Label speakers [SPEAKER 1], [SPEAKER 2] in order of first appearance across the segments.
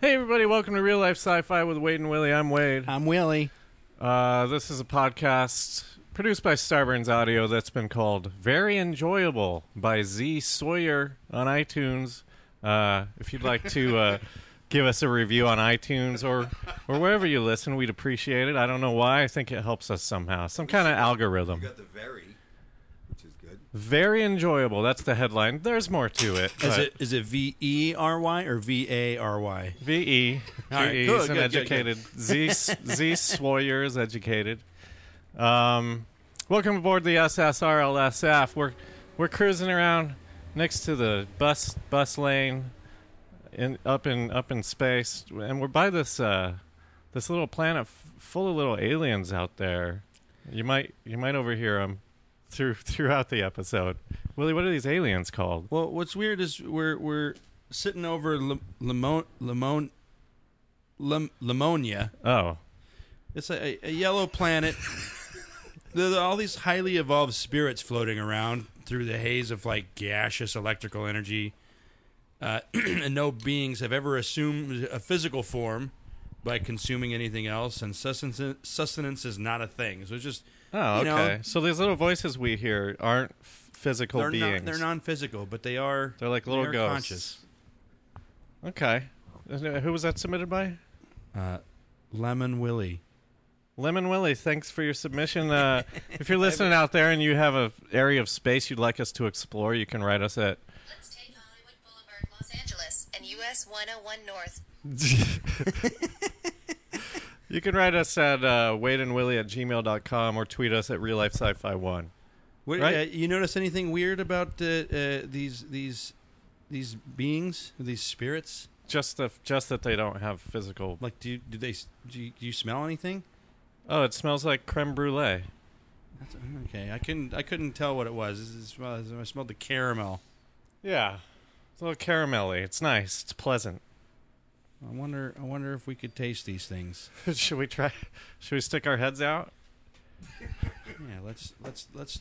[SPEAKER 1] Hey, everybody, welcome to Real Life Sci Fi with Wade and Willie. I'm Wade.
[SPEAKER 2] I'm Willie.
[SPEAKER 1] Uh, this is a podcast produced by Starburns Audio that's been called Very Enjoyable by Z Sawyer on iTunes. Uh, if you'd like to uh, give us a review on iTunes or, or wherever you listen, we'd appreciate it. I don't know why. I think it helps us somehow. Some kind of algorithm.
[SPEAKER 3] You got the very, which is good.
[SPEAKER 1] Very enjoyable. That's the headline. There's more to it.
[SPEAKER 2] Is
[SPEAKER 1] but
[SPEAKER 2] it is it V E R Y or V A R Y?
[SPEAKER 1] VE.
[SPEAKER 2] All right,
[SPEAKER 1] VE
[SPEAKER 2] cool,
[SPEAKER 1] is an
[SPEAKER 2] good, good,
[SPEAKER 1] E, educated. Z Z Sawyer is educated. Um, welcome aboard the SSRLSF. We're we're cruising around next to the bus bus lane, in up in up in space, and we're by this uh, this little planet f- full of little aliens out there. You might you might overhear them through throughout the episode. Willie, what are these aliens called?
[SPEAKER 2] Well, what's weird is we're we're sitting over Lim- Limon Limon Lim- Limonia.
[SPEAKER 1] Oh,
[SPEAKER 2] It's a, a yellow planet. there are all these highly evolved spirits floating around through the haze of like gaseous electrical energy. Uh, and no beings have ever assumed a physical form by consuming anything else, and sustenance, sustenance is not a thing. So it's just
[SPEAKER 1] Oh,
[SPEAKER 2] you
[SPEAKER 1] okay.
[SPEAKER 2] know,
[SPEAKER 1] so these little voices we hear aren't f- physical
[SPEAKER 2] they're
[SPEAKER 1] beings.
[SPEAKER 2] Not, they're non-physical, but they are.
[SPEAKER 1] They're like little
[SPEAKER 2] they are
[SPEAKER 1] ghosts.
[SPEAKER 2] Conscious.
[SPEAKER 1] Okay. Isn't it- Who was that submitted by?
[SPEAKER 2] Uh, Lemon Willie.
[SPEAKER 1] Lemon Willie, thanks for your submission. Uh, if you're listening out there and you have an area of space you'd like us to explore, you can write us at.
[SPEAKER 4] Let's take Hollywood Boulevard, Los Angeles, and US 101 North.
[SPEAKER 1] You can write us at uh, wadeandwillie at gmail.com or tweet us at real life sci fi one.
[SPEAKER 2] What,
[SPEAKER 1] Right?
[SPEAKER 2] uh, you notice anything weird about uh, uh, these these these beings, these spirits?
[SPEAKER 1] Just, the, just that they don't have physical.
[SPEAKER 2] Like, do you, do they s- do you, do you smell anything?
[SPEAKER 1] Oh, it smells like creme brulee.
[SPEAKER 2] That's, okay, I couldn't I couldn't tell what it was. This is- well, I smelled the caramel.
[SPEAKER 1] Yeah. It's a little caramelly. It's nice. It's pleasant.
[SPEAKER 2] I wonder I wonder if we could taste these things.
[SPEAKER 1] should we try? Should we stick our heads out?
[SPEAKER 2] Yeah, let's let's let's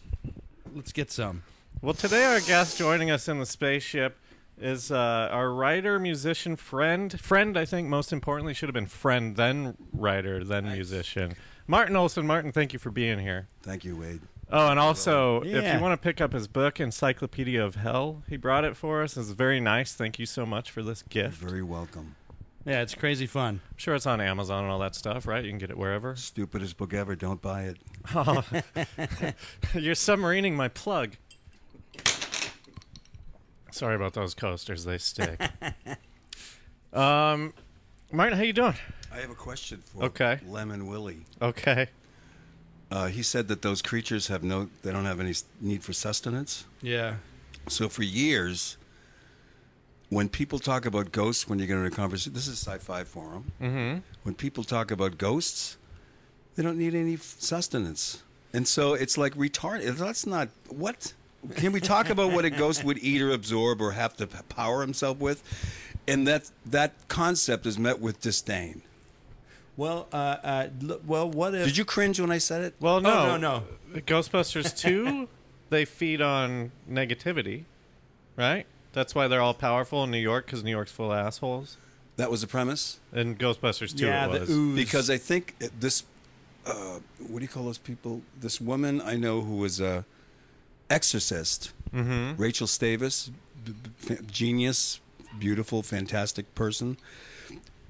[SPEAKER 2] let's get some.
[SPEAKER 1] Well, today our guest joining us in the spaceship is uh, our writer, musician, friend. Friend, I think most importantly should have been friend, then writer, then musician. Martin Olson, Martin, thank you for being here.
[SPEAKER 3] Thank you, Wade.
[SPEAKER 1] Oh, and also, if
[SPEAKER 2] Yeah.
[SPEAKER 1] you want to pick up his book, Encyclopedia of Hell, he brought it for us. It's very nice. Thank you so much for this
[SPEAKER 3] You're
[SPEAKER 1] gift.
[SPEAKER 3] very welcome.
[SPEAKER 2] Yeah, it's crazy fun.
[SPEAKER 1] I'm sure it's on Amazon and all that stuff, right? You can get it wherever.
[SPEAKER 3] Stupidest book ever. Don't buy it.
[SPEAKER 1] Oh. You're submarining my plug. Sorry about those coasters; they stick. um, Martin, how you doing?
[SPEAKER 3] I have a question for
[SPEAKER 1] Okay.
[SPEAKER 3] Lemon Willie.
[SPEAKER 1] Okay.
[SPEAKER 3] Uh, he said that those creatures have no, they don't have any s- need for sustenance.
[SPEAKER 2] Yeah.
[SPEAKER 3] So for years, when people talk about ghosts, when you get into a conversation, this is sci-fi forum. Mm-hmm. When people talk about ghosts, they don't need any f- sustenance, and so it's like retarded. That's not what. Can we talk about what a ghost would eat or absorb or have to p- power himself with? And that that concept is met with disdain.
[SPEAKER 2] Well, uh, uh, l- well, what if Oh,
[SPEAKER 3] Did you cringe when I said it?
[SPEAKER 1] Well, no,
[SPEAKER 2] no, no.
[SPEAKER 1] Ghostbusters two, they feed on negativity, right? That's why they're all powerful in New York because New York's full of assholes.
[SPEAKER 3] That was the premise.
[SPEAKER 1] And Ghostbusters two,
[SPEAKER 2] Yeah,
[SPEAKER 1] it was.
[SPEAKER 2] the ooze.
[SPEAKER 3] because I think this, uh, what do you call those people? This woman I know who was a exorcist,
[SPEAKER 1] Mm-hmm.
[SPEAKER 3] Rachel Stavis, b- b- fa- genius, beautiful, fantastic person.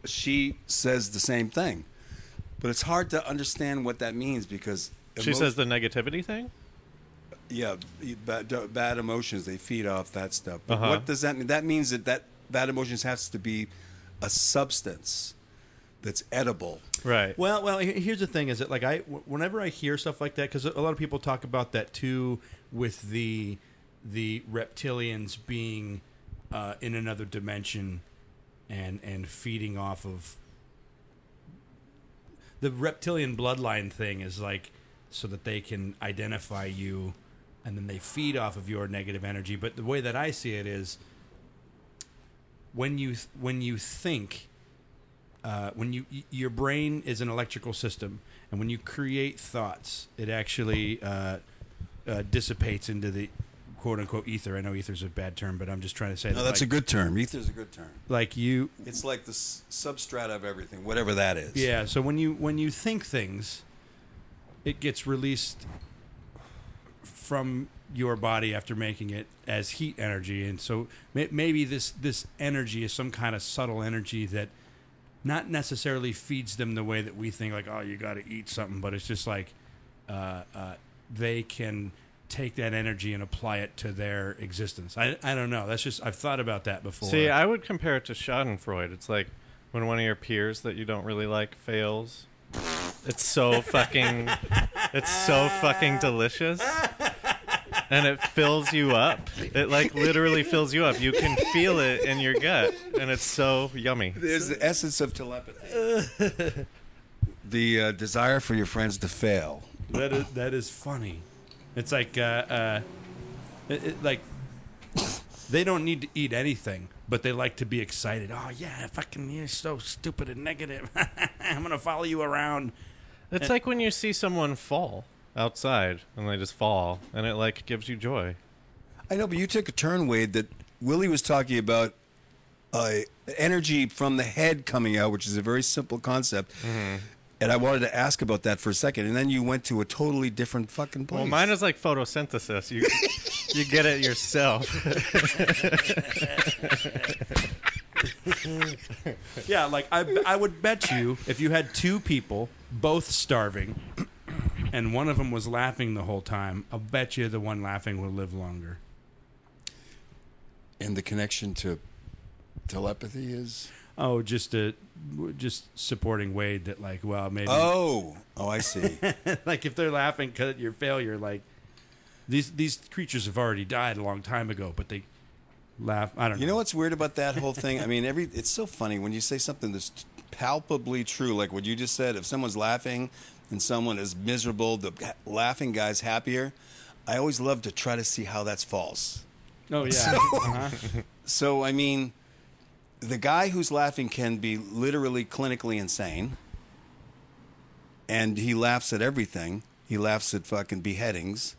[SPEAKER 3] She says the same thing, but it's hard to understand what that means because
[SPEAKER 1] she
[SPEAKER 3] emo-
[SPEAKER 1] says the negativity thing.
[SPEAKER 3] yeah, bad, bad emotions they feed off that stuff. But
[SPEAKER 1] Uh-huh.
[SPEAKER 3] what does that mean? That means that that bad emotions has to be a substance that's edible.
[SPEAKER 1] Right.
[SPEAKER 2] Well, well, he- here's the thing: is that like I, w- whenever I hear stuff like that, because a lot of people talk about that too, with the the reptilians being uh, in another dimension and and feeding off of the reptilian bloodline thing is like so that they can identify you and then they feed off of your negative energy but the way that i see it is when you th- when you think uh, when you y- your brain is an electrical system, and when you create thoughts, it actually uh, uh, dissipates into the quote unquote ether. I know ether's a bad term, but I'm just trying to say
[SPEAKER 3] No,
[SPEAKER 2] that,
[SPEAKER 3] that's
[SPEAKER 2] like,
[SPEAKER 3] a good term. Ether's a good term.
[SPEAKER 2] like you
[SPEAKER 3] It's like the s- substrata of everything, whatever that is.
[SPEAKER 2] Yeah, so when you when you think things, it gets released from your body after making it as heat energy, and so may, maybe this this energy is some kind of subtle energy that not necessarily feeds them the way that we think, like oh you got to eat something, but it's just like uh, uh, they can take that energy and apply it to their existence. I I don't know. That's just I've thought about that before.
[SPEAKER 1] See, I would compare it to Schadenfreude. It's like when one of your peers that you don't really like fails. It's so fucking it's so fucking delicious. And it fills you up. It like literally fills you up. You can feel it in your gut and it's so yummy.
[SPEAKER 3] There's the essence of telepathy. the uh, desire for your friends to fail.
[SPEAKER 2] that is that is funny. It's like uh, uh, it, it- like they don't need to eat anything, but they like to be excited. Oh yeah, fucking you're so stupid and negative. I'm gonna follow you around.
[SPEAKER 1] It's like when you see someone fall outside and they just fall and it like gives you joy.
[SPEAKER 3] I know, but you took a turn, Wade, that Willie was talking about uh, energy from the head coming out, which is a very simple concept.
[SPEAKER 1] Mm-hmm.
[SPEAKER 3] And I wanted to ask about that for a second. And then you went to a totally different fucking place.
[SPEAKER 1] Well, mine is like photosynthesis. You you get it yourself.
[SPEAKER 2] Yeah, like I I would bet you if you had two people both starving, and one of them was laughing the whole time, I'll bet you the one laughing will live longer.
[SPEAKER 3] And the connection to telepathy is.
[SPEAKER 2] Oh, just uh just supporting Wade that like well maybe
[SPEAKER 1] Mm-hmm.
[SPEAKER 3] Oh, oh, I see.
[SPEAKER 2] like if they're laughing at your failure, like these these creatures have already died a long time ago, but they laugh. I don't know.
[SPEAKER 3] You know what's weird about that whole thing? I mean, every it's so funny when you say something that's palpably true, like what you just said. If someone's laughing and someone is miserable, the ha- laughing guy's happier. I always love to try to see how that's false.
[SPEAKER 2] Oh yeah. Uh-huh.
[SPEAKER 3] So, I mean, the guy who's laughing can be literally clinically insane, and he laughs at everything. He laughs at fucking beheadings.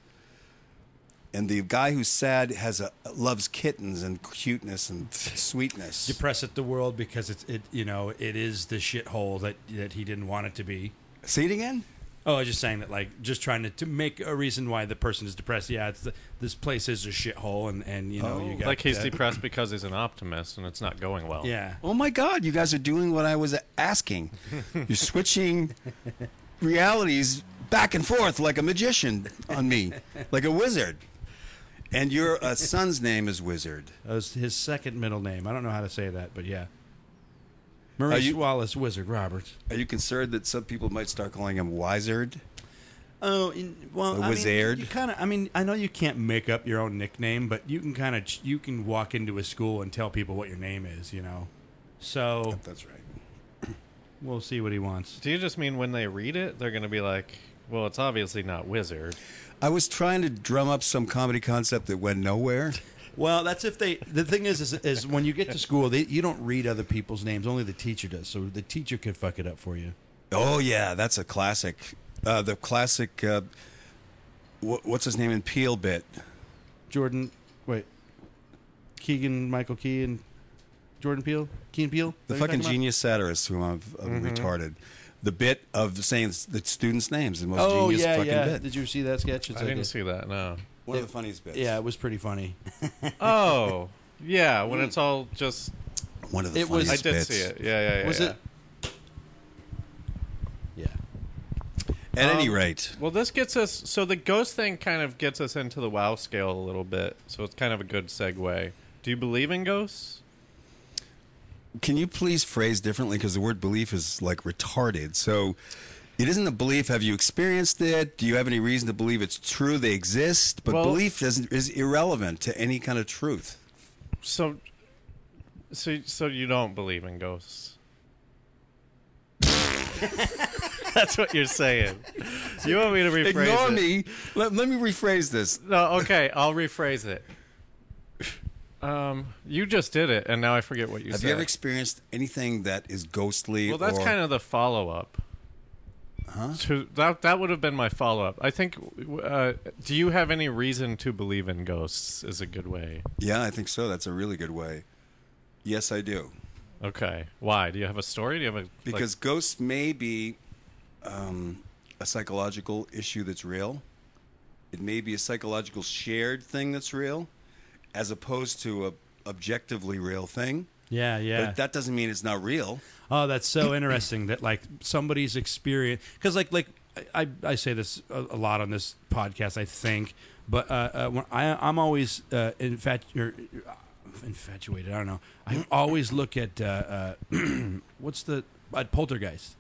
[SPEAKER 3] And the guy who's sad has a loves kittens and cuteness and sweetness.
[SPEAKER 2] Depress at the world because it's it. You know it is the shithole that that he didn't want it to be.
[SPEAKER 3] Say it again.
[SPEAKER 2] Oh, I was just saying that, like, just trying to, to make a reason why the person is depressed. Yeah, it's the, this place is a shithole, and and you know
[SPEAKER 3] Oh.
[SPEAKER 2] you got
[SPEAKER 1] like he's
[SPEAKER 2] that-
[SPEAKER 1] depressed because he's an optimist and it's not going well.
[SPEAKER 2] Yeah,
[SPEAKER 3] Oh my God, you guys are doing what I was asking. You're switching realities back and forth like a magician on me, like a wizard. And your uh, son's name is Wizard.
[SPEAKER 2] that was his second middle name. I don't know how to say that, but yeah. Maurice
[SPEAKER 3] you-
[SPEAKER 2] Wallace Wizard Roberts.
[SPEAKER 3] Are you concerned that some people might start calling him Wizard?
[SPEAKER 2] Oh, in, well,
[SPEAKER 3] The
[SPEAKER 2] I
[SPEAKER 3] wizard.
[SPEAKER 2] Mean, you kind of. I mean, I know you can't make up your own nickname, but you can kind of. You can walk into a school and tell people what your name is. You know, so
[SPEAKER 3] That's right.
[SPEAKER 2] we'll see what he wants.
[SPEAKER 1] Do you just mean when they read it, they're going to be like, well, it's obviously not wizard.
[SPEAKER 3] I was trying to drum up some comedy concept that went nowhere.
[SPEAKER 2] Well, that's if they. The thing is, is, is when you get to school, they, you don't read other people's names. Only the teacher does. So the teacher could fuck it up for you.
[SPEAKER 3] Oh yeah, that's a classic. Uh, the classic. Uh, wh- what's his name in Peel bit?
[SPEAKER 2] Jordan, wait, Keegan Michael Key and Jordan Peele, Keen Peele,
[SPEAKER 3] the
[SPEAKER 2] Is that what you're talking
[SPEAKER 3] fucking
[SPEAKER 2] about? Mm-hmm.
[SPEAKER 3] genius satirist who I've, i retarded. The bit of saying s- the students' names, the most
[SPEAKER 2] Oh
[SPEAKER 3] genius
[SPEAKER 2] yeah,
[SPEAKER 3] fucking
[SPEAKER 2] yeah.
[SPEAKER 3] bit.
[SPEAKER 2] Did you see that sketch? It's
[SPEAKER 1] I
[SPEAKER 2] like
[SPEAKER 1] didn't
[SPEAKER 2] a-
[SPEAKER 1] see that, no.
[SPEAKER 3] One of the funniest bits.
[SPEAKER 2] Yeah, it was pretty funny.
[SPEAKER 1] Oh, yeah, when it's all just.
[SPEAKER 3] one of the
[SPEAKER 2] It was-
[SPEAKER 3] funniest
[SPEAKER 1] I did
[SPEAKER 3] bits.
[SPEAKER 1] see it. Yeah, yeah, yeah.
[SPEAKER 2] Was
[SPEAKER 1] yeah.
[SPEAKER 2] it? Yeah.
[SPEAKER 3] At any
[SPEAKER 1] Um,
[SPEAKER 3] rate,
[SPEAKER 1] Well, this gets us. So the ghost thing kind of gets us into the wow scale a little bit. So it's kind of a good segue. Do you believe in ghosts?
[SPEAKER 3] can you please phrase differently? Because the word belief is like retarded. So it isn't a belief. Have you experienced it? Do you have any reason to believe it's true? They exist, but
[SPEAKER 1] Well-
[SPEAKER 3] belief doesn't, is irrelevant to any kind of truth.
[SPEAKER 1] So. So, so you don't believe in ghosts? That's what you're saying. You want me to rephrase
[SPEAKER 3] Ignore
[SPEAKER 1] it?
[SPEAKER 3] me. Let, let me rephrase this.
[SPEAKER 1] No, okay, I'll rephrase it. Um, you just did it, and now I forget what you
[SPEAKER 3] Have
[SPEAKER 1] said.
[SPEAKER 3] you ever experienced anything that is ghostly?
[SPEAKER 1] well, that's
[SPEAKER 3] or-
[SPEAKER 1] kind of the follow up. to that that would have been my follow up. I think. Uh, do you have any reason to believe in ghosts? Is a good way.
[SPEAKER 3] Yeah, I think so. That's a really good way. Yes, I do.
[SPEAKER 1] Okay. Why? Do you have a story? Do you have a
[SPEAKER 3] Because ghosts may be um, a psychological issue that's real. It may be a psychological shared thing that's real, as opposed to a objectively real thing.
[SPEAKER 2] Yeah, yeah.
[SPEAKER 3] But that doesn't mean it's not real.
[SPEAKER 2] Oh, that's so interesting that like somebody's experience because like like I, I say this a, a lot on this podcast I think, but uh, uh, when I I'm always uh, infat or, uh, infatuated I don't know I always look at uh, uh, what's the at poltergeist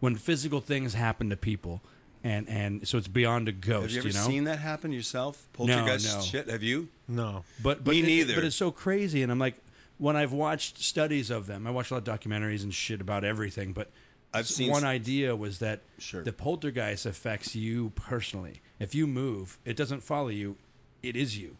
[SPEAKER 2] when physical things happen to people and and so it's beyond a ghost
[SPEAKER 3] Have you ever
[SPEAKER 2] know
[SPEAKER 3] seen that happen yourself? Poltergeist
[SPEAKER 2] no. Mm.
[SPEAKER 3] shit. Have you?
[SPEAKER 1] no.
[SPEAKER 2] but, but
[SPEAKER 3] Me
[SPEAKER 2] it-
[SPEAKER 3] neither.
[SPEAKER 2] but it's so crazy, and I'm like, when I've watched studies of them, I watch a lot of documentaries and shit about everything. But
[SPEAKER 3] I've
[SPEAKER 2] s-
[SPEAKER 3] seen
[SPEAKER 2] one
[SPEAKER 3] s-
[SPEAKER 2] idea was that
[SPEAKER 3] Sure.
[SPEAKER 2] the poltergeist affects you personally. If you move, it doesn't follow you; it is you.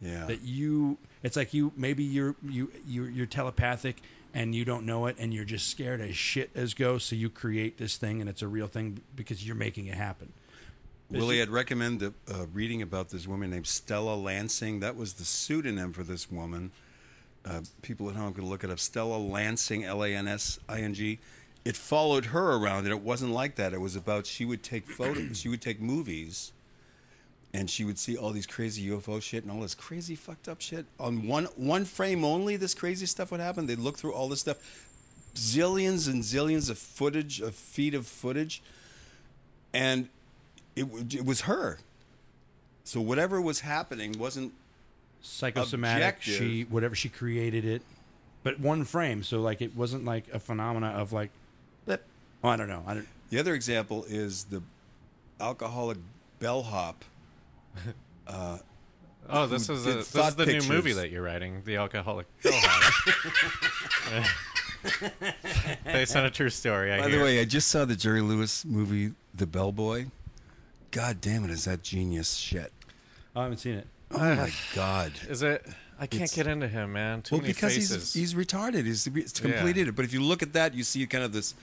[SPEAKER 3] Yeah.
[SPEAKER 2] That you, it's like you maybe you're you you're, you're telepathic and you don't know it, and you're just scared as shit as ghosts. So you create this thing, and it's a real thing because you're making it happen.
[SPEAKER 3] Willie, I'd recommend the, uh, reading about this woman named Stella Lansing. That was the pseudonym for this woman. Uh, people at home can look it up. Stella Lansing, L A N S I N G. It followed her around, and it wasn't like that. It was about she would take photos, she would take movies, and she would see all these crazy UFO shit and all this crazy fucked up shit on one one frame only. This crazy stuff would happen. They'd look through all this stuff, zillions and zillions of footage, of feet of footage, and it, w- it was her. So whatever was happening wasn't
[SPEAKER 2] psychosomatic.
[SPEAKER 3] objective.
[SPEAKER 2] She whatever she created it, but one frame. So like it wasn't like a phenomena of like, blip. Oh, I don't know. I don't.
[SPEAKER 3] The other example is the alcoholic bellhop.
[SPEAKER 1] Oh, this is a,
[SPEAKER 3] did
[SPEAKER 1] this is
[SPEAKER 3] thought
[SPEAKER 1] the
[SPEAKER 3] pictures.
[SPEAKER 1] new movie that you're writing, The Alcoholic Bellhop. Based on a true story. I
[SPEAKER 3] By
[SPEAKER 1] hear.
[SPEAKER 3] the way, I just saw the Jerry Lewis movie, The Bellboy. God damn it, is that genius shit?
[SPEAKER 2] Oh, I haven't seen it.
[SPEAKER 3] Oh my god.
[SPEAKER 1] is it? I can't
[SPEAKER 3] It's-
[SPEAKER 1] get into him, man. Too
[SPEAKER 3] Well,
[SPEAKER 1] many
[SPEAKER 3] because
[SPEAKER 1] faces.
[SPEAKER 3] he's he's retarded. He's, he's completed it. But if you look at that, you see kind of this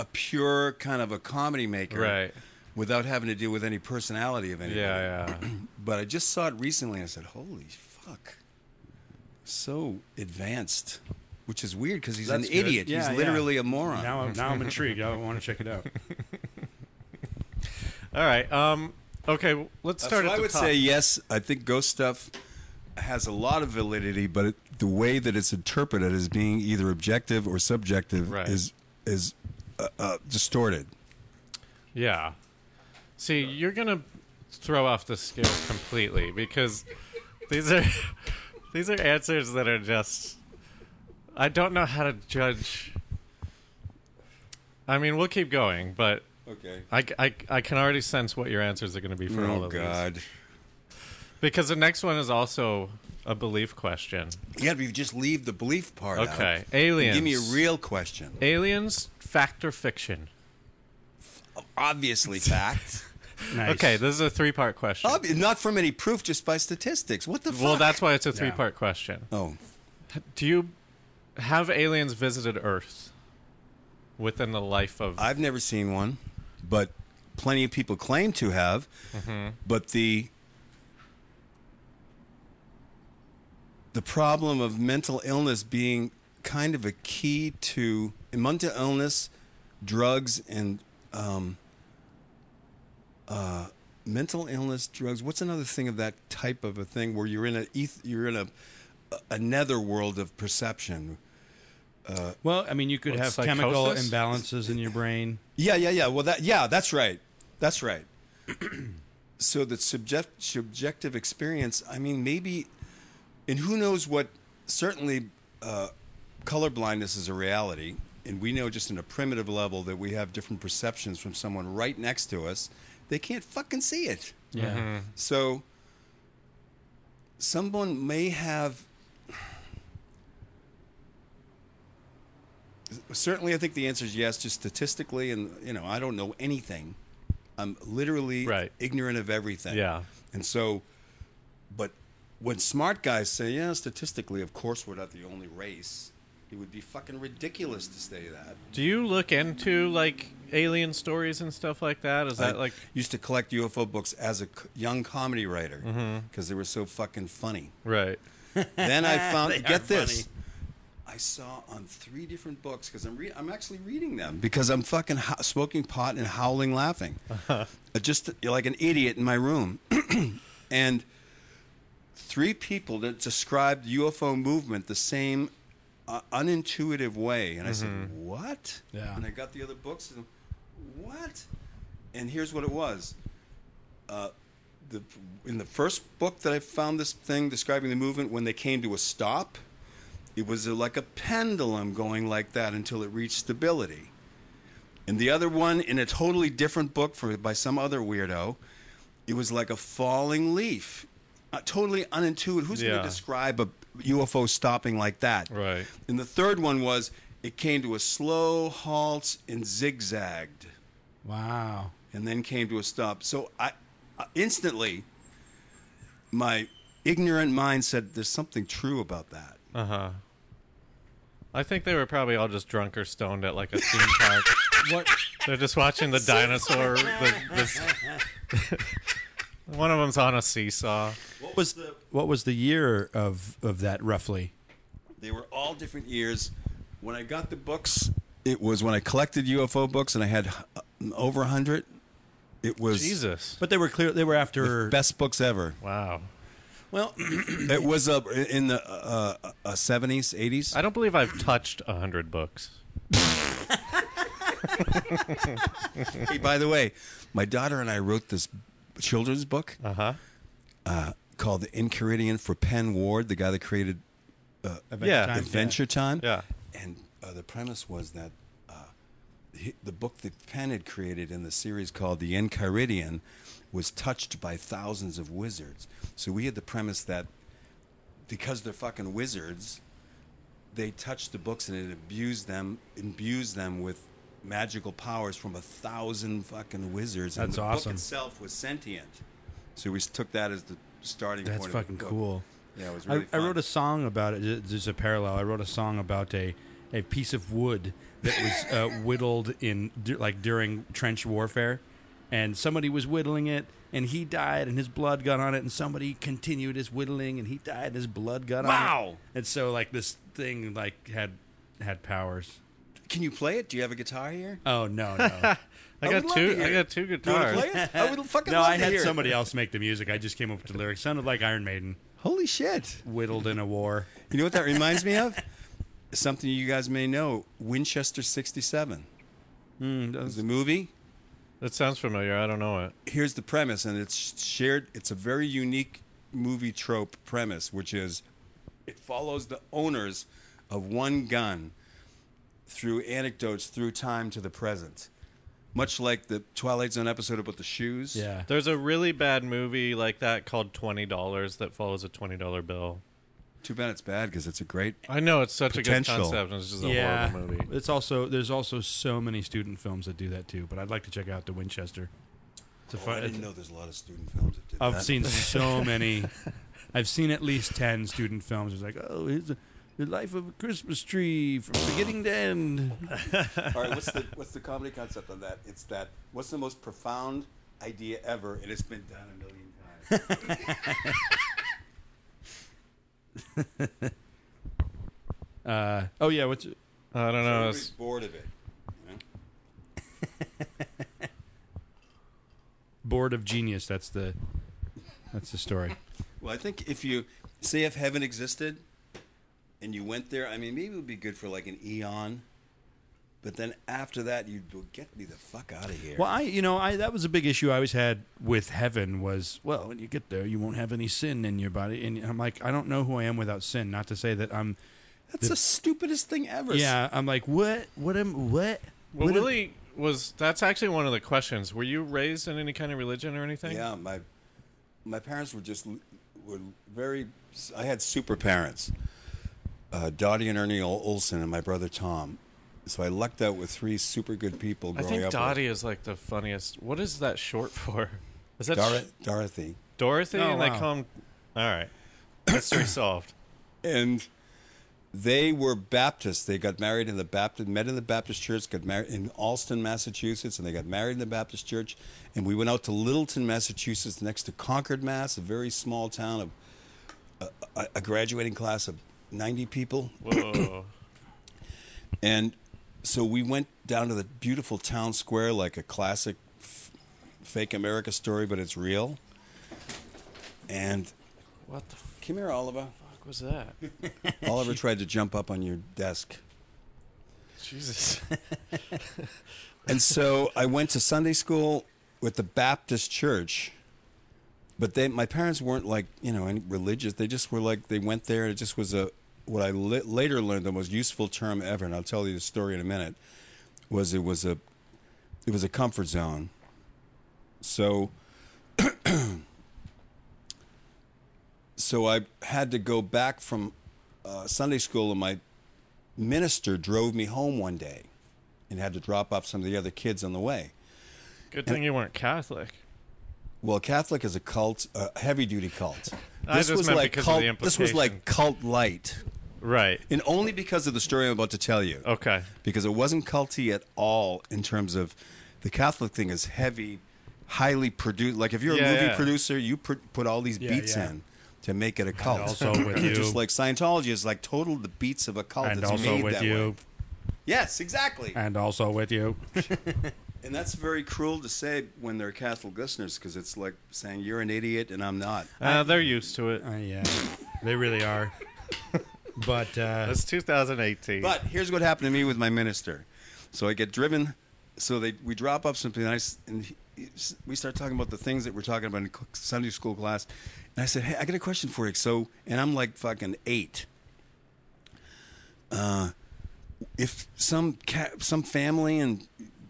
[SPEAKER 3] a pure kind of a comedy maker,
[SPEAKER 1] Right.
[SPEAKER 3] Without having to deal with any personality of anybody.
[SPEAKER 1] yeah, yeah.
[SPEAKER 3] But I just saw it recently and I said, holy fuck. So advanced. Which is weird because he's an
[SPEAKER 2] That's good.
[SPEAKER 3] idiot.
[SPEAKER 2] Yeah,
[SPEAKER 3] he's
[SPEAKER 2] yeah.
[SPEAKER 3] literally a moron.
[SPEAKER 2] Now I'm now I'm intrigued. I want to check it out.
[SPEAKER 1] All right. Um. Okay. Let's
[SPEAKER 3] so
[SPEAKER 1] start at
[SPEAKER 3] I
[SPEAKER 1] the
[SPEAKER 3] would
[SPEAKER 1] top.
[SPEAKER 3] say yes. I think ghost stuff has a lot of validity, but it, the way that it's interpreted as being either objective or subjective
[SPEAKER 1] Right.
[SPEAKER 3] is is uh, uh, distorted.
[SPEAKER 1] Yeah. See, you're gonna throw off the scale completely because these are these are answers that are just I don't know how to judge. I mean, we'll keep going, but
[SPEAKER 3] Okay.
[SPEAKER 1] I, I, I can already sense what your answers are going to be for all
[SPEAKER 3] Oh
[SPEAKER 1] of
[SPEAKER 3] God.
[SPEAKER 1] these. Because the next one is also a belief question.
[SPEAKER 3] Yeah, but you just leave the belief part out.
[SPEAKER 1] Okay,
[SPEAKER 3] And
[SPEAKER 1] aliens.
[SPEAKER 3] Give me a real question.
[SPEAKER 1] Aliens, fact or fiction?
[SPEAKER 3] Obviously, fact.
[SPEAKER 2] Nice.
[SPEAKER 1] Okay, this is a three-part question.
[SPEAKER 3] Obvi- not from any proof, just by statistics. What the fuck?
[SPEAKER 1] well, that's why it's a three-part question.
[SPEAKER 3] Oh,
[SPEAKER 1] Do you have aliens visited Earth within the life of?
[SPEAKER 3] I've never seen one, but plenty of people claim to have.
[SPEAKER 1] Mm-hmm.
[SPEAKER 3] But the the problem of mental illness being kind of a key to and mental illness, drugs, and um, uh, mental illness, drugs. What's another thing of that type of a thing where you're in a eth- you're in a a nether world of perception.
[SPEAKER 2] Well, I mean, you could
[SPEAKER 1] What,
[SPEAKER 2] have chemical
[SPEAKER 1] psychosis?
[SPEAKER 2] imbalances in your brain.
[SPEAKER 3] Yeah, yeah, yeah. Well, that yeah, that's right. That's right. so the subject subjective experience. I mean, maybe, and who knows what? Certainly, uh, color blindness is a reality, and we know just in a primitive level that we have different perceptions from someone right next to us. They can't fucking see it.
[SPEAKER 2] Yeah. Mm-hmm.
[SPEAKER 3] So someone may have certainly I think the answer is yes just statistically and you know I don't know anything. I'm literally
[SPEAKER 1] Right.
[SPEAKER 3] ignorant of everything.
[SPEAKER 1] Yeah.
[SPEAKER 3] And so but when smart guys say, "Yeah, statistically of course we're not the only race." It would be fucking ridiculous to say that.
[SPEAKER 1] Do you look into like alien stories and stuff like that? Is that
[SPEAKER 3] I
[SPEAKER 1] Uh, like
[SPEAKER 3] used to collect UFO books as a c- young comedy writer
[SPEAKER 1] Mm-hmm.
[SPEAKER 3] because they were so fucking funny.
[SPEAKER 1] right?
[SPEAKER 3] then I
[SPEAKER 2] They
[SPEAKER 3] found
[SPEAKER 2] are
[SPEAKER 3] get this.
[SPEAKER 2] funny.
[SPEAKER 3] I saw on three different books because I'm re- I'm actually reading them because I'm fucking ho- smoking pot and howling laughing, uh just like an idiot in my room, and three people that described UFO movement the same uh, unintuitive way, and I said what?
[SPEAKER 2] Yeah.
[SPEAKER 3] And I got the other books and what? And here's what it was Uh, the in the first book that I found this thing describing the movement when they came to a stop, it was uh, like a pendulum going like that until it reached stability. And the other one in a totally different book for by some other weirdo, it was like a falling leaf. Uh, totally unintuitive. Who's going
[SPEAKER 1] Yeah.
[SPEAKER 3] to describe a UFO stopping like that?
[SPEAKER 1] Right.
[SPEAKER 3] And the third one was it came to a slow halt and zigzagged
[SPEAKER 2] Wow.
[SPEAKER 3] and then came to a stop. So I uh, instantly, my ignorant mind said, "There's something true about that."
[SPEAKER 1] Uh huh. I think they were probably all just drunk or stoned at like a theme park.
[SPEAKER 2] What?
[SPEAKER 1] They're just watching the dinosaur. The, this One of them's on a seesaw.
[SPEAKER 3] What was the?
[SPEAKER 2] What was the year of of that roughly?
[SPEAKER 3] They were all different years. When I got the books, it was when I collected UFO books, and I had uh, over a hundred. It was
[SPEAKER 1] Jesus.
[SPEAKER 2] But they were clear. They were after.
[SPEAKER 3] best books ever.
[SPEAKER 1] Wow.
[SPEAKER 2] well,
[SPEAKER 3] It was uh, in the seventies, uh, eighties.
[SPEAKER 1] I don't believe I've touched a hundred books.
[SPEAKER 3] hey, by the way, my daughter and I wrote this children's book.
[SPEAKER 1] Uh huh.
[SPEAKER 3] called The Incuridian for Penn Ward, the guy that created uh, Adventure,
[SPEAKER 1] Yeah. Time.
[SPEAKER 3] Time.
[SPEAKER 1] Yeah.
[SPEAKER 3] And uh, the premise was that uh, he, the book that Penn had created in the series called The Incuridian was touched by thousands of wizards. So we had the premise that because they're fucking wizards, they touched the books and it abused them, imbues them with magical powers from a thousand fucking wizards. and
[SPEAKER 2] That's
[SPEAKER 3] the
[SPEAKER 2] awesome.
[SPEAKER 3] book itself was sentient. So we took that as the starting
[SPEAKER 2] that's
[SPEAKER 3] point. of the
[SPEAKER 2] fucking
[SPEAKER 3] book.
[SPEAKER 2] cool.
[SPEAKER 3] Yeah, it was
[SPEAKER 2] I,
[SPEAKER 3] really
[SPEAKER 2] I
[SPEAKER 3] fun.
[SPEAKER 2] wrote a song about it. ju- Just a parallel. I wrote a song about a, a piece of wood that was uh, whittled in du- like during trench warfare, and somebody was whittling it, and he died, and his blood got on it, and somebody continued his whittling, and he died, and his blood got on it.
[SPEAKER 3] Wow.
[SPEAKER 2] And so like this thing like had had powers.
[SPEAKER 3] Can you play it? Do you have a guitar here?
[SPEAKER 2] Oh no no.
[SPEAKER 1] I
[SPEAKER 3] I would
[SPEAKER 1] got
[SPEAKER 3] love to
[SPEAKER 1] two.
[SPEAKER 3] hear
[SPEAKER 1] I
[SPEAKER 3] it.
[SPEAKER 1] got two
[SPEAKER 3] Do you want
[SPEAKER 1] guitars.
[SPEAKER 3] to play it? I would fucking
[SPEAKER 2] no,
[SPEAKER 3] love
[SPEAKER 2] I
[SPEAKER 3] to
[SPEAKER 2] had
[SPEAKER 3] hear it.
[SPEAKER 2] somebody else make the music. I just came up with the lyrics. Sounded like Iron Maiden
[SPEAKER 3] Holy shit!
[SPEAKER 2] whittled in a war.
[SPEAKER 3] You know what that reminds me of? Something you guys may know: Winchester '67.
[SPEAKER 2] Hmm,
[SPEAKER 3] Mm, the movie.
[SPEAKER 1] That sounds familiar. I don't know it.
[SPEAKER 3] Here's the premise, and it's shared. It's a very unique movie trope premise, which is it follows the owners of one gun through anecdotes through time to the present, much like the Twilight Zone episode about the shoes.
[SPEAKER 2] Yeah.
[SPEAKER 1] There's a really bad movie like that called Twenty Dollars that follows a twenty dollar bill.
[SPEAKER 3] Too bad it's bad because it's a great
[SPEAKER 1] I know it's such
[SPEAKER 3] Potential.
[SPEAKER 1] a good concept. and It's just a horrible movie.
[SPEAKER 2] It's also there's also so many student films that do that too. But I'd like to check out the Winchester. It's a
[SPEAKER 3] Oh,
[SPEAKER 2] fun.
[SPEAKER 3] I didn't know there's a lot of student films that did
[SPEAKER 2] I've
[SPEAKER 3] that.
[SPEAKER 2] seen so many. I've seen at least ten student films. It's like, oh, here's the, the life of a Christmas tree from beginning to end.
[SPEAKER 3] All right, what's the what's the comedy concept on that? It's that what's the most profound idea ever, and it's been done a million times.
[SPEAKER 2] Uh, oh yeah, what's
[SPEAKER 1] I don't know.
[SPEAKER 3] Everybody's
[SPEAKER 1] It's,
[SPEAKER 3] bored of it. you know?
[SPEAKER 2] Board of Genius? That's the that's the story.
[SPEAKER 3] Well, I think if you say if heaven existed, and you went there, I mean, maybe it would be good for like an eon. But then after that, you'd go, get me the fuck out of here.
[SPEAKER 2] Well, I you know I that was a big issue I always had with heaven was well when you get there you won't have any sin in your body and I'm like I don't know who I am without sin. Not to say that I'm
[SPEAKER 3] That's the, stupidest thing ever.
[SPEAKER 2] Yeah, I'm like, what? What am? What?
[SPEAKER 1] well,
[SPEAKER 2] what am-
[SPEAKER 1] really was that's actually one of the questions. Were you raised in any kind of religion or anything?
[SPEAKER 3] Yeah, my my parents were just were very. I had super parents, uh, Dottie and Ernie Ol- Olson, and my brother Tom. So I lucked out with three super good people
[SPEAKER 1] I
[SPEAKER 3] growing
[SPEAKER 1] think
[SPEAKER 3] up.
[SPEAKER 1] Dottie is like the funniest. What is that short for? Is that
[SPEAKER 3] with. Dor-
[SPEAKER 1] sh-
[SPEAKER 3] Dorothy,
[SPEAKER 1] Dorothy?
[SPEAKER 2] Oh,
[SPEAKER 1] and they
[SPEAKER 2] wow.
[SPEAKER 1] call him. All right, mystery solved.
[SPEAKER 3] and They were Baptists. They got married in the Baptist, met in the Baptist church, got married in Alston, Massachusetts, and they got married in the Baptist church. And we went out to Littleton, Massachusetts, next to Concord, Mass, a very small town of a, a graduating class of 90 people.
[SPEAKER 1] Whoa.
[SPEAKER 3] And so we went down to the beautiful town square, like a classic f- fake America story, but it's real. And
[SPEAKER 1] what the fuck
[SPEAKER 3] come here, Oliver.
[SPEAKER 1] was that?
[SPEAKER 3] Oliver tried to jump up on your desk.
[SPEAKER 1] Jesus.
[SPEAKER 3] And so I went to Sunday school with the Baptist church. But they, my parents weren't like you know any religious. They just were like they went there. It just was a what I li- later learned the most useful term ever, and I'll tell you the story in a minute. Was it was a it was a comfort zone. So so I had to go back from uh, Sunday school, and my minister drove me home one day, and had to drop off some of the other kids on the way.
[SPEAKER 1] Good thing you weren't Catholic.
[SPEAKER 3] Well, Catholic is a cult, a heavy duty cult.
[SPEAKER 1] I just meant because of
[SPEAKER 3] cult.
[SPEAKER 1] the
[SPEAKER 3] this was like
[SPEAKER 1] implication.
[SPEAKER 3] cult light,
[SPEAKER 1] Right.
[SPEAKER 3] and only because of the story I'm about to tell you.
[SPEAKER 1] Okay. Uh,
[SPEAKER 3] Because it wasn't culty at all in terms of the Catholic thing is heavy, highly produced. Like if you're
[SPEAKER 1] Yeah,
[SPEAKER 3] a movie
[SPEAKER 1] yeah.
[SPEAKER 3] producer, you pr- put all these
[SPEAKER 5] Yeah,
[SPEAKER 3] beats
[SPEAKER 5] yeah.
[SPEAKER 3] in to make it a cult.
[SPEAKER 5] also with you.
[SPEAKER 3] just like Scientology is like total the beats of a cult.
[SPEAKER 5] and
[SPEAKER 3] it's
[SPEAKER 5] also
[SPEAKER 3] made
[SPEAKER 5] with
[SPEAKER 3] that
[SPEAKER 5] you.
[SPEAKER 3] way. Yes, exactly.
[SPEAKER 5] And also with you.
[SPEAKER 3] And that's very cruel to say when they're Catholic listeners because it's like saying you're an idiot and I'm not.
[SPEAKER 1] Uh, they're used to it.
[SPEAKER 5] Uh, yeah, they really are. But uh,
[SPEAKER 1] It's 2018.
[SPEAKER 3] But here's what happened to me with my minister. So I get driven. So they we drop up something nice, and he, he's- we start talking about the things that we're talking about in c- Sunday school class. And I said, "Hey, I got a question for you." So, and I'm like fucking eight. Uh, if some ca- some family in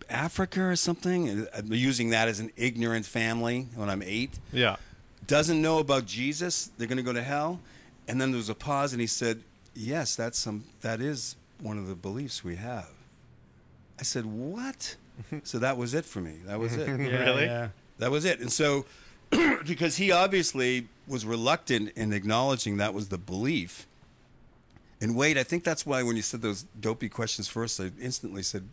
[SPEAKER 3] Africa or something, and I'm using that as an ignorant family when I'm eight,
[SPEAKER 1] yeah.
[SPEAKER 3] doesn't know about Jesus, they're going to go to hell. And then there was a pause, and he said, "Yes, that's some. That is one of the beliefs we have." I said, "What?" so that was it for me. That was it.
[SPEAKER 5] yeah,
[SPEAKER 1] Really?
[SPEAKER 5] yeah.
[SPEAKER 3] that was it. And so, because he obviously was reluctant in acknowledging that was the belief. And Wade, I think that's why when you said those dopey questions first, I instantly said,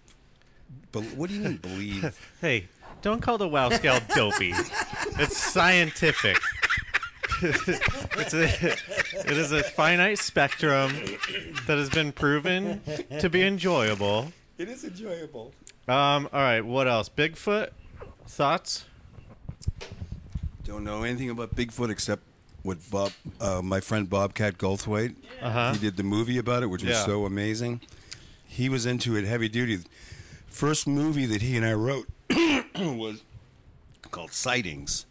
[SPEAKER 3] "But what do you mean believe?"
[SPEAKER 1] Hey, don't call the WoW scale dopey. It's scientific. it's a, it is a finite spectrum that has been proven to be enjoyable.
[SPEAKER 3] it is enjoyable.
[SPEAKER 1] Um, all right, what else? Bigfoot? Thoughts?
[SPEAKER 3] Don't know anything about Bigfoot except what Bob, uh, my friend Bobcat Goldthwait,
[SPEAKER 1] Uh-huh.
[SPEAKER 3] he did the movie about it, which was
[SPEAKER 1] Yeah.
[SPEAKER 3] so amazing. He was into it heavy duty. First movie that he and I wrote was called Sightings,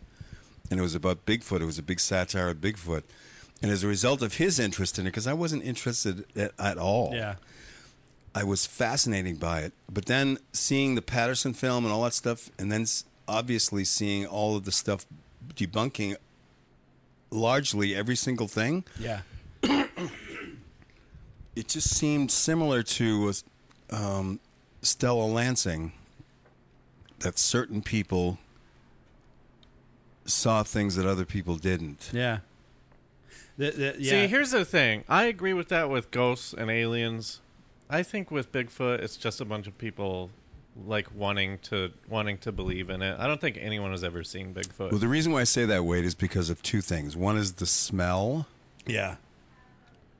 [SPEAKER 3] and it was about Bigfoot. It was a big satire of Bigfoot, and as a result of his interest in it, because I wasn't interested at, at all,
[SPEAKER 5] yeah.
[SPEAKER 3] I was fascinated by it. But then seeing the Patterson film and all that stuff, and then s- obviously seeing all of the stuff debunking largely every single thing,
[SPEAKER 5] Yeah.
[SPEAKER 3] it just seemed similar to um, Stella Lansing that certain people saw things that other people didn't.
[SPEAKER 5] Yeah. The- the- yeah.
[SPEAKER 1] See, here's the thing. I agree with that with ghosts and aliens. I think with Bigfoot, it's just a bunch of people like wanting to wanting to believe in it. I don't think anyone has ever seen Bigfoot.
[SPEAKER 3] Well, the reason why I say that, Wade, is because of two things. One is the smell.
[SPEAKER 5] yeah.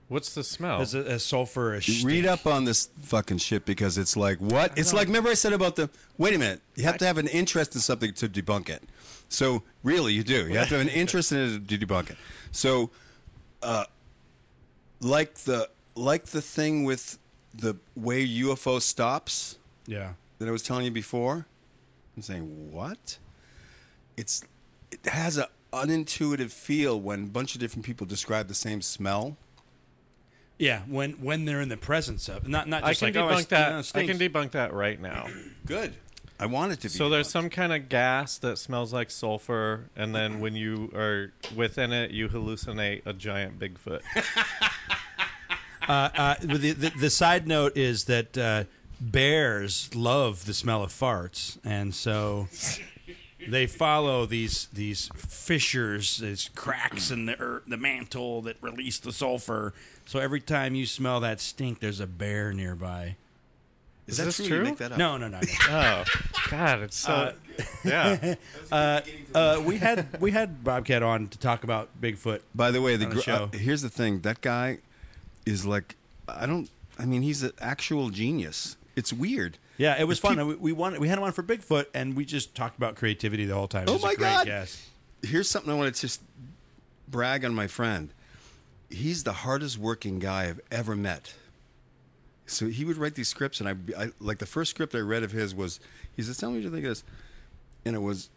[SPEAKER 1] What's the smell?
[SPEAKER 5] It's a, a sulfurish.
[SPEAKER 3] Read up on this fucking shit because it's like what? It's like remember I said about the wait a minute. You have to have an interest in something to debunk it. So really, you do. You have to have an interest in it to debunk it. So, uh, like the like the thing with the way UFO stops
[SPEAKER 5] Yeah.
[SPEAKER 3] that I was telling you before. I'm saying what? It's it has a unintuitive feel when a bunch of different people describe the same smell.
[SPEAKER 5] Yeah. When when they're in the presence of not not
[SPEAKER 1] I
[SPEAKER 5] just
[SPEAKER 1] can
[SPEAKER 5] like
[SPEAKER 1] debunk
[SPEAKER 5] oh, I,
[SPEAKER 1] that.
[SPEAKER 5] You know,
[SPEAKER 1] I can
[SPEAKER 5] stinks.
[SPEAKER 1] debunk that right now.
[SPEAKER 3] Good. I want it to be.
[SPEAKER 1] So there's
[SPEAKER 3] debunked.
[SPEAKER 1] some kind of gas that smells like sulfur, and then when you are within it, you hallucinate a giant Bigfoot.
[SPEAKER 5] Uh, the, the the side note is that uh, bears love the smell of farts, and so
[SPEAKER 2] they follow these these fissures, these cracks in the earth, the mantle that release the sulfur. So every time you smell that stink, there's a bear nearby.
[SPEAKER 3] Is,
[SPEAKER 1] this
[SPEAKER 3] You
[SPEAKER 1] true?
[SPEAKER 3] make that up?
[SPEAKER 2] No, no, no. no.
[SPEAKER 1] Oh, God, it's so.
[SPEAKER 5] Uh,
[SPEAKER 1] yeah.
[SPEAKER 2] Uh, we had we had Bobcat on to talk about Bigfoot.
[SPEAKER 3] By the way, the,
[SPEAKER 2] On the
[SPEAKER 3] gr-
[SPEAKER 2] show.
[SPEAKER 3] uh, here's the thing. That guy is like, I don't. I mean, he's an actual genius. It's weird.
[SPEAKER 2] Yeah, it was
[SPEAKER 3] If
[SPEAKER 2] fun.
[SPEAKER 3] peop-
[SPEAKER 2] And we, we won. We had him on for Bigfoot, and we just talked about creativity the whole time. It
[SPEAKER 3] Oh
[SPEAKER 2] was a
[SPEAKER 3] my
[SPEAKER 2] great
[SPEAKER 3] God.
[SPEAKER 2] guest.
[SPEAKER 3] here's something I want to just brag on my friend. He's the hardest working guy I've ever met. So he would write these scripts, and I, I like the first script I read of his was he said, "Tell me what you think of this," and it was,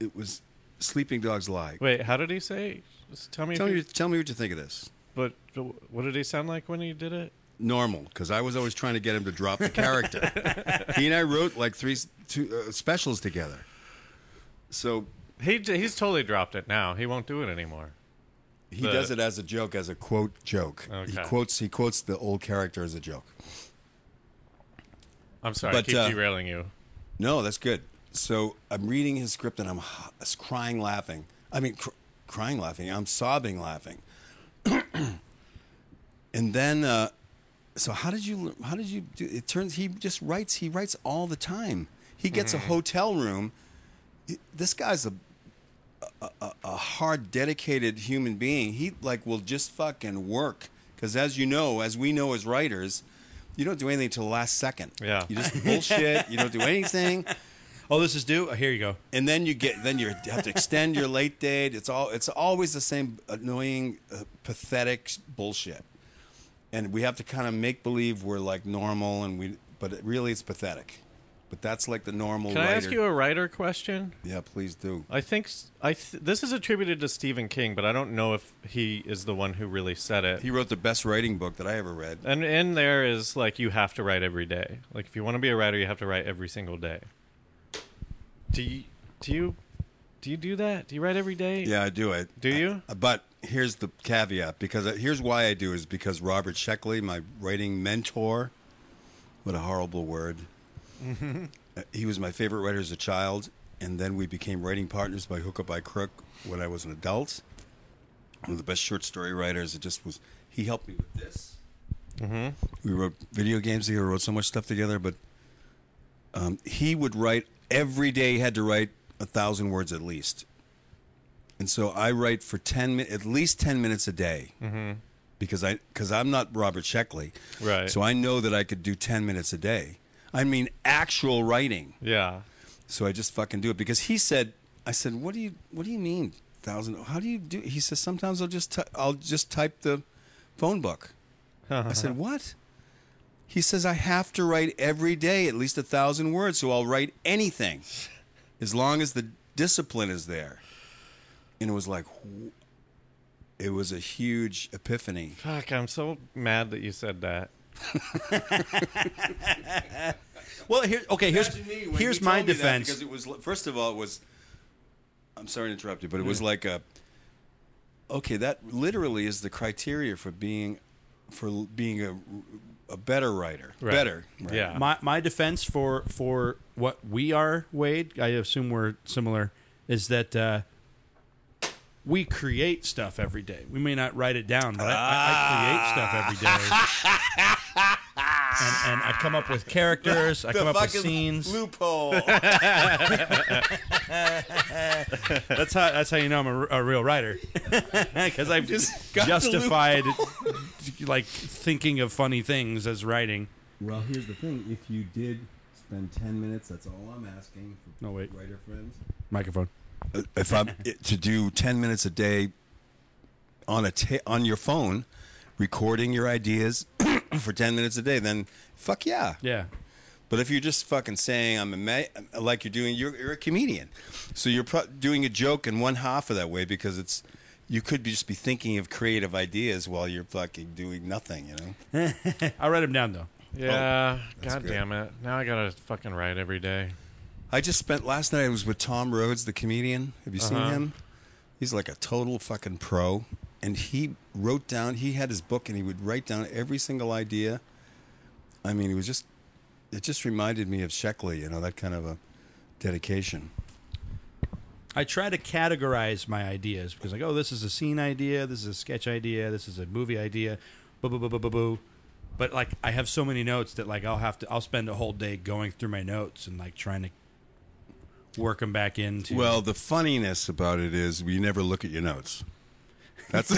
[SPEAKER 3] it was Sleeping Dogs Lie.
[SPEAKER 1] Wait, how did he say? Just tell me.
[SPEAKER 3] Tell
[SPEAKER 1] if
[SPEAKER 3] me,
[SPEAKER 1] you,
[SPEAKER 3] tell me what you think of this.
[SPEAKER 1] but what did he sound like when he did it?
[SPEAKER 3] normal because I was always trying to get him to drop the character. he and I wrote like three s- two, uh, specials together. So
[SPEAKER 1] He d- he's totally dropped it now. He won't do it anymore.
[SPEAKER 3] he
[SPEAKER 1] The-
[SPEAKER 3] does it as a joke, as a quote joke. He
[SPEAKER 1] Okay.
[SPEAKER 3] quotes he quotes the old character as a joke.
[SPEAKER 1] I'm sorry, I
[SPEAKER 3] But,
[SPEAKER 1] keep
[SPEAKER 3] uh,
[SPEAKER 1] derailing you.
[SPEAKER 3] No, that's good. So I'm reading his script and I'm h- crying, laughing. I mean, cr- crying, laughing. I'm sobbing, laughing. and then, uh, so how did you? lear- How did you? Do, it turns he just writes. He writes all the time. He gets a hotel room. He- This guy's a, a a a hard, dedicated human being. He like will just fucking work because, as you know, as we know as writers. You don't do anything till the last second.
[SPEAKER 1] Yeah.
[SPEAKER 3] You just bullshit. you don't do anything
[SPEAKER 2] Oh, this is due. Here you go.
[SPEAKER 3] and then you get then you have to extend your late date. It's all it's always the same annoying, uh, pathetic s- bullshit, and we have to kind of make believe we're like normal, and we but it, really it's pathetic. But that's like the normal.
[SPEAKER 1] Can I ask you a writer question?
[SPEAKER 3] yeah, please do.
[SPEAKER 1] I think s- I th- this is attributed to Stephen King, but I don't know if he is the one who really said it.
[SPEAKER 3] He wrote the best writing book that I ever read.
[SPEAKER 1] and in there is like you have to write every day. Like if you want to be a writer, you have to write every single day. Do you do you do you do that? Do you write every day?
[SPEAKER 3] Yeah, I do it.
[SPEAKER 1] Do you?
[SPEAKER 3] I- Uh, but here's the caveat because I- here's why I do is because Robert Sheckley, my writing mentor, what a horrible word. Uh, He was my favorite writer as a child, and then we became writing partners by hook or by crook when I was an adult. One of the best short story writers. It just was. He helped me with this. We wrote video games together. Wrote so much stuff together, but um, he would write every day. He had to write a thousand words at least, and so I write for ten min- at least ten minutes a day because I because I'm not Robert Sheckley,
[SPEAKER 1] Right.
[SPEAKER 3] So I know that I could do ten minutes a day. I mean, actual writing.
[SPEAKER 1] Yeah.
[SPEAKER 3] So I just fucking do it because he said, I said, what do you what do you mean thousand? How do you do? He says sometimes I'll just ty- I'll just type the phone book. I said what? He says I have to write every day at least a thousand words, so I'll write anything as long as the discipline is there. And it was like, wh- it was a huge epiphany.
[SPEAKER 1] Fuck, I'm so mad that you said that.
[SPEAKER 2] Well, here. Okay, here's
[SPEAKER 3] Imagine me when
[SPEAKER 2] here's
[SPEAKER 3] he
[SPEAKER 2] my
[SPEAKER 3] told me that
[SPEAKER 2] defense.
[SPEAKER 3] because it was first of all it was I'm sorry to interrupt you, but it was like a okay that literally is the criteria for being for l- being a a better writer,
[SPEAKER 1] Right.
[SPEAKER 3] better. writer.
[SPEAKER 1] Yeah.
[SPEAKER 2] my my defense for for what we are, Wade. I assume we're similar. Is that uh, we create stuff every day. We may not write it down, but I, I, I create stuff every day. And, and I come up with characters. I come up with scenes.
[SPEAKER 3] loophole.
[SPEAKER 2] That's how that's how you know I'm a, a real writer because I've just justified like thinking of funny things as writing.
[SPEAKER 3] well, here's the thing: if you did spend ten minutes, that's all I'm asking. For
[SPEAKER 2] No, wait.
[SPEAKER 3] writer friends.
[SPEAKER 2] Microphone.
[SPEAKER 3] if I'm it- to do 10 minutes a day on a ta- on your phone, recording your ideas for 10 minutes a day, then fuck yeah.
[SPEAKER 2] Yeah.
[SPEAKER 3] But if you're just fucking saying I'm a ma- like you're doing, you're, you're a comedian, so you're pro- doing a joke in one half of that way because it's you could be just be thinking of creative ideas while you're fucking doing nothing, you know.
[SPEAKER 2] I write them down though.
[SPEAKER 1] Yeah. God
[SPEAKER 3] good.
[SPEAKER 1] damn it. Now I gotta fucking write every day.
[SPEAKER 3] I just spent last night. I was with Tom Rhodes, the comedian. Have you seen him? He's like a total fucking pro. And he wrote down. He had his book, and he would write down every single idea. I mean, it was just. It just reminded me of Sheckley, you know, that kind of a dedication.
[SPEAKER 2] I try to categorize my ideas because, like, oh, this is a scene idea, this is a sketch idea, this is a movie idea, boo, boo, boo, boo, boo, boo. But like, I have so many notes that like I'll have to I'll spend a whole day going through my notes and like trying to work them back into.
[SPEAKER 3] Well, the funniness about it is you never look at your notes. That's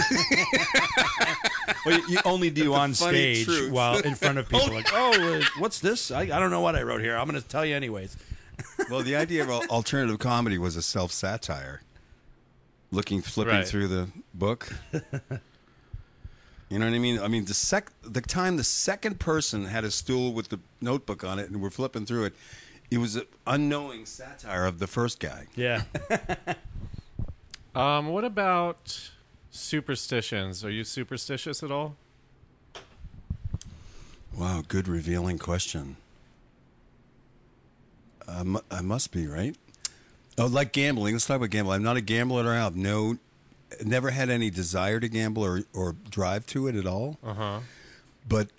[SPEAKER 2] Well, you, you only do on
[SPEAKER 3] funny
[SPEAKER 2] stage
[SPEAKER 3] truth.
[SPEAKER 2] while in front of people. like, oh, uh, what's this? I, I don't know what I wrote here. I'm going to tell you anyways.
[SPEAKER 3] well, the idea of al- alternative comedy was a self satire. Looking, flipping
[SPEAKER 1] Right.
[SPEAKER 3] through the book. you know what I mean? I mean, the sec, the time the second person had a stool with the notebook on it, and we're flipping through it, it was an unknowing satire of the first guy.
[SPEAKER 2] Yeah.
[SPEAKER 1] Um, what about superstitions? Are you superstitious at all?
[SPEAKER 3] Wow, good revealing question. I mu- I must be right. Oh, like gambling. Let's talk about gambling. I'm not a gambler. I have no, never had any desire to gamble or or drive to it at all. Uh huh. But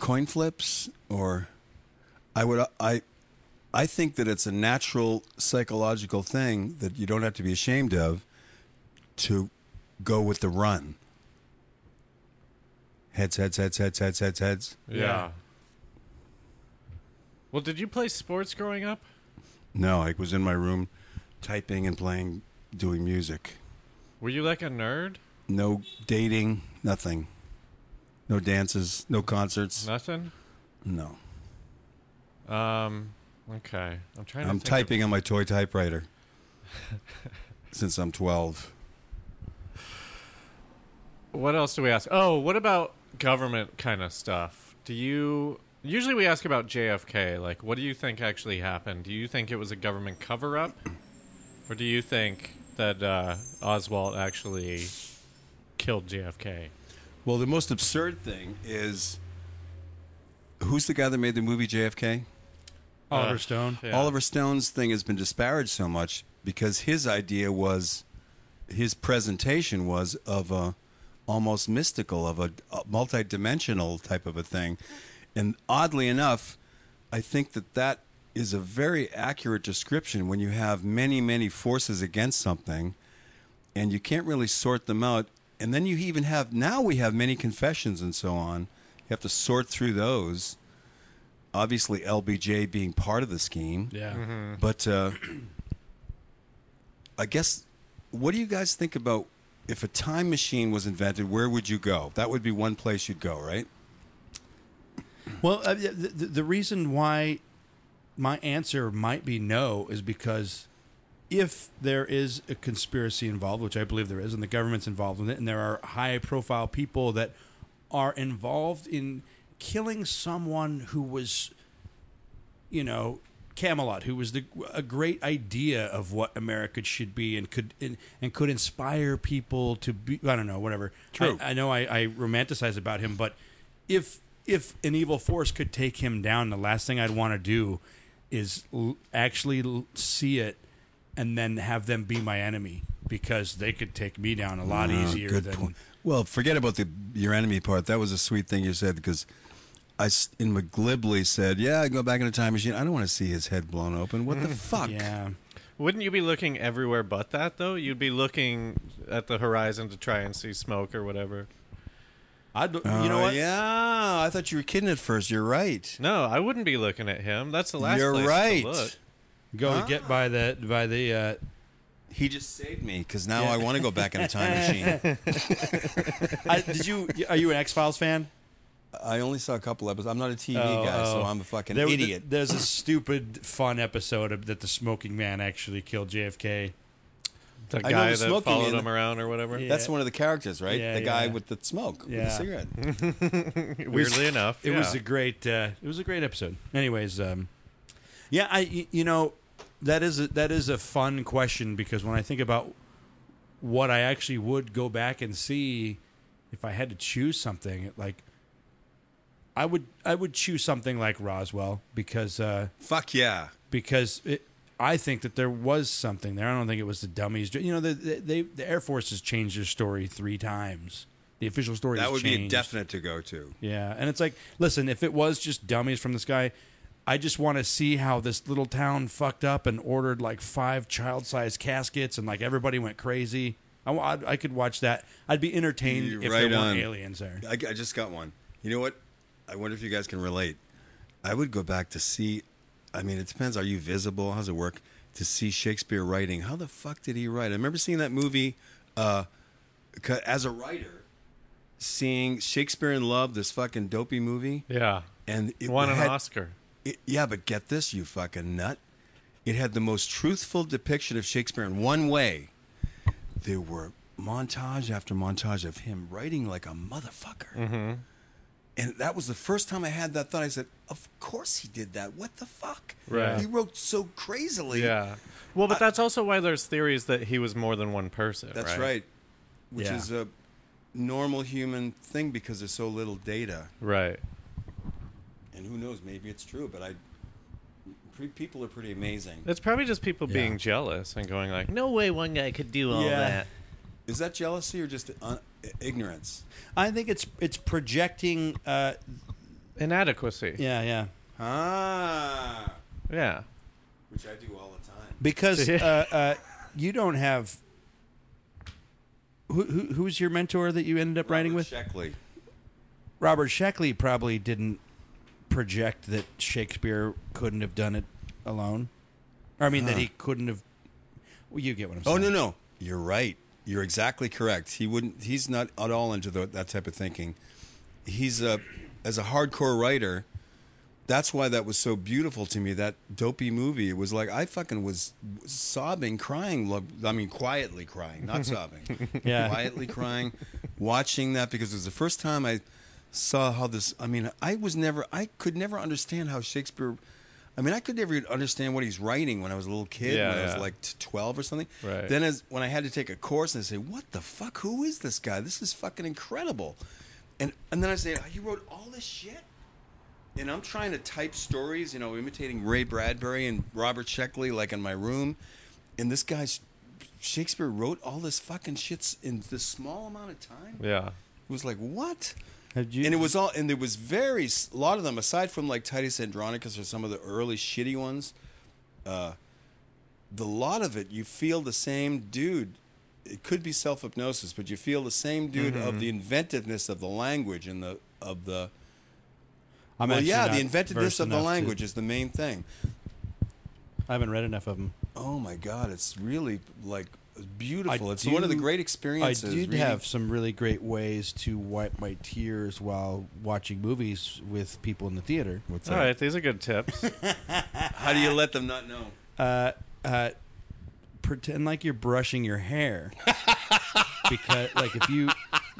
[SPEAKER 3] coin flips, or I would I. I think that it's a natural psychological thing that you don't have to be ashamed of to go with the run. Heads, heads, heads, heads, heads, heads, heads.
[SPEAKER 2] Yeah.
[SPEAKER 1] Well, did you play sports growing up?
[SPEAKER 3] No, I was in my room typing and playing, doing music.
[SPEAKER 1] Were you like a nerd?
[SPEAKER 3] No dating, nothing. No dances, no concerts.
[SPEAKER 1] Nothing.
[SPEAKER 3] No.
[SPEAKER 1] Um. Okay. I'm trying to.
[SPEAKER 3] I'm
[SPEAKER 1] think of-
[SPEAKER 3] typing on my toy typewriter since I'm 12.
[SPEAKER 1] what else do we ask? Oh, what about government kind of stuff? Do you usually we ask about JFK? Like, what do you think actually happened? Do you think it was a government cover up, or do you think that uh, Oswald actually killed JFK?
[SPEAKER 3] Well, the most absurd thing is who's the guy that made the movie JFK?
[SPEAKER 2] Oliver Stone.
[SPEAKER 1] Yeah.
[SPEAKER 3] Oliver Stone's thing has been disparaged so much because his idea was, his presentation was of a almost mystical, of a, a multi-dimensional type of a thing, and oddly enough, I think that that is a very accurate description when you have many, many forces against something, and you can't really sort them out. And then you even have now we have many confessions and so on. You have to sort through those. Obviously, LBJ being part of the scheme.
[SPEAKER 2] Yeah.
[SPEAKER 3] But uh, I guess, what do you guys think about if a time machine was invented? Where would you go? That would be one place you'd go, right?
[SPEAKER 2] Well, uh, the, the, the reason why my answer might be no is because if there is a conspiracy involved, which I believe there is, and the government's involved in it, and there are high profile people that are involved in killing someone who was, you know, Camelot, who was the a great idea of what America should be and could and, and could inspire people to be. I don't know, whatever.
[SPEAKER 3] True.
[SPEAKER 2] I, I know I, I romanticize about him, but if if an evil force could take him down, the last thing I'd want to do is l- actually l- see it and then have them be my enemy because they could take me down a lot
[SPEAKER 3] Uh,
[SPEAKER 2] easier
[SPEAKER 3] good
[SPEAKER 2] than
[SPEAKER 3] point. Well, forget about the your enemy part. That was a sweet thing you said because I s- in glibly said, "Yeah, I go back in a time machine. I don't want to see his head blown open. What the fuck?"
[SPEAKER 2] Hmm. yeah.
[SPEAKER 1] Wouldn't you be looking everywhere but that though? You'd be looking at the horizon to try and see smoke or whatever.
[SPEAKER 2] I'd, you
[SPEAKER 3] Oh,
[SPEAKER 2] know what?
[SPEAKER 3] Yeah, I thought you were kidding at first. You're right.
[SPEAKER 1] No, I wouldn't be looking at him. That's the last
[SPEAKER 3] You're
[SPEAKER 1] place
[SPEAKER 3] right.
[SPEAKER 1] to look.
[SPEAKER 2] Go and get by the by the uh,
[SPEAKER 3] He just saved me because now I want to go back in a time machine.
[SPEAKER 2] I, did you? Are you an X Files fan?
[SPEAKER 3] I only saw a couple episodes. I'm not a TV
[SPEAKER 2] Oh,
[SPEAKER 3] guy, so
[SPEAKER 2] oh.
[SPEAKER 3] I'm a fucking
[SPEAKER 2] There-
[SPEAKER 3] idiot.
[SPEAKER 2] there's a stupid fun episode of, that the smoking man actually killed JFK.
[SPEAKER 1] The
[SPEAKER 3] know
[SPEAKER 1] guy
[SPEAKER 3] the
[SPEAKER 1] that
[SPEAKER 3] smoking
[SPEAKER 1] followed
[SPEAKER 3] in-
[SPEAKER 1] him around or whatever.
[SPEAKER 2] Yeah.
[SPEAKER 3] That's one of the characters, right?
[SPEAKER 2] Yeah,
[SPEAKER 3] the guy
[SPEAKER 2] yeah.
[SPEAKER 3] with the smoke, with the
[SPEAKER 2] Yeah.
[SPEAKER 3] cigarette.
[SPEAKER 1] Weirdly enough,
[SPEAKER 2] It was
[SPEAKER 1] yeah.
[SPEAKER 2] a great. Uh, it was a great episode. Anyways, um, yeah, I y- you know that is a, that is a fun question because when I think about what I actually would go back and see if I had to choose something, it, like I would I would choose something like Roswell because uh,
[SPEAKER 3] Fuck yeah.
[SPEAKER 2] because it, I think that there was something there. I don't think it was the dummies. You know, the, the, they the Air Force has changed their story three times. The official story
[SPEAKER 3] That
[SPEAKER 2] has
[SPEAKER 3] would be
[SPEAKER 2] changed.
[SPEAKER 3] a definite to go to.
[SPEAKER 2] Yeah, and it's like, listen, if it was just dummies from the sky, I just want to see how this little town fucked up and ordered like five child sized caskets and like everybody went crazy. I, wa- I'd- I could watch that. I'd be entertained
[SPEAKER 3] You're
[SPEAKER 2] if
[SPEAKER 3] right
[SPEAKER 2] there
[SPEAKER 3] on.
[SPEAKER 2] weren't aliens there.
[SPEAKER 3] I, I just got one. You know what? I wonder if you guys can relate. I would go back to see. I mean, it depends. Are you visible? How's it work? To see Shakespeare writing. How the fuck did he write? I remember seeing that movie uh, ca- as a writer, seeing Shakespeare in Love, this fucking dopey movie,
[SPEAKER 1] Yeah.
[SPEAKER 3] and it
[SPEAKER 1] Won an
[SPEAKER 3] had-
[SPEAKER 1] Oscar.
[SPEAKER 3] it- yeah, but get this, you fucking nut. It had the most truthful depiction of Shakespeare in one way. There were montage after montage of him writing like a motherfucker. And that was the first time I had that thought. I said, Of course he did that. What the fuck?
[SPEAKER 1] Right.
[SPEAKER 3] He wrote so crazily.
[SPEAKER 1] Yeah. Well, but that's also why there's theories that he was more than one person.
[SPEAKER 3] That's right.
[SPEAKER 1] right.
[SPEAKER 3] Which
[SPEAKER 2] Yeah.
[SPEAKER 3] is a normal human thing because there's so little data.
[SPEAKER 1] Right.
[SPEAKER 3] And who knows, maybe it's true, but I. Pre- people are pretty amazing.
[SPEAKER 1] It's probably just people
[SPEAKER 2] Yeah.
[SPEAKER 1] being jealous and going like, "No way, one guy could do all
[SPEAKER 2] Yeah.
[SPEAKER 1] that."
[SPEAKER 3] Is that jealousy or just un- ignorance?
[SPEAKER 2] I think it's it's projecting. Uh,
[SPEAKER 1] Inadequacy.
[SPEAKER 2] yeah, yeah.
[SPEAKER 3] Ah,
[SPEAKER 1] Yeah.
[SPEAKER 3] which I do all the time.
[SPEAKER 2] Because uh, uh, you don't have. Who, who, who's your mentor that you ended up writing with?
[SPEAKER 3] Sheckley.
[SPEAKER 2] Robert Sheckley probably didn't project that Shakespeare couldn't have done it alone. Or I mean that he couldn't have. Well, you get what I'm saying.
[SPEAKER 3] Oh no, no, you're right. You're exactly correct. He wouldn't. He's not at all into tho- that type of thinking. He's a as a hardcore writer. That's why that was so beautiful to me. That dopey movie. It was like I fucking was sobbing, crying. lo- I mean, quietly crying, not sobbing.
[SPEAKER 2] Yeah.
[SPEAKER 3] quietly crying, watching that because it was the first time I saw how this. I mean, I was never. I could never understand how Shakespeare. I mean, I could never understand what he's writing when I was a little kid.
[SPEAKER 1] Yeah,
[SPEAKER 3] when I was
[SPEAKER 1] yeah.
[SPEAKER 3] like t- twelve or something.
[SPEAKER 1] Right.
[SPEAKER 3] Then as when I had to take a course and I say, "What the fuck? Who is this guy? This is fucking incredible," and and then I say, "He wrote all this shit," and I'm trying to type stories, you know, imitating Ray Bradbury and Robert Sheckley, like in my room, and this guy, Shakespeare wrote all this fucking shits in this small amount of time.
[SPEAKER 1] Yeah.
[SPEAKER 3] It was like what?
[SPEAKER 2] Had you-
[SPEAKER 3] and it was all, and there was very s- a lot of them aside from like Titus Andronicus or some of the early shitty ones. Uh, the lot of it, you feel the same dude. It could be self hypnosis, but you feel the same dude
[SPEAKER 2] Mm-hmm.
[SPEAKER 3] of the inventiveness of the language and the of the
[SPEAKER 2] I'm
[SPEAKER 3] well,
[SPEAKER 2] actually
[SPEAKER 3] yeah,
[SPEAKER 2] not
[SPEAKER 3] the inventiveness
[SPEAKER 2] versed
[SPEAKER 3] of the
[SPEAKER 2] enough to-
[SPEAKER 3] language is the main thing.
[SPEAKER 2] I haven't read enough of them.
[SPEAKER 3] Oh my God, it's really like beautiful.
[SPEAKER 2] I
[SPEAKER 3] it's one of the
[SPEAKER 2] do-
[SPEAKER 3] great
[SPEAKER 2] I
[SPEAKER 3] experiences.
[SPEAKER 2] did
[SPEAKER 3] reading-
[SPEAKER 2] have some really great ways to wipe my tears while watching movies with people in the theater.
[SPEAKER 3] What's
[SPEAKER 1] All
[SPEAKER 3] that?
[SPEAKER 1] right. These are good tips.
[SPEAKER 3] How do you let them not know?
[SPEAKER 2] Uh, uh, pretend like you're brushing your hair. because like if you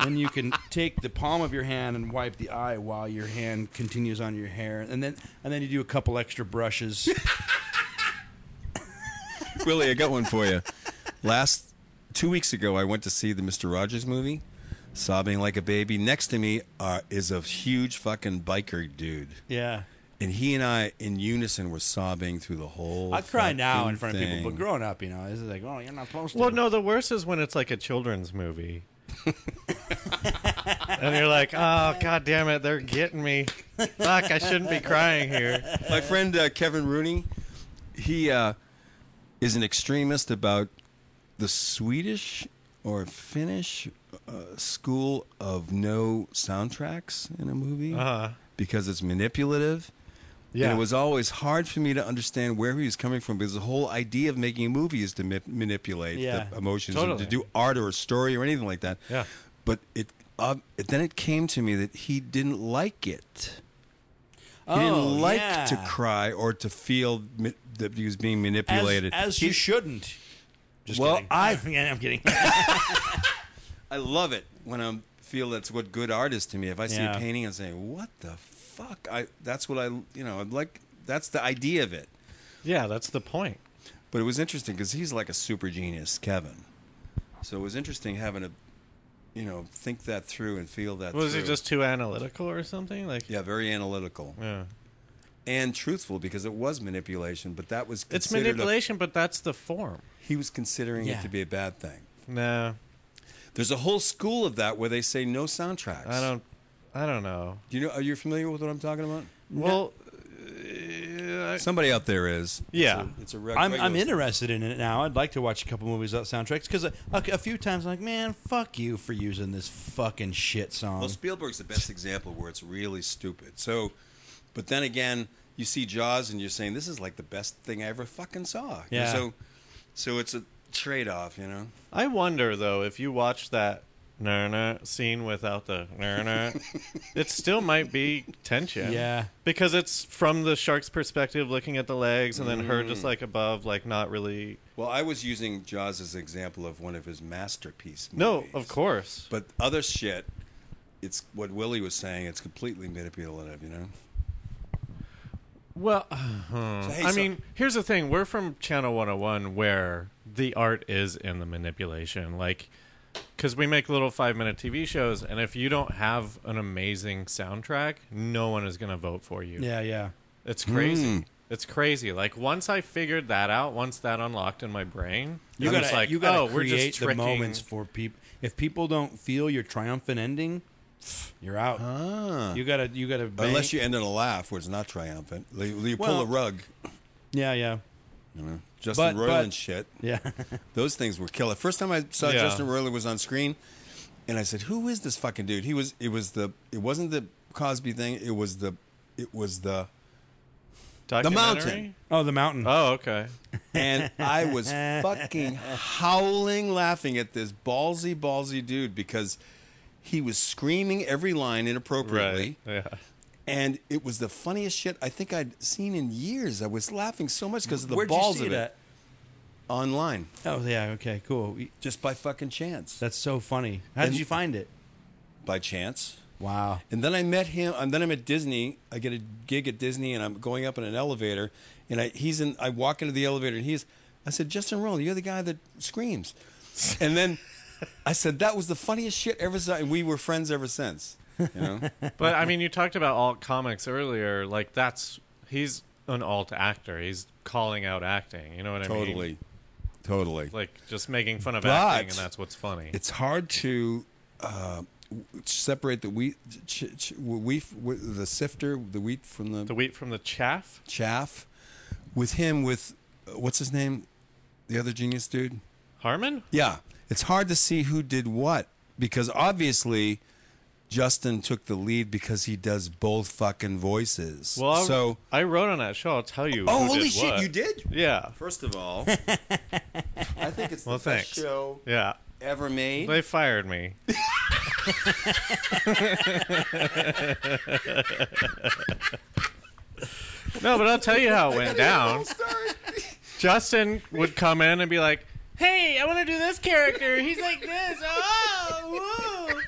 [SPEAKER 2] then you can take the palm of your hand and wipe the eye while your hand continues on your hair and then and then you do a couple extra brushes
[SPEAKER 3] Willie, I got one for you. Last two weeks ago, I went to see the Mister Rogers movie, sobbing like a baby. Next to me uh, is a huge fucking biker dude,
[SPEAKER 2] yeah
[SPEAKER 3] and he and I in unison were sobbing through the whole.
[SPEAKER 2] i cry now
[SPEAKER 3] fucking
[SPEAKER 2] in front of people but
[SPEAKER 3] thing.
[SPEAKER 2] growing up you know this is like oh you're not supposed to
[SPEAKER 1] well, no. The worst is when it's like a children's movie. and you're like, oh god damn it, they're getting me. Fuck, I shouldn't be crying here.
[SPEAKER 3] My friend uh, Kevin Rooney, he uh, is an extremist about the Swedish or Finnish uh, school of no soundtracks in a movie
[SPEAKER 1] Uh-huh.
[SPEAKER 3] because it's manipulative.
[SPEAKER 1] Yeah.
[SPEAKER 3] And it was always hard for me to understand where he was coming from because the whole idea of making a movie is to ma- manipulate
[SPEAKER 2] Yeah.
[SPEAKER 3] the emotions and
[SPEAKER 1] Totally.
[SPEAKER 3] to do art or a story or anything like that.
[SPEAKER 1] Yeah.
[SPEAKER 3] But it uh, then it came to me that he didn't like it. He
[SPEAKER 2] Oh,
[SPEAKER 3] didn't like
[SPEAKER 2] yeah.
[SPEAKER 3] to cry or to feel ma- that he was being manipulated.
[SPEAKER 2] As, as
[SPEAKER 3] He-
[SPEAKER 2] you shouldn't. Just
[SPEAKER 3] Well,
[SPEAKER 2] kidding.
[SPEAKER 3] I-
[SPEAKER 2] yeah, I'm kidding.
[SPEAKER 3] I love it when I feel that's what good art is to me. If I see
[SPEAKER 2] Yeah.
[SPEAKER 3] a painting and say, "What the fuck?" I that's what I you know I'd like. That's the idea of it.
[SPEAKER 1] Yeah, that's the point.
[SPEAKER 3] But it was interesting because he's like a super genius, Kevin. So it was interesting having to, you know, think that through and feel that.
[SPEAKER 1] Was he
[SPEAKER 3] through.
[SPEAKER 1] just too analytical or something? Like,
[SPEAKER 3] Yeah, very analytical
[SPEAKER 1] yeah.
[SPEAKER 3] and truthful because it was manipulation. But that was
[SPEAKER 1] It's
[SPEAKER 3] considered a-
[SPEAKER 1] manipulation, but that's the form.
[SPEAKER 3] he was considering
[SPEAKER 2] Yeah.
[SPEAKER 3] it to be a bad thing.
[SPEAKER 1] No,
[SPEAKER 3] There's a whole school of that where they say no soundtracks.
[SPEAKER 1] I don't. I don't know.
[SPEAKER 3] Do you know? Are you familiar with what I'm talking about?
[SPEAKER 1] Well, uh, I-
[SPEAKER 3] Somebody out there is.
[SPEAKER 1] Yeah.
[SPEAKER 3] It's a, it's a reg-
[SPEAKER 5] I'm,
[SPEAKER 3] regular
[SPEAKER 5] I'm interested in it now. I'd like to watch a couple movies without soundtracks because a, a, a few times I'm like, man, fuck you for using this fucking shit song.
[SPEAKER 3] Well, Spielberg's the best example where it's really stupid. So, but then again, you see Jaws and you're saying this is like the best thing I ever fucking saw.
[SPEAKER 5] Yeah.
[SPEAKER 3] So, so it's a trade-off, you know.
[SPEAKER 1] I wonder though if you watch that na scene without the na it still might be tension.
[SPEAKER 5] Yeah.
[SPEAKER 1] because it's from the shark's perspective, looking at the legs, and then her just like above, like not really.
[SPEAKER 3] Well, I was using Jaws as an example of one of his masterpiece.
[SPEAKER 1] No,
[SPEAKER 3] movies.
[SPEAKER 1] of course.
[SPEAKER 3] But other shit, it's what Willie was saying. It's completely manipulative, you know.
[SPEAKER 1] Well,
[SPEAKER 3] So, hey,
[SPEAKER 1] Mm. I
[SPEAKER 3] so-
[SPEAKER 1] mean, here's the thing: we're from Channel 101, where the art is in the manipulation, like because we make little five-minute TV shows, and if you don't have an amazing soundtrack, no one is going to vote for you.
[SPEAKER 5] yeah, yeah.
[SPEAKER 1] It's crazy. It's crazy. Like once I figured that out, once that unlocked in my brain,
[SPEAKER 5] You
[SPEAKER 1] I
[SPEAKER 5] gotta,
[SPEAKER 1] was like,
[SPEAKER 5] you gotta
[SPEAKER 1] oh, we're
[SPEAKER 5] create
[SPEAKER 1] just
[SPEAKER 5] the
[SPEAKER 1] tricking.
[SPEAKER 5] moments for people. If people don't feel your triumphant ending, pff, you're out. You gotta, you gotta. Bang.
[SPEAKER 3] Unless you end in a laugh where it's not triumphant, you, you pull
[SPEAKER 5] Well-
[SPEAKER 3] a rug.
[SPEAKER 5] yeah, yeah,
[SPEAKER 3] You know, Justin
[SPEAKER 5] But-
[SPEAKER 3] Roiland
[SPEAKER 5] but-
[SPEAKER 3] shit.
[SPEAKER 5] yeah.
[SPEAKER 3] Those things were killer. First time I saw
[SPEAKER 1] Yeah.
[SPEAKER 3] Justin Roiland was on screen, and I said, "Who is this fucking dude?" He was. It was the. It wasn't the Cosby thing. It was the. It was the. The mountain.
[SPEAKER 5] oh, the mountain.
[SPEAKER 2] Uh,
[SPEAKER 1] Oh, okay.
[SPEAKER 3] And I was fucking howling, laughing at this ballsy, ballsy dude because he was screaming every line inappropriately.
[SPEAKER 1] Right. Yeah.
[SPEAKER 3] and it was the funniest shit I think I'd seen in years. I was laughing so much because of the
[SPEAKER 5] Where'd you
[SPEAKER 3] balls
[SPEAKER 5] see
[SPEAKER 3] of it
[SPEAKER 5] that?
[SPEAKER 3] online,
[SPEAKER 5] Oh, yeah. Okay, cool.
[SPEAKER 3] just by fucking chance.
[SPEAKER 5] That's so funny. How
[SPEAKER 3] And-
[SPEAKER 5] did you find it?
[SPEAKER 3] by chance.
[SPEAKER 5] Wow.
[SPEAKER 3] And then I met him, and then I'm at Disney. I get a gig at Disney, and I'm going up in an elevator, and I, he's in. I walk into the elevator, and he's. I said, Justin Roland, you're the guy that screams, and then I said that was the funniest shit ever. saw," And we were friends ever since. You know,
[SPEAKER 1] But I mean, you talked about alt comics earlier. Like that's he's an alt actor. He's calling out acting. You know what I mean?
[SPEAKER 3] totally, totally.
[SPEAKER 1] Like just making fun of
[SPEAKER 3] But-
[SPEAKER 1] acting, and that's what's funny.
[SPEAKER 3] it's hard to uh, w- separate the wheat, ch- ch- wheat, wheat, the sifter, the wheat from the,
[SPEAKER 1] the wheat from the chaff.
[SPEAKER 3] chaff. With him, with uh, what's his name, the other genius dude.
[SPEAKER 1] Harmon.
[SPEAKER 3] Yeah, it's hard to see who did what because obviously Justin took the lead because he does both fucking voices.
[SPEAKER 1] Well, I-
[SPEAKER 3] so
[SPEAKER 1] I wrote on that show. I'll tell you.
[SPEAKER 3] oh,
[SPEAKER 1] who
[SPEAKER 3] holy
[SPEAKER 1] did
[SPEAKER 3] shit,
[SPEAKER 1] what.
[SPEAKER 3] you did!
[SPEAKER 1] Yeah.
[SPEAKER 3] First of all, I think it's
[SPEAKER 1] Well,
[SPEAKER 3] the best
[SPEAKER 1] thanks.
[SPEAKER 3] show
[SPEAKER 1] Yeah.
[SPEAKER 3] ever made.
[SPEAKER 1] They fired me. no, but I'll tell you how it went down. Justin would come in and be like, "Hey, I want to do this character. He's like this. Oh, woo."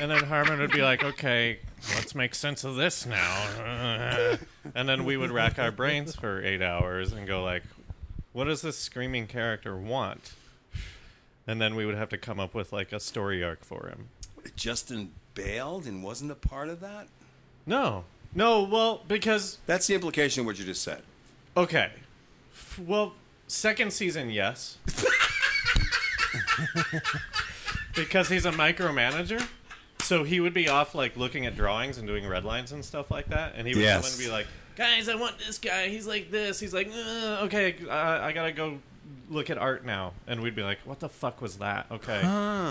[SPEAKER 1] And then Harmon would be like, "Okay, let's make sense of this now." And then we would rack our brains for 8 hours and go like, "What does this screaming character want?" And then we would have to come up with like a story arc for him.
[SPEAKER 3] Justin bailed and wasn't a part of that?
[SPEAKER 1] No. No, well, because
[SPEAKER 3] That's the implication of what you just said.
[SPEAKER 1] okay. F- Well, second season, yes. because he's a micromanager. So he would be off like looking at drawings and doing red lines and stuff like that, and he would
[SPEAKER 3] Yes.
[SPEAKER 1] come and be like, "Guys, I want this guy. He's like this. He's like, uh, okay, uh, I gotta go look at art now." And we'd be like, "What the fuck was that?" Okay,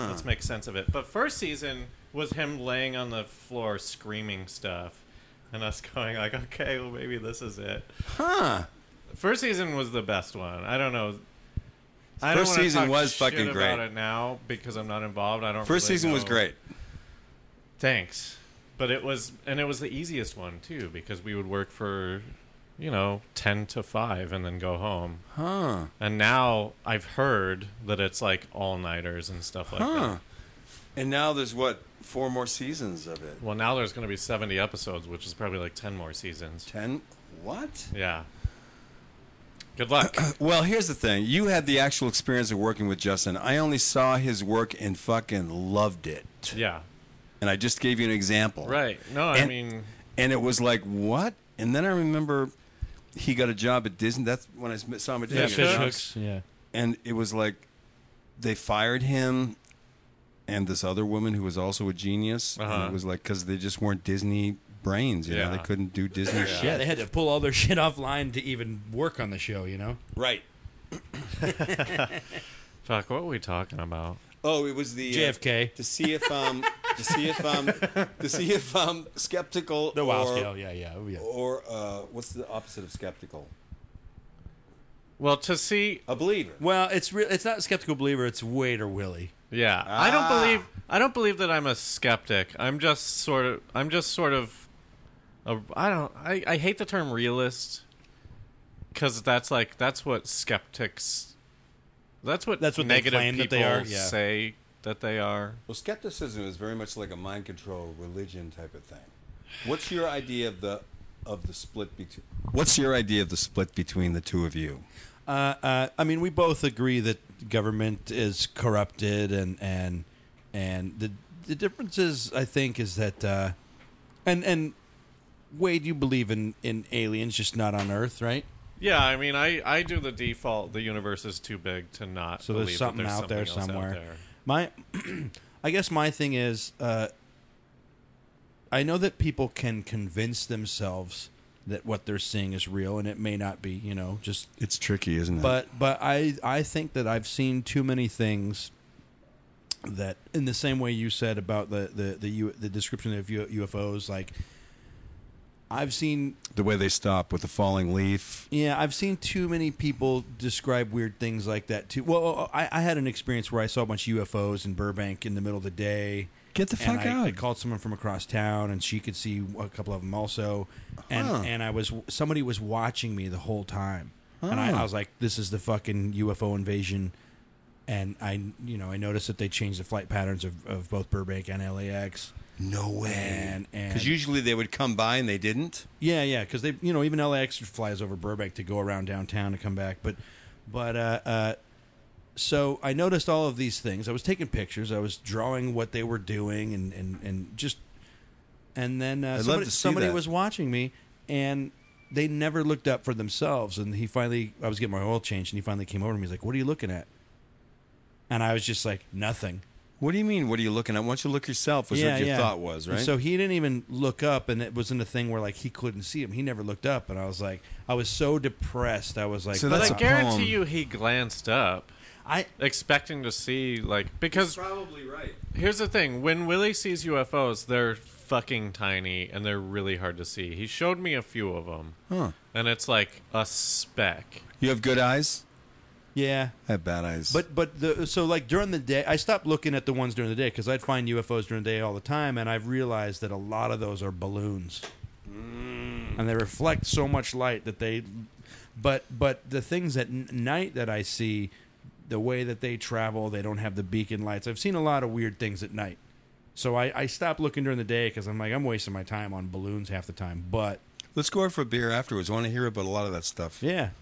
[SPEAKER 1] let's make sense of it. But first season was him laying on the floor screaming stuff, and us going like, "Okay, well maybe this is it."
[SPEAKER 3] Huh.
[SPEAKER 1] First season was the best one. I don't know. I don't
[SPEAKER 3] First
[SPEAKER 1] wanna
[SPEAKER 3] season
[SPEAKER 1] talk
[SPEAKER 3] was
[SPEAKER 1] shit
[SPEAKER 3] fucking great.
[SPEAKER 1] About it now because I'm not involved. I don't.
[SPEAKER 3] First
[SPEAKER 1] really
[SPEAKER 3] season was
[SPEAKER 1] know.
[SPEAKER 3] great.
[SPEAKER 1] Thanks, but it was and it was the easiest one too because we would work for, you know, ten to five and then go home.
[SPEAKER 3] Huh.
[SPEAKER 1] And now I've heard that it's like all nighters and stuff like
[SPEAKER 3] Huh.
[SPEAKER 1] that.
[SPEAKER 3] And now there's what? Four more seasons of it.
[SPEAKER 1] Well, now there's going to be 70 episodes, which is probably like 10 more seasons.
[SPEAKER 3] Ten? What?
[SPEAKER 1] Yeah. Good luck.
[SPEAKER 3] Well, here's the thing. You had the actual experience of working with Justin. I only saw his work and fucking loved it.
[SPEAKER 1] yeah.
[SPEAKER 3] And I just gave you an example.
[SPEAKER 1] Right. No, I
[SPEAKER 3] And-
[SPEAKER 1] mean,
[SPEAKER 3] And it was like, what? And then I remember he got a job at Disney. That's when I s- saw him at Disney.
[SPEAKER 1] Yeah, Fish
[SPEAKER 3] Jobs.
[SPEAKER 1] hooks.
[SPEAKER 5] Yeah.
[SPEAKER 3] and it was like they fired him and this other woman who was also a genius. And
[SPEAKER 1] Uh-huh.
[SPEAKER 3] it was like because they just weren't Disney brains. You know,
[SPEAKER 1] Yeah.
[SPEAKER 3] they couldn't do Disney shit.
[SPEAKER 2] Yeah, they had to pull all their shit offline to even work on the show, you know?
[SPEAKER 3] Right.
[SPEAKER 1] Fuck, what were we talking about?
[SPEAKER 3] Oh, it was the uh,
[SPEAKER 2] JFK.
[SPEAKER 3] to see if um to see if um to see if um skeptical
[SPEAKER 2] The Wow
[SPEAKER 3] or,
[SPEAKER 2] Scale, yeah, yeah. oh, yeah.
[SPEAKER 3] or uh, what's the opposite of skeptical?
[SPEAKER 1] Well, to see,
[SPEAKER 3] A believer.
[SPEAKER 2] Well, it's re- it's not skeptical believer, it's waiter Willie.
[SPEAKER 1] yeah, I don't
[SPEAKER 3] Ah.
[SPEAKER 1] believe I don't believe that I'm a skeptic. I'm just sort of I'm just sort of a, I don't I, I hate the term realist because that's like that's what skeptics that's what
[SPEAKER 2] That's what they
[SPEAKER 1] negative
[SPEAKER 2] claim that
[SPEAKER 1] people
[SPEAKER 2] they are, yeah.
[SPEAKER 1] say that they are.
[SPEAKER 3] Well, skepticism is very much like a mind control religion type of thing. What's your idea of the of the split between? What's your idea of the split between the two of you?
[SPEAKER 2] Uh, uh, I mean, we both agree that government is corrupted, and and and the the difference is, I think, is that uh, and and Wade, you believe in in aliens, just not on Earth, right?
[SPEAKER 1] Yeah, I mean, I, I do the default. The universe is too big to not.
[SPEAKER 2] So
[SPEAKER 1] believe
[SPEAKER 2] there's
[SPEAKER 1] that
[SPEAKER 2] something
[SPEAKER 1] there's
[SPEAKER 2] out there
[SPEAKER 1] something else out
[SPEAKER 2] somewhere.
[SPEAKER 1] there.
[SPEAKER 2] My, I guess my thing is, uh, I know that people can convince themselves that what they're seeing is real, and it may not be. You know, just
[SPEAKER 3] It's tricky, isn't it?
[SPEAKER 2] but but I I think that I've seen too many things that in the same way you said about the the the, U, the description of U, UFOs like I've seen
[SPEAKER 3] the way they stop with the falling leaf.
[SPEAKER 2] yeah I've seen too many people describe weird things like that too. Well, oh, I, I had an experience where I saw a bunch of UFOs in Burbank in the middle of the day.
[SPEAKER 3] Get the
[SPEAKER 2] and
[SPEAKER 3] fuck
[SPEAKER 2] I,
[SPEAKER 3] out.
[SPEAKER 2] I called someone from across town, and she could see a couple of them also. And
[SPEAKER 3] Huh.
[SPEAKER 2] and I was somebody was watching me the whole time, and I, I was like, "This is the fucking UFO invasion." And I, you know, I noticed that they changed the flight patterns of, of both Burbank and LAX.
[SPEAKER 3] No way.
[SPEAKER 2] And- and-
[SPEAKER 3] Because usually they would come by and they didn't.
[SPEAKER 2] Yeah, yeah, because they, you know, even LAX flies over Burbank to go around downtown to come back. But, but, uh, uh, so I noticed all of these things. I was taking pictures. I was drawing what they were doing, and and and just, and then uh,
[SPEAKER 3] love
[SPEAKER 2] somebody,
[SPEAKER 3] to see
[SPEAKER 2] somebody
[SPEAKER 3] that.
[SPEAKER 2] was watching me, and they never looked up for themselves. And he finally, I was getting my oil changed, and he finally came over to me. He's like, "What are you looking at?" And I was just like, "Nothing."
[SPEAKER 3] What do you mean? What are you looking at? Why don't you look yourself? Was what your thought was,
[SPEAKER 2] And
[SPEAKER 3] right?
[SPEAKER 2] so he didn't even look up, and it wasn't a thing where like he couldn't see him. He never looked up, and I was like, I was so depressed. I was like,
[SPEAKER 3] So
[SPEAKER 1] But
[SPEAKER 3] That's
[SPEAKER 1] I
[SPEAKER 3] a
[SPEAKER 1] guarantee
[SPEAKER 3] poem.
[SPEAKER 1] you, he glanced up,
[SPEAKER 2] I
[SPEAKER 1] expecting to see like because
[SPEAKER 3] probably right.
[SPEAKER 1] here's the thing: when Willie sees UFOs, they're fucking tiny and they're really hard to see. He showed me a few of them,
[SPEAKER 3] Huh.
[SPEAKER 1] and it's like a speck.
[SPEAKER 3] You have good eyes.
[SPEAKER 2] yeah,
[SPEAKER 3] I have bad eyes.
[SPEAKER 2] but but the so like during the day, I stopped looking at the ones during the day because I'd find UFOs during the day all the time, and I've realized that a lot of those are balloons, and they reflect so much light that they. But but the things at n- night that I see, the way that they travel, they don't have the beacon lights. I've seen a lot of weird things at night. So I, I stopped looking during the day because I'm like I'm wasting my time on balloons half the time. But
[SPEAKER 3] let's go out for a beer afterwards. I want to hear about a lot of that stuff.
[SPEAKER 2] yeah.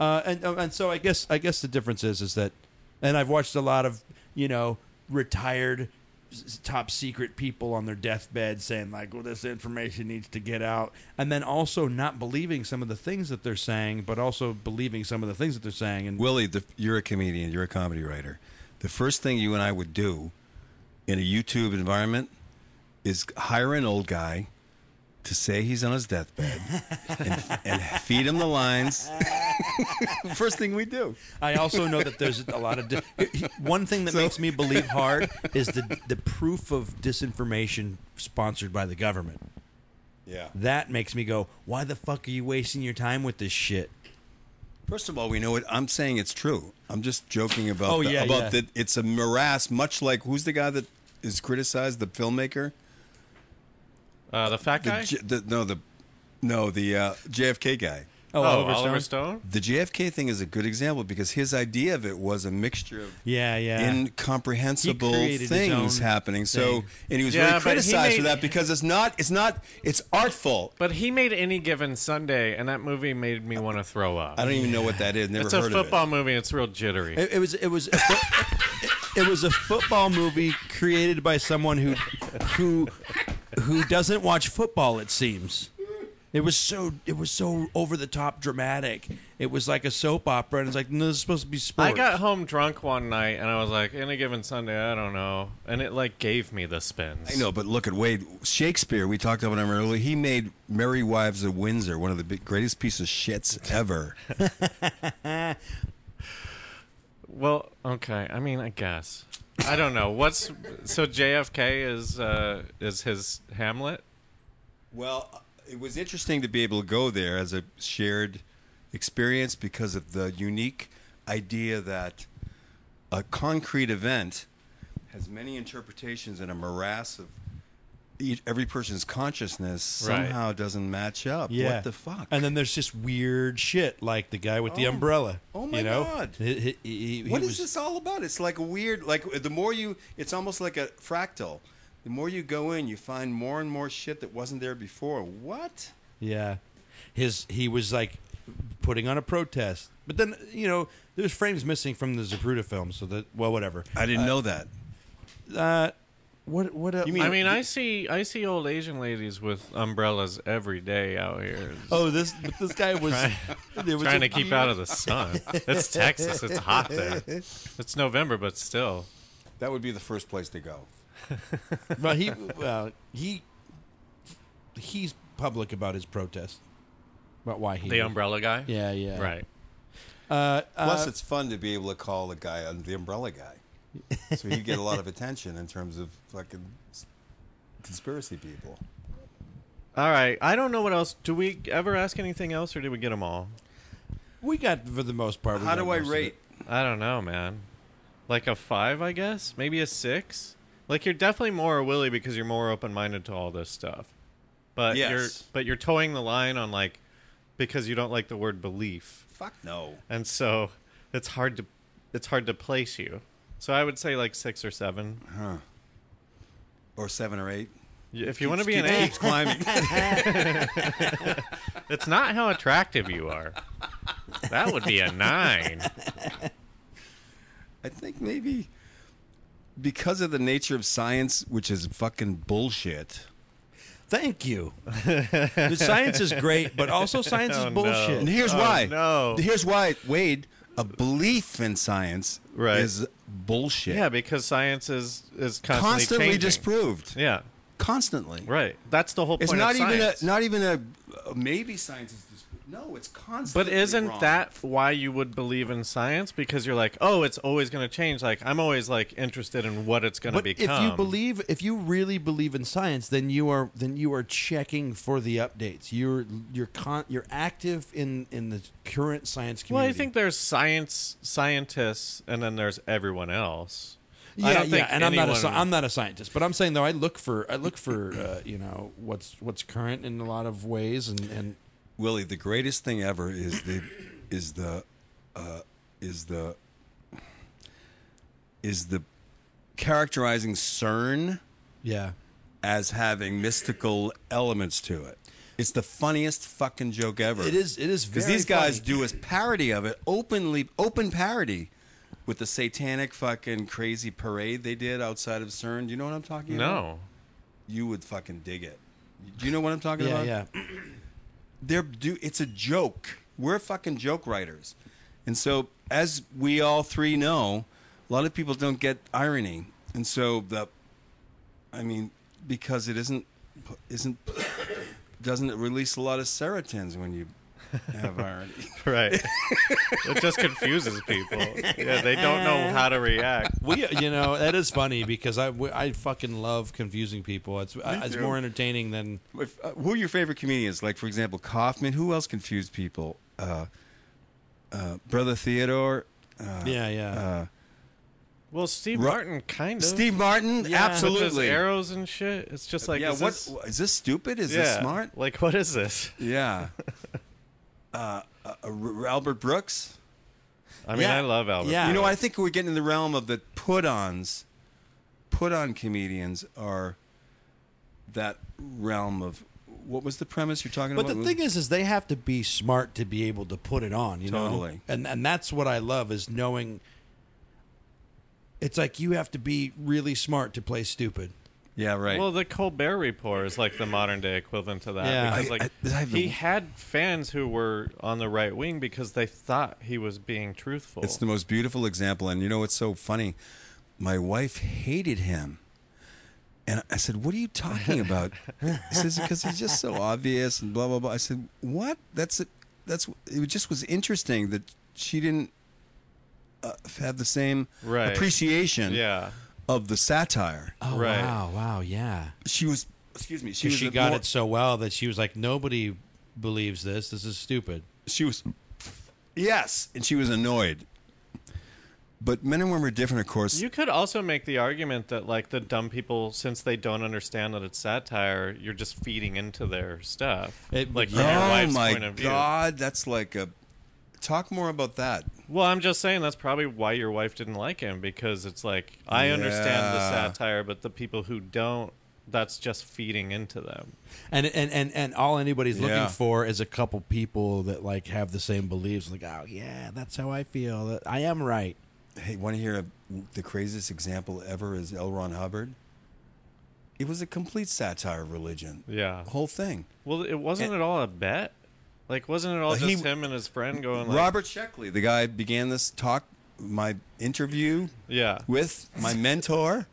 [SPEAKER 2] uh, and uh, and so I guess I guess the difference is is that, and I've watched a lot of you know retired s- top secret people on their deathbed saying like well this information needs to get out and then also not believing some of the things that they're saying but also believing some of the things that they're saying and
[SPEAKER 3] Willie, the, you're a comedian. You're a comedy writer. The first thing you and I would do in a YouTube environment is hire an old guy to say he's on his deathbed and, and feed him the lines. first thing we do.
[SPEAKER 2] I also know that there's a lot of di- one thing that makes me believe hard is the the proof of disinformation sponsored by the government
[SPEAKER 3] Yeah.
[SPEAKER 2] that makes me go, why the fuck are you wasting your time with this shit?
[SPEAKER 3] First of all, we know it. I'm saying it's true. I'm just joking about
[SPEAKER 2] Oh,
[SPEAKER 3] the,
[SPEAKER 2] yeah,
[SPEAKER 3] about
[SPEAKER 2] yeah.
[SPEAKER 3] that. It's a morass, much like who's the guy that is criticized, the filmmaker.
[SPEAKER 1] Uh, the fat
[SPEAKER 3] The,
[SPEAKER 1] guy.
[SPEAKER 3] J- the, no, the no, the uh, JFK guy.
[SPEAKER 1] oh, Oliver, Stone.
[SPEAKER 3] The JFK thing is a good example because his idea of it was a mixture of
[SPEAKER 2] Yeah, yeah.
[SPEAKER 3] incomprehensible
[SPEAKER 2] He created his
[SPEAKER 3] things
[SPEAKER 2] own
[SPEAKER 3] happening. So,
[SPEAKER 2] thing.
[SPEAKER 3] and he was
[SPEAKER 1] Yeah,
[SPEAKER 3] really
[SPEAKER 1] but he
[SPEAKER 3] criticized for
[SPEAKER 1] made-
[SPEAKER 3] that because it's not, it's not, it's artful.
[SPEAKER 1] But he made any given Sunday, and that movie made me want to throw up.
[SPEAKER 3] I don't even know what that is. Never
[SPEAKER 1] It's a
[SPEAKER 3] heard
[SPEAKER 1] football
[SPEAKER 3] of
[SPEAKER 1] movie. It's real jittery.
[SPEAKER 2] it, it was it was a fo- it was a football movie created by someone who who who doesn't watch football. It seems it was so it was so over the top dramatic. It was like a soap opera, and it's like no, this is supposed to be sports.
[SPEAKER 1] I got home drunk one night and I was like, any given Sunday, I don't know. And it like gave me the spins.
[SPEAKER 3] I know, but look at Wade Shakespeare. We talked about him earlier. He made *Merry Wives of Windsor* one of the big, greatest piece of shits ever.
[SPEAKER 1] Well, okay. I mean, I guess. I don't know. What's so JFK is uh is his Hamlet?
[SPEAKER 3] well, it was interesting to be able to go there as a shared experience because of the unique idea that a concrete event has many interpretations and a morass of each, every person's consciousness
[SPEAKER 1] Right.
[SPEAKER 3] somehow doesn't match up.
[SPEAKER 2] Yeah.
[SPEAKER 3] What the fuck?
[SPEAKER 2] And then there's just weird shit like the guy with the umbrella.
[SPEAKER 3] Oh my
[SPEAKER 2] you know?
[SPEAKER 3] God.
[SPEAKER 2] He- he- he- he
[SPEAKER 3] What is
[SPEAKER 2] was-
[SPEAKER 3] this all about? It's like a weird, like the more you, it's almost like a fractal. The more you go in, you find more and more shit that wasn't there before. What?
[SPEAKER 2] Yeah, his he was like putting on a protest, but then you know there's frames missing from the Zapruder film, so that well whatever.
[SPEAKER 3] I didn't know that.
[SPEAKER 2] Uh, what what else?
[SPEAKER 3] You mean-
[SPEAKER 1] I mean, I see I see old Asian ladies with umbrellas every day out here
[SPEAKER 2] oh this but this guy was, there was
[SPEAKER 1] trying to
[SPEAKER 2] a-
[SPEAKER 1] keep out of the sun. It's Texas. It's hot there. It's November, but still.
[SPEAKER 3] That would be the first place to go.
[SPEAKER 2] Well, he well he he's public about his protest, about why he
[SPEAKER 1] The umbrella guy?
[SPEAKER 2] Yeah, yeah,
[SPEAKER 1] um- Right.
[SPEAKER 2] Uh, uh,
[SPEAKER 3] Plus, it's fun to be able to call the guy uh, the umbrella guy. So you get a lot of attention in terms of fucking s- conspiracy people.
[SPEAKER 1] All right. I don't know what else. Do we ever ask anything else or do we get them all?
[SPEAKER 2] we got for the most part. we
[SPEAKER 3] How
[SPEAKER 2] got
[SPEAKER 3] do I
[SPEAKER 2] most of
[SPEAKER 3] rate?
[SPEAKER 2] it.
[SPEAKER 1] I don't know, man. Like a five, I guess? Maybe a six? Like you're definitely more a Willy because you're more open minded to all this stuff. But you're
[SPEAKER 3] Yes.
[SPEAKER 1] but you're towing the line on like because you don't like the word belief.
[SPEAKER 3] Fuck no.
[SPEAKER 1] And so it's hard to it's hard to place you. So I would say like six or seven.
[SPEAKER 3] Or seven or eight.
[SPEAKER 1] If you want to be an
[SPEAKER 3] Keeps-
[SPEAKER 1] eight,
[SPEAKER 3] keeps climbing.
[SPEAKER 1] It's not how attractive you are. That would be a nine.
[SPEAKER 3] I think maybe because of the nature of science, which is fucking bullshit.
[SPEAKER 2] Thank you. the science is great, but also science
[SPEAKER 1] Oh,
[SPEAKER 2] is
[SPEAKER 1] no.
[SPEAKER 2] bullshit.
[SPEAKER 3] And here's
[SPEAKER 1] Oh,
[SPEAKER 3] why.
[SPEAKER 1] no.
[SPEAKER 3] Here's why, Wade. A belief in science
[SPEAKER 1] Right.
[SPEAKER 3] is bullshit.
[SPEAKER 1] Yeah, because science is is constantly,
[SPEAKER 3] constantly
[SPEAKER 1] changing.
[SPEAKER 3] disproved.
[SPEAKER 1] Yeah,
[SPEAKER 3] Constantly.
[SPEAKER 1] right. That's the whole point.
[SPEAKER 3] It's not
[SPEAKER 1] of
[SPEAKER 3] even a,
[SPEAKER 1] science.
[SPEAKER 3] not even a uh, maybe science is disproved. No, it's
[SPEAKER 1] But
[SPEAKER 3] constantly.
[SPEAKER 1] isn't
[SPEAKER 3] wrong.
[SPEAKER 1] that why you would believe in science? Because you're like, oh, it's always going to change. Like I'm always like interested in what it's going to
[SPEAKER 2] But
[SPEAKER 1] become.
[SPEAKER 2] if you believe, if you really believe in science, then you are then you are checking for the updates. You're you're con, you're active in in the current science
[SPEAKER 1] well,
[SPEAKER 2] community.
[SPEAKER 1] I think there's science scientists, and then there's everyone else.
[SPEAKER 2] yeah,
[SPEAKER 1] I don't
[SPEAKER 2] yeah,
[SPEAKER 1] think
[SPEAKER 2] and I'm not a sci-
[SPEAKER 1] anyone-
[SPEAKER 2] I'm not a scientist, but I'm saying though I look for I look for uh, you know what's what's current in a lot of ways and and
[SPEAKER 3] Willie? The greatest thing ever is the is the uh, is the is the characterizing CERN
[SPEAKER 2] yeah.
[SPEAKER 3] as having mystical elements to it. It's the funniest fucking joke ever.
[SPEAKER 2] It is. It is
[SPEAKER 3] because
[SPEAKER 2] because
[SPEAKER 3] these guys do a parody of it openly, open parody with the satanic fucking crazy parade they did outside of CERN. Do you know what I'm talking about?
[SPEAKER 1] No,
[SPEAKER 3] you would fucking dig it. Do you know what I'm talking
[SPEAKER 2] Yeah,
[SPEAKER 3] about?
[SPEAKER 2] yeah.
[SPEAKER 3] They're do it's a joke. We're fucking joke writers. And so as we all three know, a lot of people don't get irony. And so the I mean, because it isn't isn't doesn't it release a lot of serotins when you have irony.
[SPEAKER 1] right. it just confuses people. Yeah, they don't know how to react.
[SPEAKER 2] We, you know, that is funny because I, we- I fucking love confusing people. It's I, it's
[SPEAKER 3] too.
[SPEAKER 2] more entertaining than
[SPEAKER 3] If, uh, who are your favorite comedians? Like, for example, Kaufman. Who else confused people? Uh, uh, Brother Theodore. Uh,
[SPEAKER 2] yeah, yeah.
[SPEAKER 1] Well, Steve
[SPEAKER 3] Ru-
[SPEAKER 1] Martin kind of
[SPEAKER 3] Steve Martin, absolutely.
[SPEAKER 1] With those arrows and shit. It's just like
[SPEAKER 3] yeah,
[SPEAKER 1] is
[SPEAKER 3] what
[SPEAKER 1] this-
[SPEAKER 3] wh- is this stupid? Is
[SPEAKER 1] yeah,
[SPEAKER 3] this smart?
[SPEAKER 1] Like what is this?
[SPEAKER 3] Yeah. uh, uh, R- Albert Brooks.
[SPEAKER 1] I mean,
[SPEAKER 2] Yeah.
[SPEAKER 1] I love Albert.
[SPEAKER 2] Yeah.
[SPEAKER 3] You know, I think we're getting in the realm of the put-ons. Put-on comedians are that realm of what was the premise you're talking
[SPEAKER 2] But
[SPEAKER 3] about?
[SPEAKER 2] the thing is, is they have to be smart to be able to put it on. You know,
[SPEAKER 3] Totally.
[SPEAKER 2] and and that's what I love is knowing. It's like you have to be really smart to play stupid.
[SPEAKER 3] Yeah, right.
[SPEAKER 1] Well, the Colbert Report is like the modern day equivalent to that.
[SPEAKER 5] Yeah.
[SPEAKER 1] Because,
[SPEAKER 3] I-
[SPEAKER 1] like,
[SPEAKER 3] I- I have
[SPEAKER 1] he
[SPEAKER 3] the-
[SPEAKER 1] had fans who were on the right wing because they thought he was being truthful.
[SPEAKER 3] It's the most beautiful example. And you know what's so funny? My wife hated him. And I said, What are you talking about? He says, Because he's just so obvious and blah, blah, blah. I said, What? That's it. That's it. Just was interesting that she didn't uh, have the same
[SPEAKER 1] Right.
[SPEAKER 3] appreciation
[SPEAKER 1] yeah.
[SPEAKER 3] of the satire.
[SPEAKER 2] Oh,
[SPEAKER 1] Right.
[SPEAKER 2] wow, wow, yeah.
[SPEAKER 3] She was, excuse me, she,
[SPEAKER 5] 'Cause
[SPEAKER 3] was
[SPEAKER 5] she
[SPEAKER 3] a
[SPEAKER 5] got
[SPEAKER 3] more-
[SPEAKER 5] it so well that she was like, nobody believes this. This is stupid.
[SPEAKER 3] She was, yes, and she was annoyed. But men and women are different, of course.
[SPEAKER 1] You could also make the argument that like the dumb people, since they don't understand that it's satire, you're just feeding into their stuff.
[SPEAKER 5] It-
[SPEAKER 1] like from your
[SPEAKER 3] Oh
[SPEAKER 1] wife's
[SPEAKER 3] my
[SPEAKER 1] point of view.
[SPEAKER 3] god, that's like a. Talk more about that.
[SPEAKER 1] Well, I'm just saying that's probably why your wife didn't like him because it's like I understand the
[SPEAKER 3] Yeah.
[SPEAKER 1] satire, but the people who don't, that's just feeding into them.
[SPEAKER 2] And and and and all anybody's
[SPEAKER 3] Yeah.
[SPEAKER 2] looking for is a couple people that like have the same beliefs. Like, oh yeah, that's how I feel. That- I am right.
[SPEAKER 3] Hey, want to hear a, the craziest example ever? Is L. Ron Hubbard? It was a complete satire of religion.
[SPEAKER 1] Yeah.
[SPEAKER 3] whole thing.
[SPEAKER 1] Well, it wasn't at all a bet. Like, wasn't it all
[SPEAKER 3] Well, Eh. he-
[SPEAKER 1] just him and his friend going like,
[SPEAKER 3] Robert Sheckley, the guy began this talk, my interview
[SPEAKER 1] yeah,
[SPEAKER 3] with my mentor.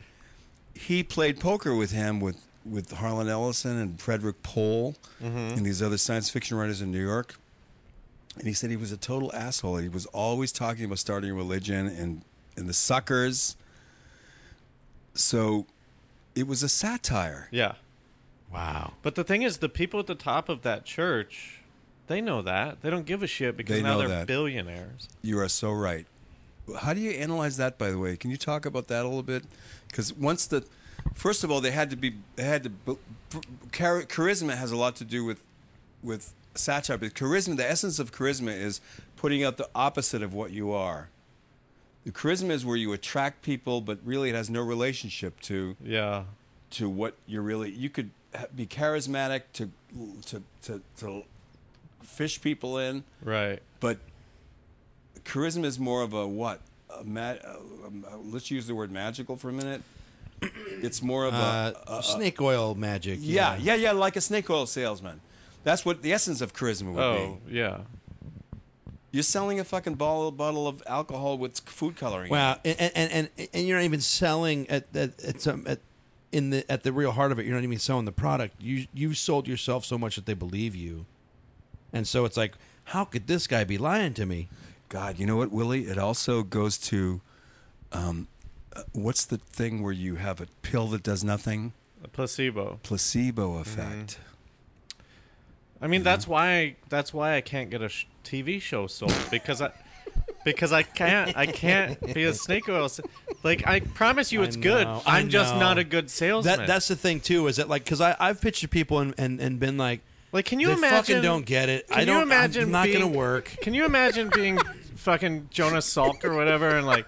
[SPEAKER 3] He played poker with him with with Harlan Ellison and Frederick Pohl and these other science fiction writers in New York. And he said he was a total asshole. He was always talking about starting a religion and and the suckers. So it was a satire.
[SPEAKER 1] yeah?
[SPEAKER 2] Wow.
[SPEAKER 1] But the thing is, the people at the top of that church, they know that they don't give a shit because
[SPEAKER 3] They
[SPEAKER 1] now
[SPEAKER 3] know
[SPEAKER 1] they're
[SPEAKER 3] that.
[SPEAKER 1] billionaires.
[SPEAKER 3] You are so right. How do you analyze that, by the way? Can you talk about that a little bit? Because once the, first of all, they had to be, they had to, b- b- char- charisma has a lot to do with, with satire. But charisma, the essence of charisma is putting out the opposite of what you are. The charisma is where you attract people, but really it has no relationship to
[SPEAKER 1] Yeah,
[SPEAKER 3] to what you're really. You could ha- be charismatic to to to, to fish people in,
[SPEAKER 1] right.
[SPEAKER 3] but charisma is more of a what? A ma- uh, um, uh, let's use the word magical for a minute. It's more of a,
[SPEAKER 5] Uh,
[SPEAKER 3] a- a-
[SPEAKER 5] snake oil magic.
[SPEAKER 3] yeah, yeah, yeah, like a snake oil salesman. That's what the essence of charisma would
[SPEAKER 1] Oh, yeah.
[SPEAKER 3] be. You're selling a fucking bottle, bottle of alcohol with food coloring.
[SPEAKER 2] Wow. And and and, and, and you're not even selling at at, at some at in the at the real heart of it. You're not even selling the product. You you sold yourself so much that they believe you, and so it's like, how could this guy be lying to me?
[SPEAKER 3] God, you know what, Willie? It also goes to, um, uh, what's the thing where you have a pill that does nothing?
[SPEAKER 1] A placebo.
[SPEAKER 3] Placebo effect.
[SPEAKER 1] I mean, that's why that's why I can't get a sh- TV show sold because I because I can't I can't be a snake oil. s- Like I promise you,
[SPEAKER 2] I
[SPEAKER 1] it's good.
[SPEAKER 2] know, I
[SPEAKER 1] I'm just
[SPEAKER 2] know.
[SPEAKER 1] not a good salesman.
[SPEAKER 2] That that's the thing too. Is that like because I I've pitched people and, and and been like.
[SPEAKER 1] like, can you
[SPEAKER 2] they
[SPEAKER 1] imagine?
[SPEAKER 2] fucking don't get it.
[SPEAKER 1] Can
[SPEAKER 2] I don't.
[SPEAKER 1] You imagine
[SPEAKER 2] I'm not
[SPEAKER 1] being,
[SPEAKER 2] gonna work.
[SPEAKER 1] Can you imagine being fucking Jonas Salk or whatever, and like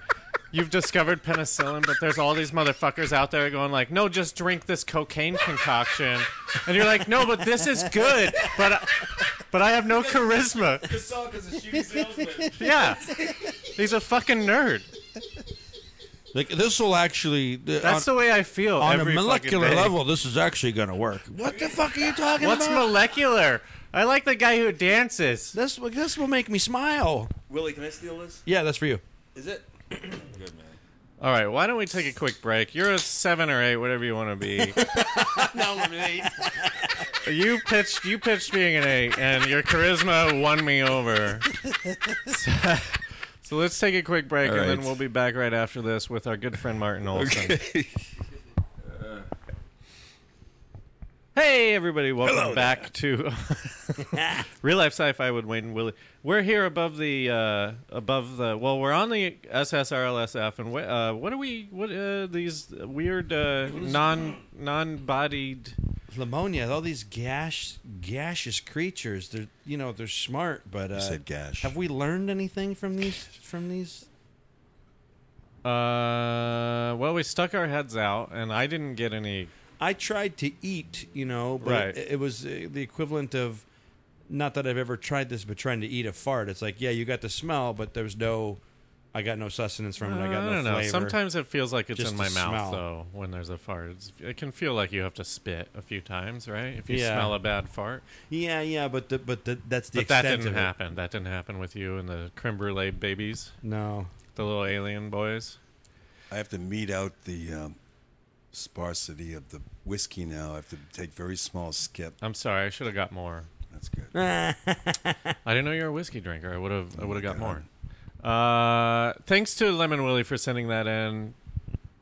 [SPEAKER 1] you've discovered penicillin, but there's all these motherfuckers out there going like, "No, just drink this cocaine concoction," and you're like, "No, but this is good, but I, but I have no charisma." Yeah, he's a fucking nerd.
[SPEAKER 2] Like this will actually uh,
[SPEAKER 1] That's the way I feel
[SPEAKER 2] on a
[SPEAKER 1] every fucking
[SPEAKER 2] molecular
[SPEAKER 1] day.
[SPEAKER 2] level. This is actually going to work. What the fuck are you talking
[SPEAKER 1] What's
[SPEAKER 2] about?
[SPEAKER 1] molecular? I like the guy who dances.
[SPEAKER 2] this will- this will make me smile.
[SPEAKER 3] Willie, can I steal this?
[SPEAKER 2] Yeah, that's for you.
[SPEAKER 3] Is it?
[SPEAKER 1] All right, why don't we take a quick break? You're a seven or eight, whatever you want to be. you pitched you pitched being an eight, and your charisma won me over. So, so let's take a quick break,
[SPEAKER 3] All
[SPEAKER 1] and then
[SPEAKER 3] right.
[SPEAKER 1] we'll be back right after this with our good friend Martin Olson. Hey everybody, welcome back to Real Life Sci-Fi with Wayne and Willie. We're here above the uh, above the well, we're on the SSRLSF, and wh- uh, what are we? What uh, these weird uh, non non-bodied?
[SPEAKER 2] Lemonia, all these gash, gaseous creatures. They're you know they're smart, but uh,
[SPEAKER 3] said gash.
[SPEAKER 2] Have we learned anything from these? From these?
[SPEAKER 1] Uh, well, we stuck our heads out, and I didn't get any.
[SPEAKER 2] I tried to eat, you know, but
[SPEAKER 1] Right.
[SPEAKER 2] it, it was uh, the equivalent of not that I've ever tried this, but trying to eat a fart. It's like yeah, you got the smell, but there's no
[SPEAKER 5] I got no sustenance from it. I got no
[SPEAKER 1] don't know.
[SPEAKER 5] flavor.
[SPEAKER 1] Sometimes it feels like it's
[SPEAKER 5] Just
[SPEAKER 1] in
[SPEAKER 5] the
[SPEAKER 1] my
[SPEAKER 5] smell.
[SPEAKER 1] mouth though. When there's a fart, it's, it can feel like you have to spit a few times, right? If you
[SPEAKER 5] Yeah.
[SPEAKER 1] smell a bad fart,
[SPEAKER 5] yeah, yeah, but the, but the, that's the
[SPEAKER 1] but that
[SPEAKER 5] extent
[SPEAKER 1] didn't
[SPEAKER 5] of it.
[SPEAKER 1] happen. That didn't happen with you and the creme brulee babies,
[SPEAKER 5] No,
[SPEAKER 1] the little alien boys.
[SPEAKER 3] I have to mete out the um, sparsity of the whiskey now. I have to take very small skip.
[SPEAKER 1] I'm sorry, I should have got more.
[SPEAKER 3] That's good.
[SPEAKER 1] I didn't know you were a whiskey drinker. I would have. I would have got
[SPEAKER 3] God.
[SPEAKER 1] more. Uh, thanks to Lemon Willie for sending that in.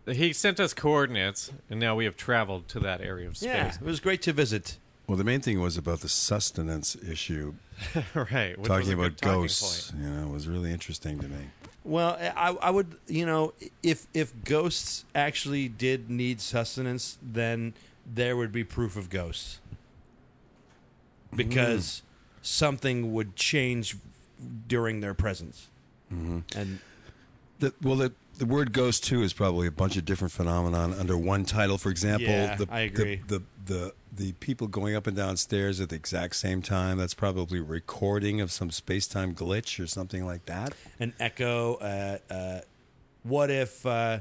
[SPEAKER 1] He sent us coordinates, and now we have traveled to that area of
[SPEAKER 2] Yeah,
[SPEAKER 1] space.
[SPEAKER 2] it was great to visit.
[SPEAKER 3] Well, the main thing was about the sustenance issue.
[SPEAKER 1] right. which was
[SPEAKER 3] talking
[SPEAKER 1] a good
[SPEAKER 3] about
[SPEAKER 1] talking
[SPEAKER 3] ghosts,
[SPEAKER 1] point.
[SPEAKER 3] you know, was really interesting to me.
[SPEAKER 2] Well, I, I would, you know, if if ghosts actually did need sustenance, then there would be proof of ghosts, because something would change during their presence,
[SPEAKER 3] Mm-hmm.
[SPEAKER 2] and
[SPEAKER 3] The, well, the, the word ghost too is probably a bunch of different phenomenon under one title. For example,
[SPEAKER 5] Yeah,
[SPEAKER 3] the,
[SPEAKER 5] I agree.
[SPEAKER 3] The, the the the people going up and down stairs at the exact same time. That's probably recording of some space time glitch or something like that.
[SPEAKER 2] an echo. Uh, uh, what if? Uh,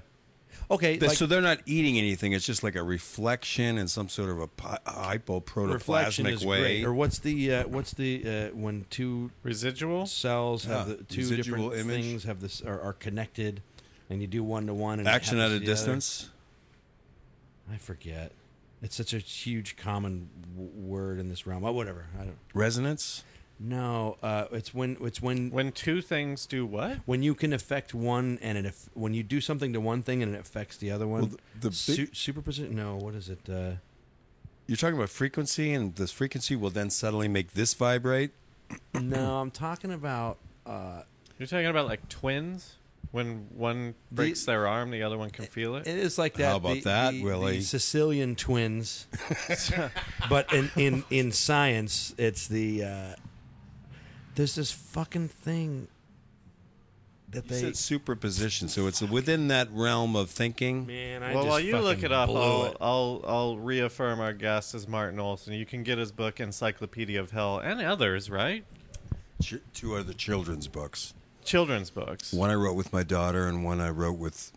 [SPEAKER 2] okay,
[SPEAKER 3] Th-
[SPEAKER 2] like
[SPEAKER 3] so they're not eating anything. It's just like a reflection in some sort of a pi-
[SPEAKER 2] reflection
[SPEAKER 3] hypoproplasmic
[SPEAKER 2] is
[SPEAKER 3] way.
[SPEAKER 2] great. Or what's the uh, what's the uh, when two
[SPEAKER 1] Residual.
[SPEAKER 2] cells have
[SPEAKER 3] Yeah,
[SPEAKER 2] the two
[SPEAKER 3] Ah, residual
[SPEAKER 2] different
[SPEAKER 3] image.
[SPEAKER 2] things have this are, are connected, and you do one to one and it
[SPEAKER 3] Action at
[SPEAKER 2] happens
[SPEAKER 3] a
[SPEAKER 2] to the other.
[SPEAKER 3] distance.
[SPEAKER 2] I forget. It's such a huge common w- word in this realm. Oh, whatever. I don't.
[SPEAKER 3] Resonance.
[SPEAKER 2] No, uh, it's when it's when
[SPEAKER 1] When two things do what?
[SPEAKER 2] when you can affect one and it aff- when you do something to one thing and it affects the other one.
[SPEAKER 3] Well, the- the
[SPEAKER 2] Su-
[SPEAKER 3] big-
[SPEAKER 2] superposition. No, what is it? Uh,
[SPEAKER 3] You're talking about frequency, and this frequency will then suddenly make this vibrate.
[SPEAKER 2] no, I'm talking about. Uh,
[SPEAKER 1] You're talking about like twins. When one breaks their arm, the other one can feel it.
[SPEAKER 2] It is like that.
[SPEAKER 3] How about
[SPEAKER 2] the,
[SPEAKER 3] that,
[SPEAKER 2] the-
[SPEAKER 3] Willie?
[SPEAKER 2] The Sicilian twins. but in, in in science, it's the uh, there's this fucking thing that
[SPEAKER 3] You
[SPEAKER 2] they.
[SPEAKER 3] said superposition, so it's within that realm of thinking.
[SPEAKER 2] Man, I
[SPEAKER 1] well,
[SPEAKER 2] just
[SPEAKER 1] while you look
[SPEAKER 2] fucking
[SPEAKER 1] it up,
[SPEAKER 2] blew
[SPEAKER 1] I'll,
[SPEAKER 2] it.
[SPEAKER 1] I'll I'll reaffirm our guest is Martin Olson. You can get his book Encyclopedia of Hell and others, right?
[SPEAKER 3] Ch- two other children's books.
[SPEAKER 1] Children's books.
[SPEAKER 3] One I wrote with my daughter, and one I wrote with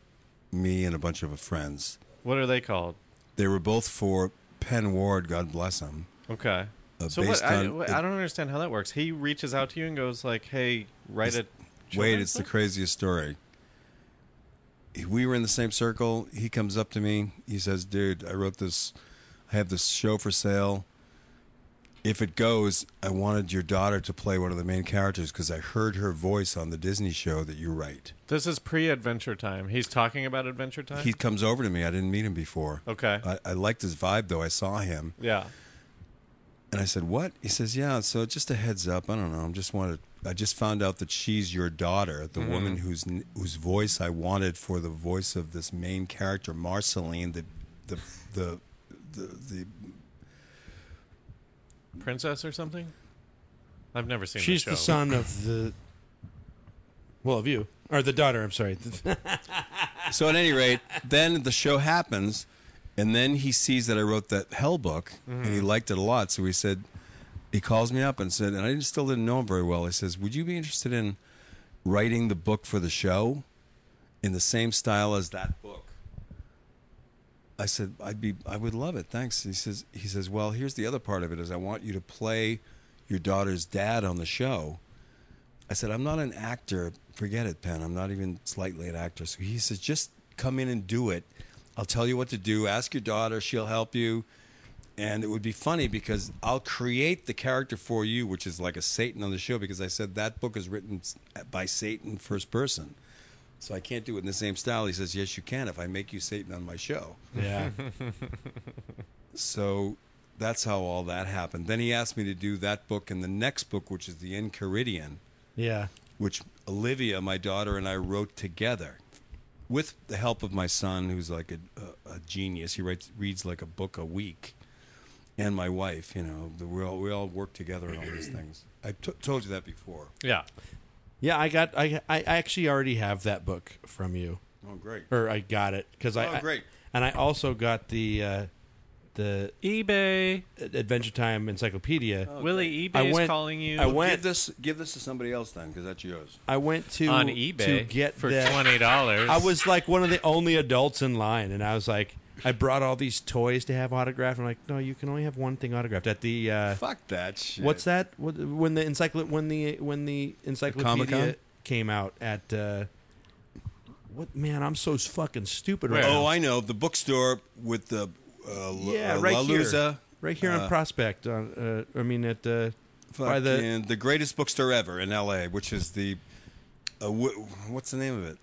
[SPEAKER 3] me and a bunch of friends.
[SPEAKER 1] What are they called?
[SPEAKER 3] They were both for Penn Ward, God bless him.
[SPEAKER 1] Okay.
[SPEAKER 3] Uh,
[SPEAKER 1] so what?
[SPEAKER 3] based
[SPEAKER 1] I,
[SPEAKER 3] on
[SPEAKER 1] what-
[SPEAKER 3] the-
[SPEAKER 1] I don't understand how that works. He reaches out to you and goes like, "Hey, write a."
[SPEAKER 3] Wait,
[SPEAKER 1] children's
[SPEAKER 3] it's the
[SPEAKER 1] book?"
[SPEAKER 3] craziest story. We were in the same circle. He comes up to me. He says, "Dude, I wrote this. I have this show for sale. If it goes, I wanted your daughter to play one of the main characters because I heard her voice on the Disney show that you write."
[SPEAKER 1] This is pre-Adventure Time. He's talking about Adventure Time.
[SPEAKER 3] He comes over to me. I didn't meet him before.
[SPEAKER 1] okay.
[SPEAKER 3] I, I liked his vibe though. I saw him.
[SPEAKER 1] yeah.
[SPEAKER 3] And I said, "What?" He says, "Yeah. So just a heads up. I don't know. I'm just wanted. I just found out that she's your daughter, the woman whose n- whose voice I wanted for the voice of this main character, Marceline, the the the the, the
[SPEAKER 1] Princess or something. I've never seen.
[SPEAKER 2] She's
[SPEAKER 1] the,
[SPEAKER 2] the
[SPEAKER 1] show.
[SPEAKER 2] son of the. Well, of you or the daughter. I'm sorry.
[SPEAKER 3] so at any rate, then the show happens, and then he sees that I wrote that Hell book, and he liked it a lot. So he said, he calls me up and said, and I didn't- still didn't know him very well. He says, "Would you be interested in writing the book for the show in the same style as that book?" I said, "I'd be, I would love it, thanks." He says, "He says, well, here's the other part of it is I want you to play your daughter's dad on the show." I said, I'm not an actor. Forget it, Penn. I'm not even slightly an actor. So he says, just come in and do it. I'll tell you what to do. Ask your daughter. She'll help you. And it would be funny because I'll create the character for you, which is like a Satan on the show, because I said that book is written s- by Satan first person. So I can't do it in the same style. He says, yes, you can if I make you Satan on my show.
[SPEAKER 2] yeah.
[SPEAKER 3] So that's how all that happened. Then he asked me to do that book and the next book, which is The Enchiridion
[SPEAKER 2] Yeah.
[SPEAKER 3] which Olivia, my daughter, and I wrote together with the help of my son, who's like a, a, a genius. He writes, reads like a book a week, and my wife. You know, the, we all we all work together on all these things. I t- told you that before.
[SPEAKER 1] Yeah.
[SPEAKER 2] Yeah, I got. I I I actually already have that book from you,
[SPEAKER 3] Oh, great!
[SPEAKER 2] or I got it because I.
[SPEAKER 3] Oh,
[SPEAKER 2] I-
[SPEAKER 3] great.
[SPEAKER 2] and I also got the uh, the
[SPEAKER 1] eBay.
[SPEAKER 2] Adventure Time encyclopedia.
[SPEAKER 1] Willie eBay's
[SPEAKER 2] I went-
[SPEAKER 1] calling you
[SPEAKER 2] I went-
[SPEAKER 3] Give this, give this to somebody else then, because that's yours.
[SPEAKER 2] I went to
[SPEAKER 1] on eBay
[SPEAKER 2] to get
[SPEAKER 1] for
[SPEAKER 2] that.
[SPEAKER 1] twenty dollars.
[SPEAKER 2] I was like one of the only adults in line, and I was like, I brought all these toys to have autographed. I'm like, no, you can only have one thing autographed at the. Uh,
[SPEAKER 3] Fuck that shit.
[SPEAKER 2] What's that? What, when the encycl when the when the encyclopedia
[SPEAKER 3] Comic-Con?
[SPEAKER 2] came out at uh, what man? I'm so fucking stupid right
[SPEAKER 1] Where?
[SPEAKER 2] now.
[SPEAKER 3] Oh, I know the bookstore with the uh,
[SPEAKER 2] yeah,
[SPEAKER 3] L-
[SPEAKER 2] right
[SPEAKER 3] La
[SPEAKER 2] here,
[SPEAKER 3] Luza.
[SPEAKER 2] right here on
[SPEAKER 3] Uh,
[SPEAKER 2] Prospect. On uh, I mean at uh, by the
[SPEAKER 3] Fucking the greatest bookstore ever in L.A., which is the uh, w- what's the name of it?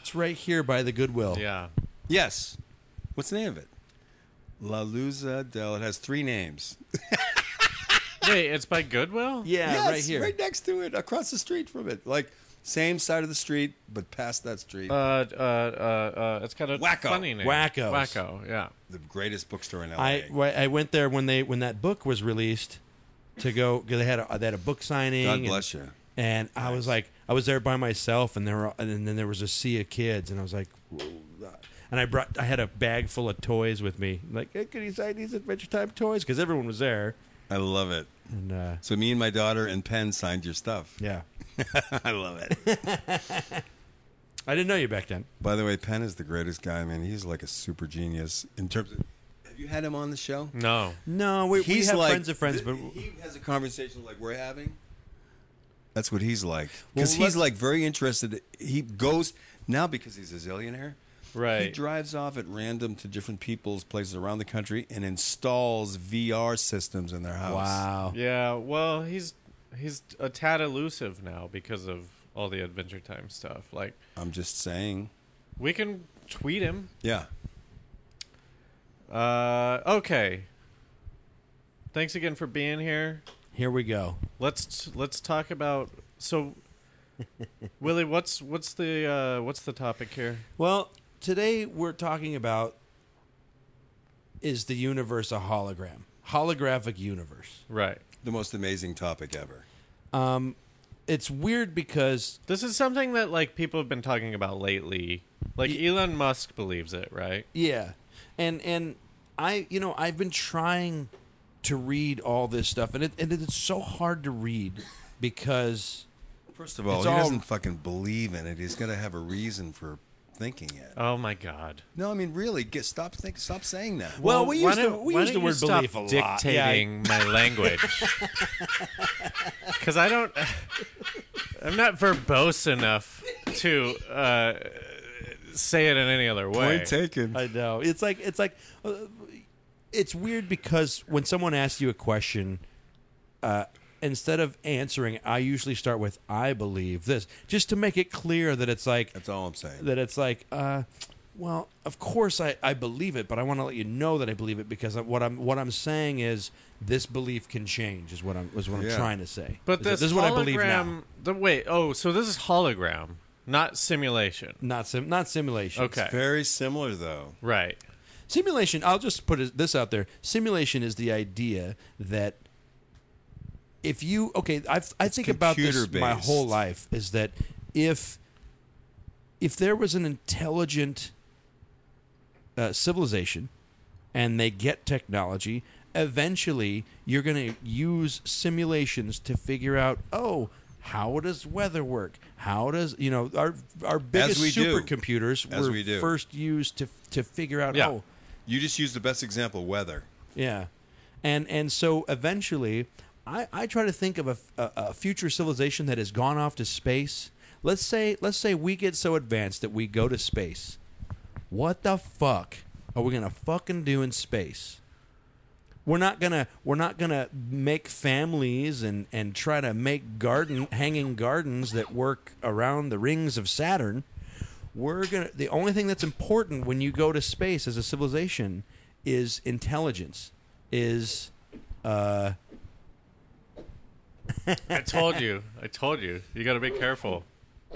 [SPEAKER 2] it's right here by the Goodwill.
[SPEAKER 1] yeah.
[SPEAKER 3] Yes, what's the name of it? La Luza del. It has three names.
[SPEAKER 1] Wait, it's by Goodwill.
[SPEAKER 2] yeah,
[SPEAKER 3] yes,
[SPEAKER 2] right here.
[SPEAKER 3] right next to it, across the street from it, like same side of the street, but past that street.
[SPEAKER 1] Uh, uh, uh, uh, it's got a
[SPEAKER 3] Wacko.
[SPEAKER 1] funny name.
[SPEAKER 2] Wackos.
[SPEAKER 1] Wacko. Yeah.
[SPEAKER 3] the greatest bookstore in L.A.
[SPEAKER 2] I wh- I went there when they when that book was released to go 'cause they had a, they had a book signing.
[SPEAKER 3] God
[SPEAKER 2] and-
[SPEAKER 3] bless you.
[SPEAKER 2] And I was like, I was there by myself, and there were, and then there was a sea of kids, and I was like, whoa. and I brought, I had a bag full of toys with me, like, hey, could you sign these Adventure Time toys? Because everyone was there,
[SPEAKER 3] I love it.
[SPEAKER 2] and uh,
[SPEAKER 3] So me and my daughter and Penn signed your stuff.
[SPEAKER 2] yeah,
[SPEAKER 3] I love it.
[SPEAKER 2] I didn't know you back then.
[SPEAKER 3] By the way, Penn is the greatest guy, man. He's like a super genius in terms of. Have you had him on the show?
[SPEAKER 1] No.
[SPEAKER 2] No, we, we
[SPEAKER 3] He's
[SPEAKER 2] have
[SPEAKER 3] like-
[SPEAKER 2] friends of friends, but
[SPEAKER 3] he has a conversation like we're having. That's what he's like because
[SPEAKER 2] Well,
[SPEAKER 3] he's
[SPEAKER 2] let-
[SPEAKER 3] like very interested. He goes now because he's a zillionaire. He
[SPEAKER 1] Right.
[SPEAKER 3] drives off at random to different people's places around the country and installs VR systems in their
[SPEAKER 2] Oh.
[SPEAKER 3] house.
[SPEAKER 1] Yeah. Well, he's he's a tad elusive now because of all the Adventure Time stuff. Like
[SPEAKER 3] I'm just saying.
[SPEAKER 1] we can tweet him.
[SPEAKER 3] Yeah.
[SPEAKER 1] Uh, okay. Thanks again for being here.
[SPEAKER 2] here we go.
[SPEAKER 1] Let's let's talk about so. Willie, what's what's the uh, what's the topic here?
[SPEAKER 2] Well, today we're talking about is the universe a hologram, holographic universe? Um,
[SPEAKER 1] Right.
[SPEAKER 3] The most amazing topic ever.
[SPEAKER 2] It's weird because
[SPEAKER 1] This is something that like people have been talking about lately. Like Elon Musk believes it, right?
[SPEAKER 2] Yeah. And and I you know, I've been trying to read all this stuff and it and it's so hard to read because
[SPEAKER 3] First of all,
[SPEAKER 2] It's
[SPEAKER 3] he
[SPEAKER 2] all-
[SPEAKER 3] doesn't fucking believe in it. He's got to have a reason for thinking it.
[SPEAKER 1] Oh my god.
[SPEAKER 3] No, I mean really. Get stop think stop saying that.
[SPEAKER 2] well, we
[SPEAKER 1] why
[SPEAKER 2] use the
[SPEAKER 1] don't-
[SPEAKER 2] we
[SPEAKER 1] why
[SPEAKER 2] use the
[SPEAKER 1] don't you
[SPEAKER 2] word
[SPEAKER 1] stop
[SPEAKER 2] belief a lot. Yeah, I-
[SPEAKER 1] Dictating my language. Because I don't. I'm not verbose enough to uh, say it in any other way.
[SPEAKER 3] Point taken.
[SPEAKER 2] I know. It's like it's like uh, it's weird because when someone asks you a question, uh, instead of answering, I usually start with "I believe this," just to make it clear that it's like
[SPEAKER 3] That's all I'm saying.
[SPEAKER 2] that it's like, uh, well, of course I, I believe it, but I want to let you know that I believe it because I, what I'm what I'm saying is this belief can change is what I'm is what I'm
[SPEAKER 3] Yeah.
[SPEAKER 2] trying to say.
[SPEAKER 1] But
[SPEAKER 2] Is
[SPEAKER 1] this,
[SPEAKER 2] that- is what I believe now.
[SPEAKER 1] hologram- The wait. Oh, so this is hologram, not simulation.
[SPEAKER 2] Not sim, not simulation.
[SPEAKER 1] Okay.
[SPEAKER 3] Very similar though.
[SPEAKER 1] Right.
[SPEAKER 2] Simulation. I'll just put it- this out there. Simulation is the idea that if you okay, I've, I think about this my
[SPEAKER 3] computer-based.
[SPEAKER 2] whole life is that if if there was an intelligent uh, civilization and they get technology, eventually you're going to use simulations to figure out oh. How does weather work? How does you know our our biggest
[SPEAKER 3] we do.
[SPEAKER 2] supercomputers
[SPEAKER 3] As
[SPEAKER 2] were
[SPEAKER 3] we do.
[SPEAKER 2] first used to to figure out
[SPEAKER 1] Yeah.
[SPEAKER 2] oh
[SPEAKER 3] You just used the best example, weather.
[SPEAKER 2] yeah, and and so eventually, I I try to think of a, a, a future civilization that has gone off to space. Let's say let's say we get so advanced that we go to space. What the fuck are we gonna fucking do in space? We're not gonna we're not gonna make families and and try to make garden hanging gardens that work around the rings of Saturn. We're gonna the only thing that's important when you go to space as a civilization is intelligence. Is
[SPEAKER 1] I told you. I told you. You got to be careful.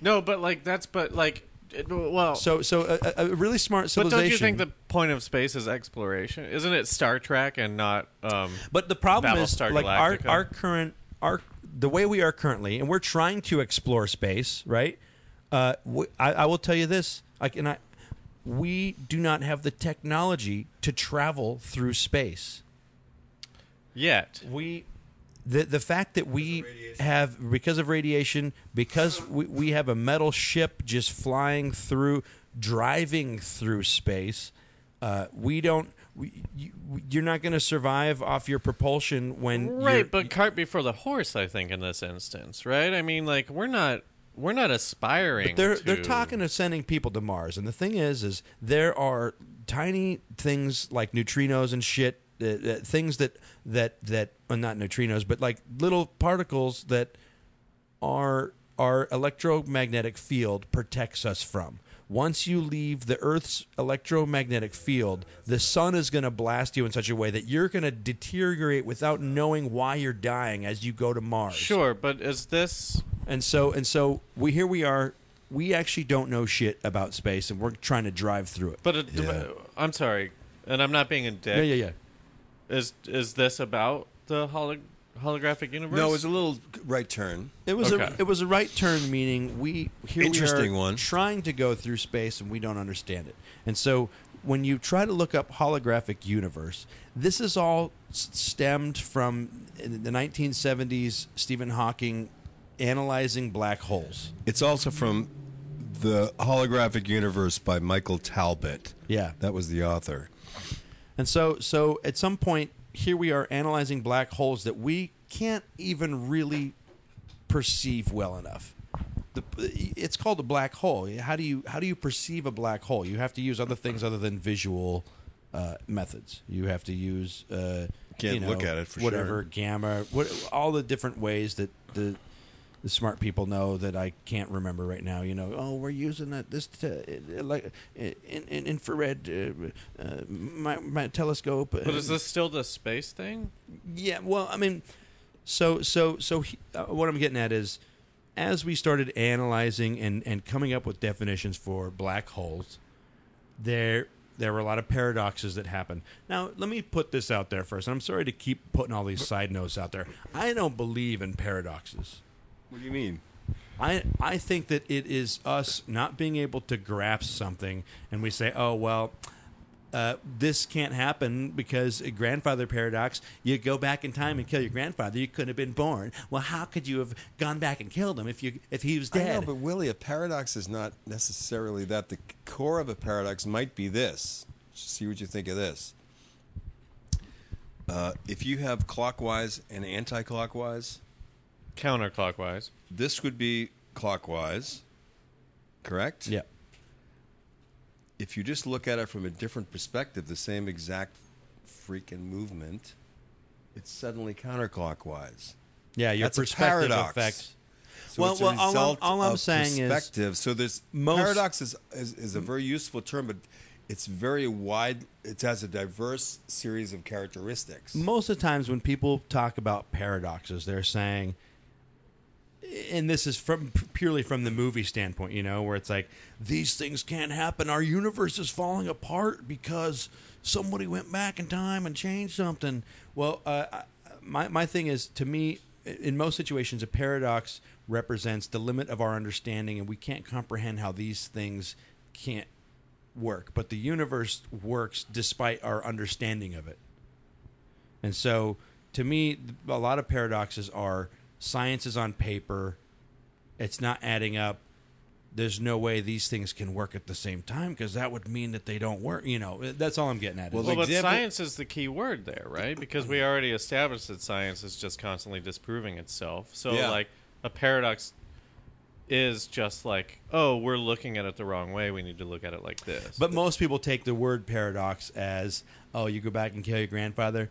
[SPEAKER 1] no, but like that's but like it- well.
[SPEAKER 2] so so a- a, a really smart
[SPEAKER 1] but
[SPEAKER 2] civilization.
[SPEAKER 1] don't you think the point of space is exploration? Isn't it Star Trek and not? Um,
[SPEAKER 2] But the problem is
[SPEAKER 1] Battlestar
[SPEAKER 2] like our,
[SPEAKER 1] Galactica.
[SPEAKER 2] our current our the way we are currently, and we're trying to explore space, right? Uh, w I I I will tell you this. Like, and I, we do not have the technology to travel through space.
[SPEAKER 1] Yet.
[SPEAKER 2] we the the fact that we have because of radiation because we, we have a metal ship just flying through driving through space uh, we don't we, you, you're not going to survive off your propulsion when you're-
[SPEAKER 1] Right, but cart before the horse, I think, in this instance, right? I mean, like we're not we're not aspiring.
[SPEAKER 2] But they're
[SPEAKER 1] to...
[SPEAKER 2] they're talking of sending people to Mars, and the thing is, is there are tiny things like neutrinos and shit, uh, uh, things that that that well, not neutrinos, but like little particles that our our electromagnetic field protects us from. Once you leave the Earth's electromagnetic field, the sun is going to blast you in such a way that you're going to deteriorate without knowing why you're dying as you go to Mars.
[SPEAKER 1] Sure, but is this
[SPEAKER 2] And so and so we here we are. We actually don't know shit about space, and we're trying to drive through it.
[SPEAKER 1] But it, I'm sorry, and I'm not being a dick.
[SPEAKER 2] yeah, yeah, yeah.
[SPEAKER 1] Is is this about the holo- holographic universe?
[SPEAKER 3] No, it was a little right turn.
[SPEAKER 2] It was
[SPEAKER 1] Okay.
[SPEAKER 2] a it was a right turn, meaning we here
[SPEAKER 3] Interesting
[SPEAKER 2] we are
[SPEAKER 3] one.
[SPEAKER 2] trying to go through space and we don't understand it. And so when you try to look up holographic universe, this is all s- stemmed from in the 1970s Stephen Hawking analyzing black holes.
[SPEAKER 3] It's also from The Holographic Universe by Michael Talbot.
[SPEAKER 2] Yeah.
[SPEAKER 3] That was the author.
[SPEAKER 2] And so, so at some point, here we are analyzing black holes that we can't even really perceive well enough. The, it's called a black hole. How do you how do you perceive a black hole? You have to use other things other than visual uh, methods. You have to use uh,
[SPEAKER 3] Can't
[SPEAKER 2] you know,
[SPEAKER 3] look at it for
[SPEAKER 2] whatever
[SPEAKER 3] sure.
[SPEAKER 2] gamma, what, all the different ways that the the smart people know that I can't remember right now. You know, oh, we're using that this t- like uh, in, in infrared uh, uh, my, my telescope.
[SPEAKER 1] But is this still the space thing?
[SPEAKER 2] Yeah, well, I mean, so so so he, uh, what I'm getting at is, as we started analyzing and and coming up with definitions for black holes, there there were a lot of paradoxes that happened. Now, let me put this out there first. I'm sorry to keep putting all these side notes out there. I don't believe in paradoxes.
[SPEAKER 3] What do you mean?
[SPEAKER 2] I I think that it is us not being able to grasp something, and we say, "Oh well, uh, this can't happen because a grandfather paradox. You go back in time and kill your grandfather. You couldn't have been born. Well, how could you have gone back and killed him if you if he was
[SPEAKER 3] I know,
[SPEAKER 2] dead?
[SPEAKER 3] but Willie, a paradox is not necessarily that. The core of a paradox might be this. See what you think of this. Uh, if you have clockwise and anti-clockwise,
[SPEAKER 1] Counterclockwise.
[SPEAKER 3] this would be clockwise, correct?
[SPEAKER 2] yeah,
[SPEAKER 3] If you just look at it from a different perspective, the same exact freaking movement, it's suddenly counterclockwise.
[SPEAKER 2] yeah. Your
[SPEAKER 3] That's a
[SPEAKER 2] perspective
[SPEAKER 3] paradox.
[SPEAKER 2] effect.
[SPEAKER 3] So
[SPEAKER 2] Well-
[SPEAKER 3] it's a
[SPEAKER 2] well, all I'm-
[SPEAKER 3] result
[SPEAKER 2] all I'm
[SPEAKER 3] of
[SPEAKER 2] saying is
[SPEAKER 3] perspective. So there's
[SPEAKER 2] most-
[SPEAKER 3] paradox is, is is a very useful term, but it's very wide. It has a diverse series of characteristics.
[SPEAKER 2] most of the times when people talk about paradoxes, they're saying, and this is from purely from the movie standpoint, you know, where it's like these things can't happen. Our universe is falling apart because somebody went back in time and changed something. Well, uh, I- my my thing is to me, in most situations, a paradox represents the limit of our understanding, and we can't comprehend how these things can't work. But the universe works despite our understanding of it. And so, to me, a lot of paradoxes are science is on paper, it's not adding up. There's no way these things can work at the same time because that would mean that they don't work. You know, that's all I'm getting at. is-
[SPEAKER 3] Well,
[SPEAKER 1] Well, but
[SPEAKER 3] Example-
[SPEAKER 1] science is the key word there, right? Because we already established that science is just constantly disproving itself. So,
[SPEAKER 3] Yeah.
[SPEAKER 1] like, a paradox is just like, oh, we're looking at it the wrong way. We need to look at it like this.
[SPEAKER 2] but most people take the word paradox as, oh, you go back and kill your grandfather.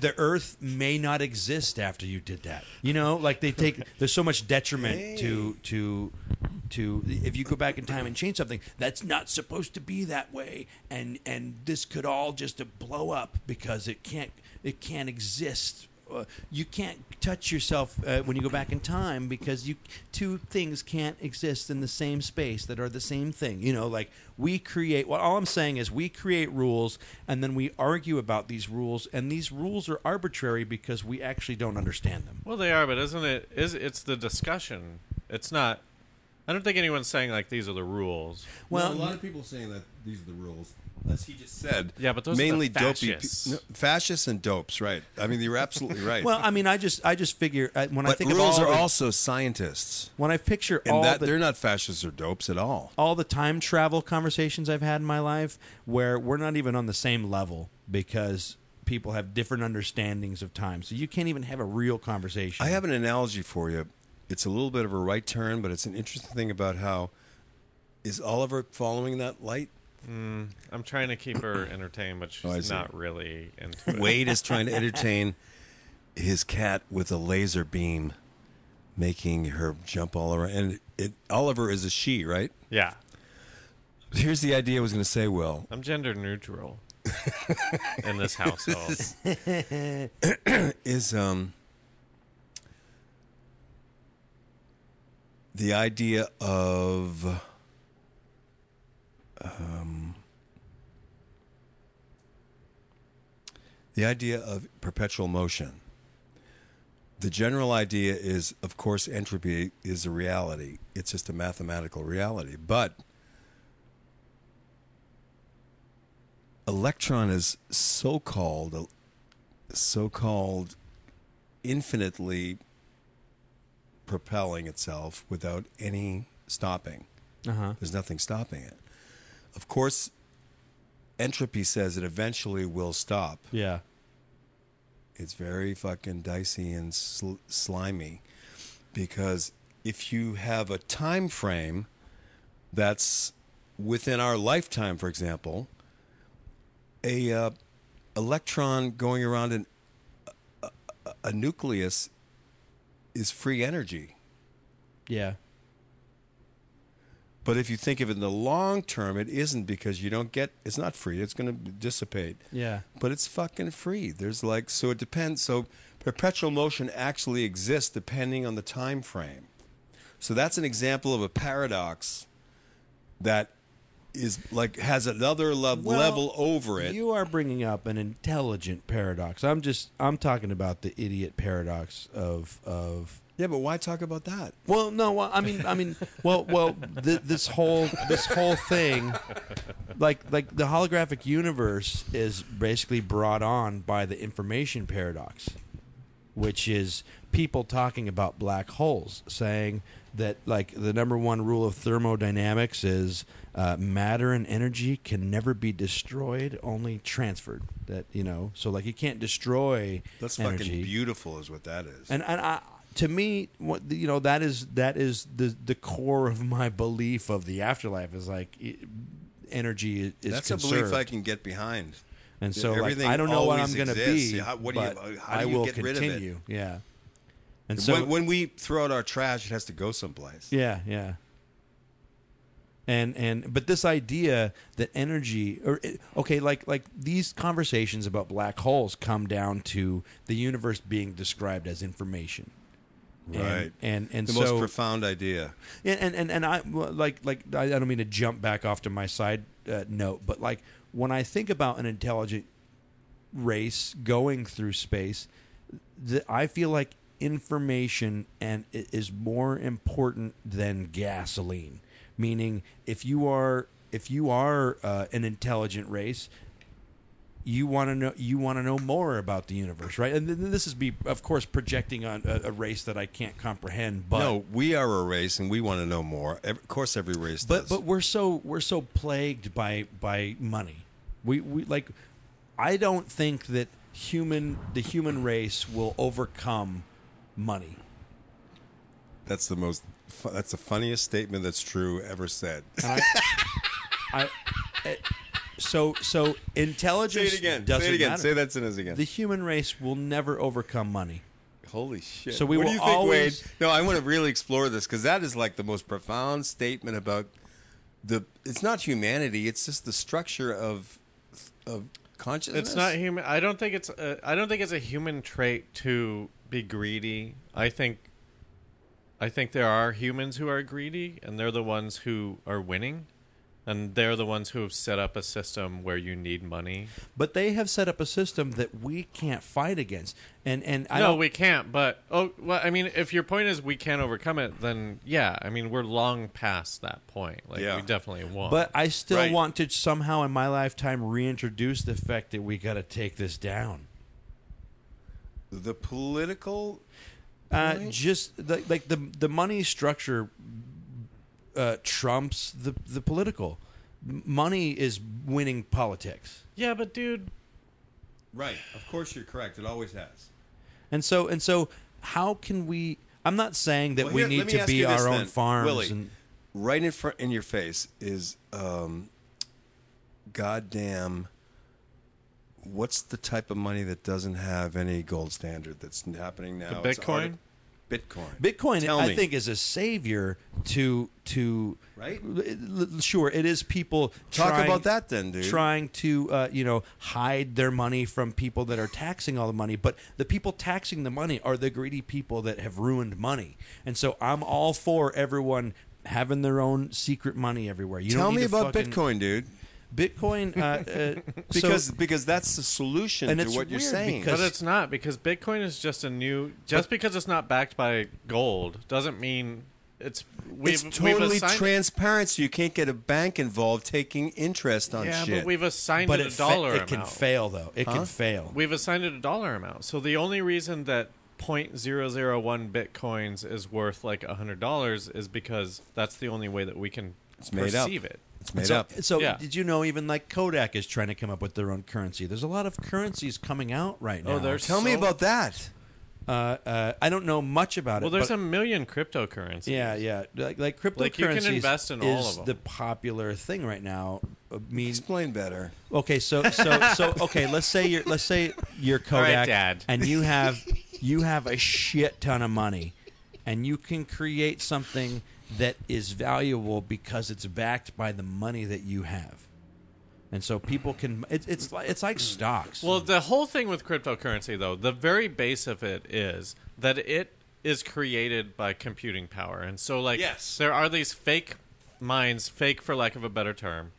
[SPEAKER 2] The Earth may not exist after you did that. You know, like they take. There's so much detriment to to to if you go back in time and change something that's not supposed to be that way, and and this could all just blow up because it can't it can't exist. Uh, You can't touch yourself uh, when you go back in time because you two things can't exist in the same space that are the same thing. You know, like we create. Well, all I'm saying is we create rules and then we argue about these rules, and these rules are arbitrary because we actually don't understand them.
[SPEAKER 1] well, they are, but isn't it? Is it's the discussion? It's not. I don't think anyone's saying like these are the rules.
[SPEAKER 2] Well,
[SPEAKER 3] Well, a lot of people saying that these are the rules. As he just said,
[SPEAKER 1] Yeah, but those are the
[SPEAKER 3] mainly dopey pe-
[SPEAKER 1] fascists.
[SPEAKER 3] fascists and dopes, right? I mean, you're absolutely right.
[SPEAKER 2] well, I mean, I just, I just figure I, when I
[SPEAKER 3] but
[SPEAKER 2] think
[SPEAKER 3] rules
[SPEAKER 2] of all
[SPEAKER 3] are
[SPEAKER 2] the-
[SPEAKER 3] also scientists,
[SPEAKER 2] when I picture
[SPEAKER 3] and
[SPEAKER 2] all
[SPEAKER 3] that
[SPEAKER 2] the
[SPEAKER 3] they're not fascists or dopes at all.
[SPEAKER 2] all the time travel conversations I've had in my life where we're not even on the same level because people have different understandings of time. So you can't even have a real conversation.
[SPEAKER 3] I have an analogy for you. It's a little bit of a right turn, but it's an interesting thing about how is Oliver following that light?
[SPEAKER 1] I'm trying to keep her entertained, but
[SPEAKER 3] Oh, I
[SPEAKER 1] she's
[SPEAKER 3] see.
[SPEAKER 1] not really into it.
[SPEAKER 3] Wade is trying to entertain his cat with a laser beam, making her jump all around. And it, Oliver is a she, right?
[SPEAKER 1] Yeah,
[SPEAKER 3] Here's the idea I was going to say, Will.
[SPEAKER 1] I'm gender neutral in this household.
[SPEAKER 3] is um the idea of um the idea of perpetual motion the general idea is of course entropy is a reality it's just a mathematical reality but electron is so called so-called infinitely propelling itself without any stopping.
[SPEAKER 2] Uh-huh.
[SPEAKER 3] There's nothing stopping it. Of course, entropy says it eventually will stop.
[SPEAKER 2] Yeah.
[SPEAKER 3] It's very fucking dicey and sl- slimy because if you have a time frame that's within our lifetime, for example, a uh, electron going around an, a, a, a nucleus is free energy.
[SPEAKER 2] Yeah.
[SPEAKER 3] But if you think of it in the long term, it isn't because you don't get. It's not free. It's going to dissipate.
[SPEAKER 2] Yeah.
[SPEAKER 3] But it's fucking free. There's like so it depends. So perpetual motion actually exists depending on the time frame. So that's an example of a paradox that is like has another le-
[SPEAKER 2] Well,
[SPEAKER 3] level over it.
[SPEAKER 2] You are bringing up an intelligent paradox. I'm just I'm talking about the idiot paradox of of
[SPEAKER 3] yeah, but why talk about that?
[SPEAKER 2] well, no, well, I mean, I mean, well, well, th- this whole this whole thing, like like the holographic universe is basically brought on by the information paradox, which is people talking about black holes, saying that like the number one rule of thermodynamics is uh, matter and energy can never be destroyed, only transferred. That you know, so like you can't destroy
[SPEAKER 3] That's
[SPEAKER 2] energy.
[SPEAKER 3] fucking beautiful, is what that is.
[SPEAKER 2] And and I, to me, what you know, that is that is the the core of my belief of the afterlife is like i energy is
[SPEAKER 3] that's
[SPEAKER 2] conserved.
[SPEAKER 3] a belief I can get behind.
[SPEAKER 2] and so like,
[SPEAKER 3] everything
[SPEAKER 2] I don't know what
[SPEAKER 3] always
[SPEAKER 2] I'm going to
[SPEAKER 3] exists.
[SPEAKER 2] be.
[SPEAKER 3] How- what do you- uh,
[SPEAKER 2] but
[SPEAKER 3] how do
[SPEAKER 2] I
[SPEAKER 3] you
[SPEAKER 2] will
[SPEAKER 3] get rid of it?
[SPEAKER 2] continue. Yeah. And so
[SPEAKER 3] when, when we throw out our trash, it has to go someplace.
[SPEAKER 2] yeah, yeah. And and but this idea that energy or eh, okay, like like these conversations about black holes come down to the universe being described as information. And-
[SPEAKER 3] Right.
[SPEAKER 2] And and,
[SPEAKER 3] the
[SPEAKER 2] so
[SPEAKER 3] most profound idea.
[SPEAKER 2] and and and, and I well, like like I I don't mean to jump back off to my side uh, note, but like when I think about an intelligent race going through space, th- I feel like information and i- is more important than gasoline. Meaning, if you are if you are uh, an intelligent race, you want to know you want to know more about the universe, right? And th- th- this is be of course projecting on a, a race that I can't comprehend, but
[SPEAKER 3] no, we are a race, and we want to know more. Ev- of course, every race
[SPEAKER 2] but
[SPEAKER 3] does.
[SPEAKER 2] but we're so we're so plagued by by money. We we like I don't think that human the human race will overcome money.
[SPEAKER 3] that's the most. fu- That's the funniest statement that's true ever said.
[SPEAKER 2] I eh, so so intelligence doesn't matter.
[SPEAKER 3] that sentence again.
[SPEAKER 2] The human race will never overcome money.
[SPEAKER 3] Holy shit!
[SPEAKER 2] So we
[SPEAKER 3] what
[SPEAKER 2] will
[SPEAKER 3] do you think,
[SPEAKER 2] always-
[SPEAKER 3] Wade? No, I want to really explore this because that is like the most profound statement about the. It's not humanity. It's just the structure of of consciousness.
[SPEAKER 1] It's not human. I don't think it's. A, I don't think it's a human trait to be greedy. I think. I think there are humans who are greedy, and they're the ones who are winning. and they're the ones who have set up a system where you need money.
[SPEAKER 2] But they have set up a system that we can't fight against. And and I
[SPEAKER 1] no,
[SPEAKER 2] don't,
[SPEAKER 1] we can't. But oh, well, I mean, if your point is we can't overcome it, then yeah, I mean, we're long past that point. Like
[SPEAKER 3] Yeah.
[SPEAKER 1] we definitely won't.
[SPEAKER 2] but I still
[SPEAKER 3] Right.
[SPEAKER 2] want to somehow in my lifetime reintroduce the fact that we got to take this down.
[SPEAKER 3] The political
[SPEAKER 2] Uh, just the, like the the money structure uh, trumps the the political. M- Money is winning politics,
[SPEAKER 1] yeah, but dude,
[SPEAKER 3] Right. Of course you're correct. It always has.
[SPEAKER 2] and so and so. How can we? I'm not saying that
[SPEAKER 3] Well,
[SPEAKER 2] we
[SPEAKER 3] here, let
[SPEAKER 2] need
[SPEAKER 3] me
[SPEAKER 2] to
[SPEAKER 3] ask
[SPEAKER 2] be
[SPEAKER 3] you this
[SPEAKER 2] our own
[SPEAKER 3] then,
[SPEAKER 2] farms.
[SPEAKER 3] Willie,
[SPEAKER 2] and,
[SPEAKER 3] right in front in your face is um goddamn what's the type of money that doesn't have any gold standard that's happening now? It's
[SPEAKER 1] Bitcoin?
[SPEAKER 3] arti- Bitcoin.
[SPEAKER 2] Bitcoin,
[SPEAKER 3] Tell
[SPEAKER 2] I
[SPEAKER 3] me.
[SPEAKER 2] think, is a savior to to
[SPEAKER 3] Right?
[SPEAKER 2] L- l- sure, it is people
[SPEAKER 3] Talk
[SPEAKER 2] trying-
[SPEAKER 3] about that then, dude.
[SPEAKER 2] Trying to uh, you know hide their money from people that are taxing all the money, but the people taxing the money are the greedy people that have ruined money. And so I'm all for everyone having their own secret money everywhere. You
[SPEAKER 3] Tell
[SPEAKER 2] don't
[SPEAKER 3] me
[SPEAKER 2] need to
[SPEAKER 3] about
[SPEAKER 2] fucking-
[SPEAKER 3] Bitcoin, dude.
[SPEAKER 2] Bitcoin, uh, uh,
[SPEAKER 3] Because
[SPEAKER 2] so,
[SPEAKER 3] because that's the solution
[SPEAKER 2] And
[SPEAKER 3] to
[SPEAKER 2] it's
[SPEAKER 3] what you're
[SPEAKER 2] weird
[SPEAKER 3] saying.
[SPEAKER 2] because-
[SPEAKER 1] But it's not because Bitcoin is just a new. Just because it's not backed by gold doesn't mean it's. We've,
[SPEAKER 3] it's
[SPEAKER 1] we've
[SPEAKER 3] totally
[SPEAKER 1] assigned,
[SPEAKER 3] transparent, so you can't get a bank involved taking interest on
[SPEAKER 1] Yeah,
[SPEAKER 3] shit.
[SPEAKER 1] but we've assigned
[SPEAKER 2] but
[SPEAKER 1] it a
[SPEAKER 2] it, fa-
[SPEAKER 1] dollar
[SPEAKER 2] it can
[SPEAKER 1] amount.
[SPEAKER 2] fail though. It can fail.
[SPEAKER 1] We've assigned it a dollar amount. So the only reason that 0.001 bitcoins is worth like $100 is because that's the only way that we can
[SPEAKER 3] made up.
[SPEAKER 1] perceive it.
[SPEAKER 3] it's made
[SPEAKER 2] so,
[SPEAKER 3] up.
[SPEAKER 2] So
[SPEAKER 1] Yeah.
[SPEAKER 2] did you know even like Kodak is trying to come up with their own currency? There's a lot of currencies coming out right now.
[SPEAKER 1] Oh, there's
[SPEAKER 3] Tell me
[SPEAKER 1] so-
[SPEAKER 3] about that.
[SPEAKER 2] Uh, uh, I don't know much about
[SPEAKER 1] Well,
[SPEAKER 2] it.
[SPEAKER 1] there's
[SPEAKER 2] but-
[SPEAKER 1] a million cryptocurrencies.
[SPEAKER 2] Yeah, yeah. Like, like cryptocurrencies
[SPEAKER 1] Like, you can invest in all
[SPEAKER 2] is
[SPEAKER 1] of 'em.
[SPEAKER 2] the popular thing right now. I mean,
[SPEAKER 3] Explain better.
[SPEAKER 2] okay, so so so okay. Let's say you're let's say you're
[SPEAKER 1] right,
[SPEAKER 2] Kodak,
[SPEAKER 1] Dad.
[SPEAKER 2] and you have you have a shit ton of money, and you can create something that is valuable because it's backed by the money that you have, and so people can. It, it's like it's like stocks.
[SPEAKER 1] Well, the whole thing with cryptocurrency, though, the very base of it is that it is created by computing power. And so, like,
[SPEAKER 3] Yes.
[SPEAKER 1] there are these fake minds, fake for lack of a better term.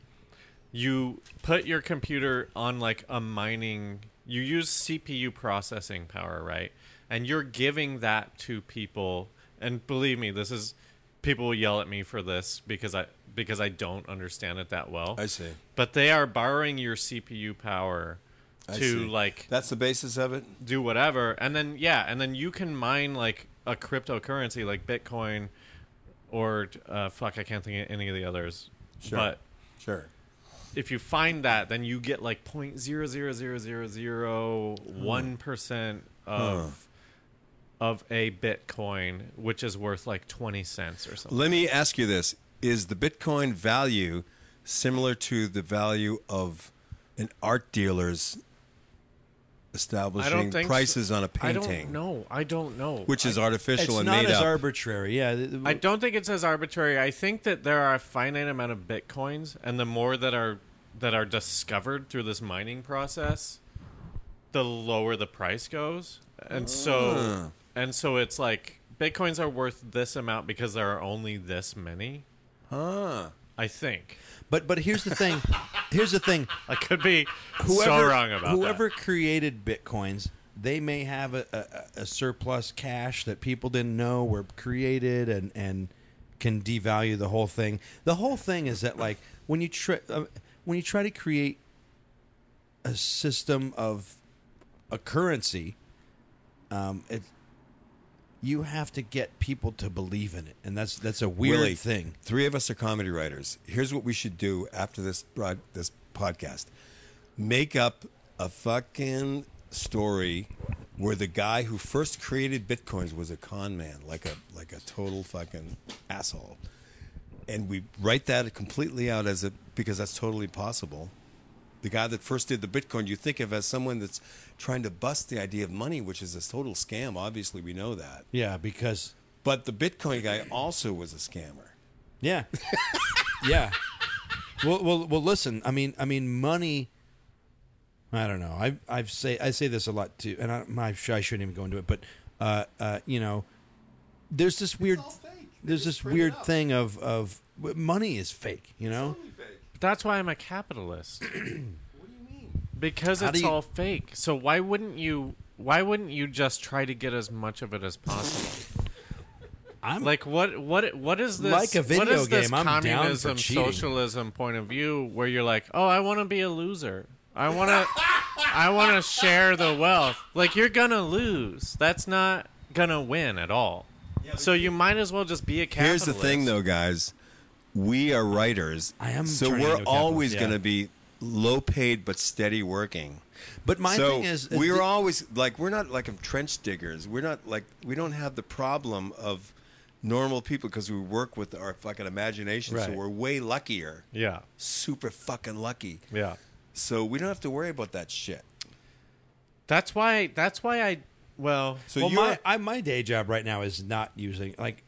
[SPEAKER 1] You put your computer on, like, a mining, you use CPU processing power, right? And you're giving that to people. And believe me, this is people will yell at me for this because I because I don't understand it that well.
[SPEAKER 3] I see.
[SPEAKER 1] But they are borrowing your CPU power
[SPEAKER 3] I
[SPEAKER 1] to
[SPEAKER 3] see.
[SPEAKER 1] like
[SPEAKER 3] That's the basis of it.
[SPEAKER 1] do whatever and then yeah and then you can mine like a cryptocurrency like bitcoin or uh, fuck i can't think of any of the others
[SPEAKER 3] Sure.
[SPEAKER 1] but
[SPEAKER 3] Sure.
[SPEAKER 1] if you find that then you get like 0.00001% of of a bitcoin which is worth like 20 cents or something
[SPEAKER 3] Let me ask you this: Is the Bitcoin value similar to the value of an art dealer's
[SPEAKER 1] i don't
[SPEAKER 3] establishing
[SPEAKER 1] think so.
[SPEAKER 3] prices on a
[SPEAKER 1] i
[SPEAKER 3] painting,
[SPEAKER 1] don't know i don't know
[SPEAKER 3] which is
[SPEAKER 2] it's
[SPEAKER 3] artificial and
[SPEAKER 2] not
[SPEAKER 3] made
[SPEAKER 2] as
[SPEAKER 3] up?
[SPEAKER 2] arbitrary. Yeah, th-
[SPEAKER 1] I don't think it's as arbitrary. I think that there are a finite amount of bitcoins, and the more that are that are discovered through this mining process, the lower the price goes. And
[SPEAKER 2] Ah.
[SPEAKER 1] so, and so it's like bitcoins are worth this amount because there are only this many. Huh. I think
[SPEAKER 2] But but here's the thing. here's the thing.
[SPEAKER 1] I could be so
[SPEAKER 2] Whoever
[SPEAKER 1] wrong about
[SPEAKER 2] whoever
[SPEAKER 1] that.
[SPEAKER 2] created bitcoins, they may have a, a, a surplus cash that people didn't know were created and and can devalue the whole thing. The whole thing is that like when you try uh, when you try to create a system of a currency, um, it you have to get people to believe in it, and that's that's a weird
[SPEAKER 3] Willie,
[SPEAKER 2] thing.
[SPEAKER 3] Three of us are comedy writers. Here's what we should do after this broad, this podcast: make up a fucking story where the guy who first created bitcoins was a con man, like a like a total fucking asshole, and we write that completely out as a because that's totally possible. The guy that first did the Bitcoin, you think of as someone that's trying to bust the idea of money, which is a total scam. Obviously, we know that.
[SPEAKER 2] Yeah, because
[SPEAKER 3] But the Bitcoin guy also was a scammer.
[SPEAKER 2] Yeah. yeah. Well, well, well. Listen, I mean, I mean, money. I don't know. I I've say I say this a lot too, and I, my, I shouldn't even go into it, but uh, uh, you know, there's this weird,
[SPEAKER 3] all fake. They
[SPEAKER 2] there's
[SPEAKER 3] just
[SPEAKER 2] this
[SPEAKER 3] print it
[SPEAKER 2] weird
[SPEAKER 3] up.
[SPEAKER 2] thing of of money is fake. You know,
[SPEAKER 1] That's why I'm a capitalist. what do you mean? Because
[SPEAKER 2] How do
[SPEAKER 1] it's
[SPEAKER 2] you-
[SPEAKER 1] all fake. So why wouldn't you? Why wouldn't you just try to get as much of it as possible?
[SPEAKER 2] I'm-
[SPEAKER 1] like what? What? What is this?
[SPEAKER 2] Like a
[SPEAKER 1] what
[SPEAKER 2] video
[SPEAKER 1] is this
[SPEAKER 2] game, I'm down for
[SPEAKER 1] communism,
[SPEAKER 2] cheating.
[SPEAKER 1] socialism point of view where you're like, oh, I want to be a loser. I want to. I want to share the wealth. Like you're gonna lose. That's not gonna win at all. so you might as well just be a
[SPEAKER 3] Here's
[SPEAKER 1] capitalist.
[SPEAKER 3] the thing, though, guys. We are writers.
[SPEAKER 2] I am
[SPEAKER 3] So
[SPEAKER 2] turning
[SPEAKER 3] we're
[SPEAKER 2] into a capitalist,
[SPEAKER 3] always
[SPEAKER 2] yeah.
[SPEAKER 3] going to be low paid but steady working.
[SPEAKER 2] But my
[SPEAKER 3] so
[SPEAKER 2] thing is, uh,
[SPEAKER 3] we're
[SPEAKER 2] the-
[SPEAKER 3] always like we're not like trench diggers. We're not like we don't have the problem of normal people because we work with our fucking imagination. So
[SPEAKER 1] Right.
[SPEAKER 3] we're way luckier,
[SPEAKER 1] Yeah.
[SPEAKER 3] super fucking lucky.
[SPEAKER 1] Yeah.
[SPEAKER 3] So we don't have to worry about that shit.
[SPEAKER 1] That's why. That's why I. Well,
[SPEAKER 3] So
[SPEAKER 2] well,
[SPEAKER 3] you're
[SPEAKER 2] my I, my day job right now is not using like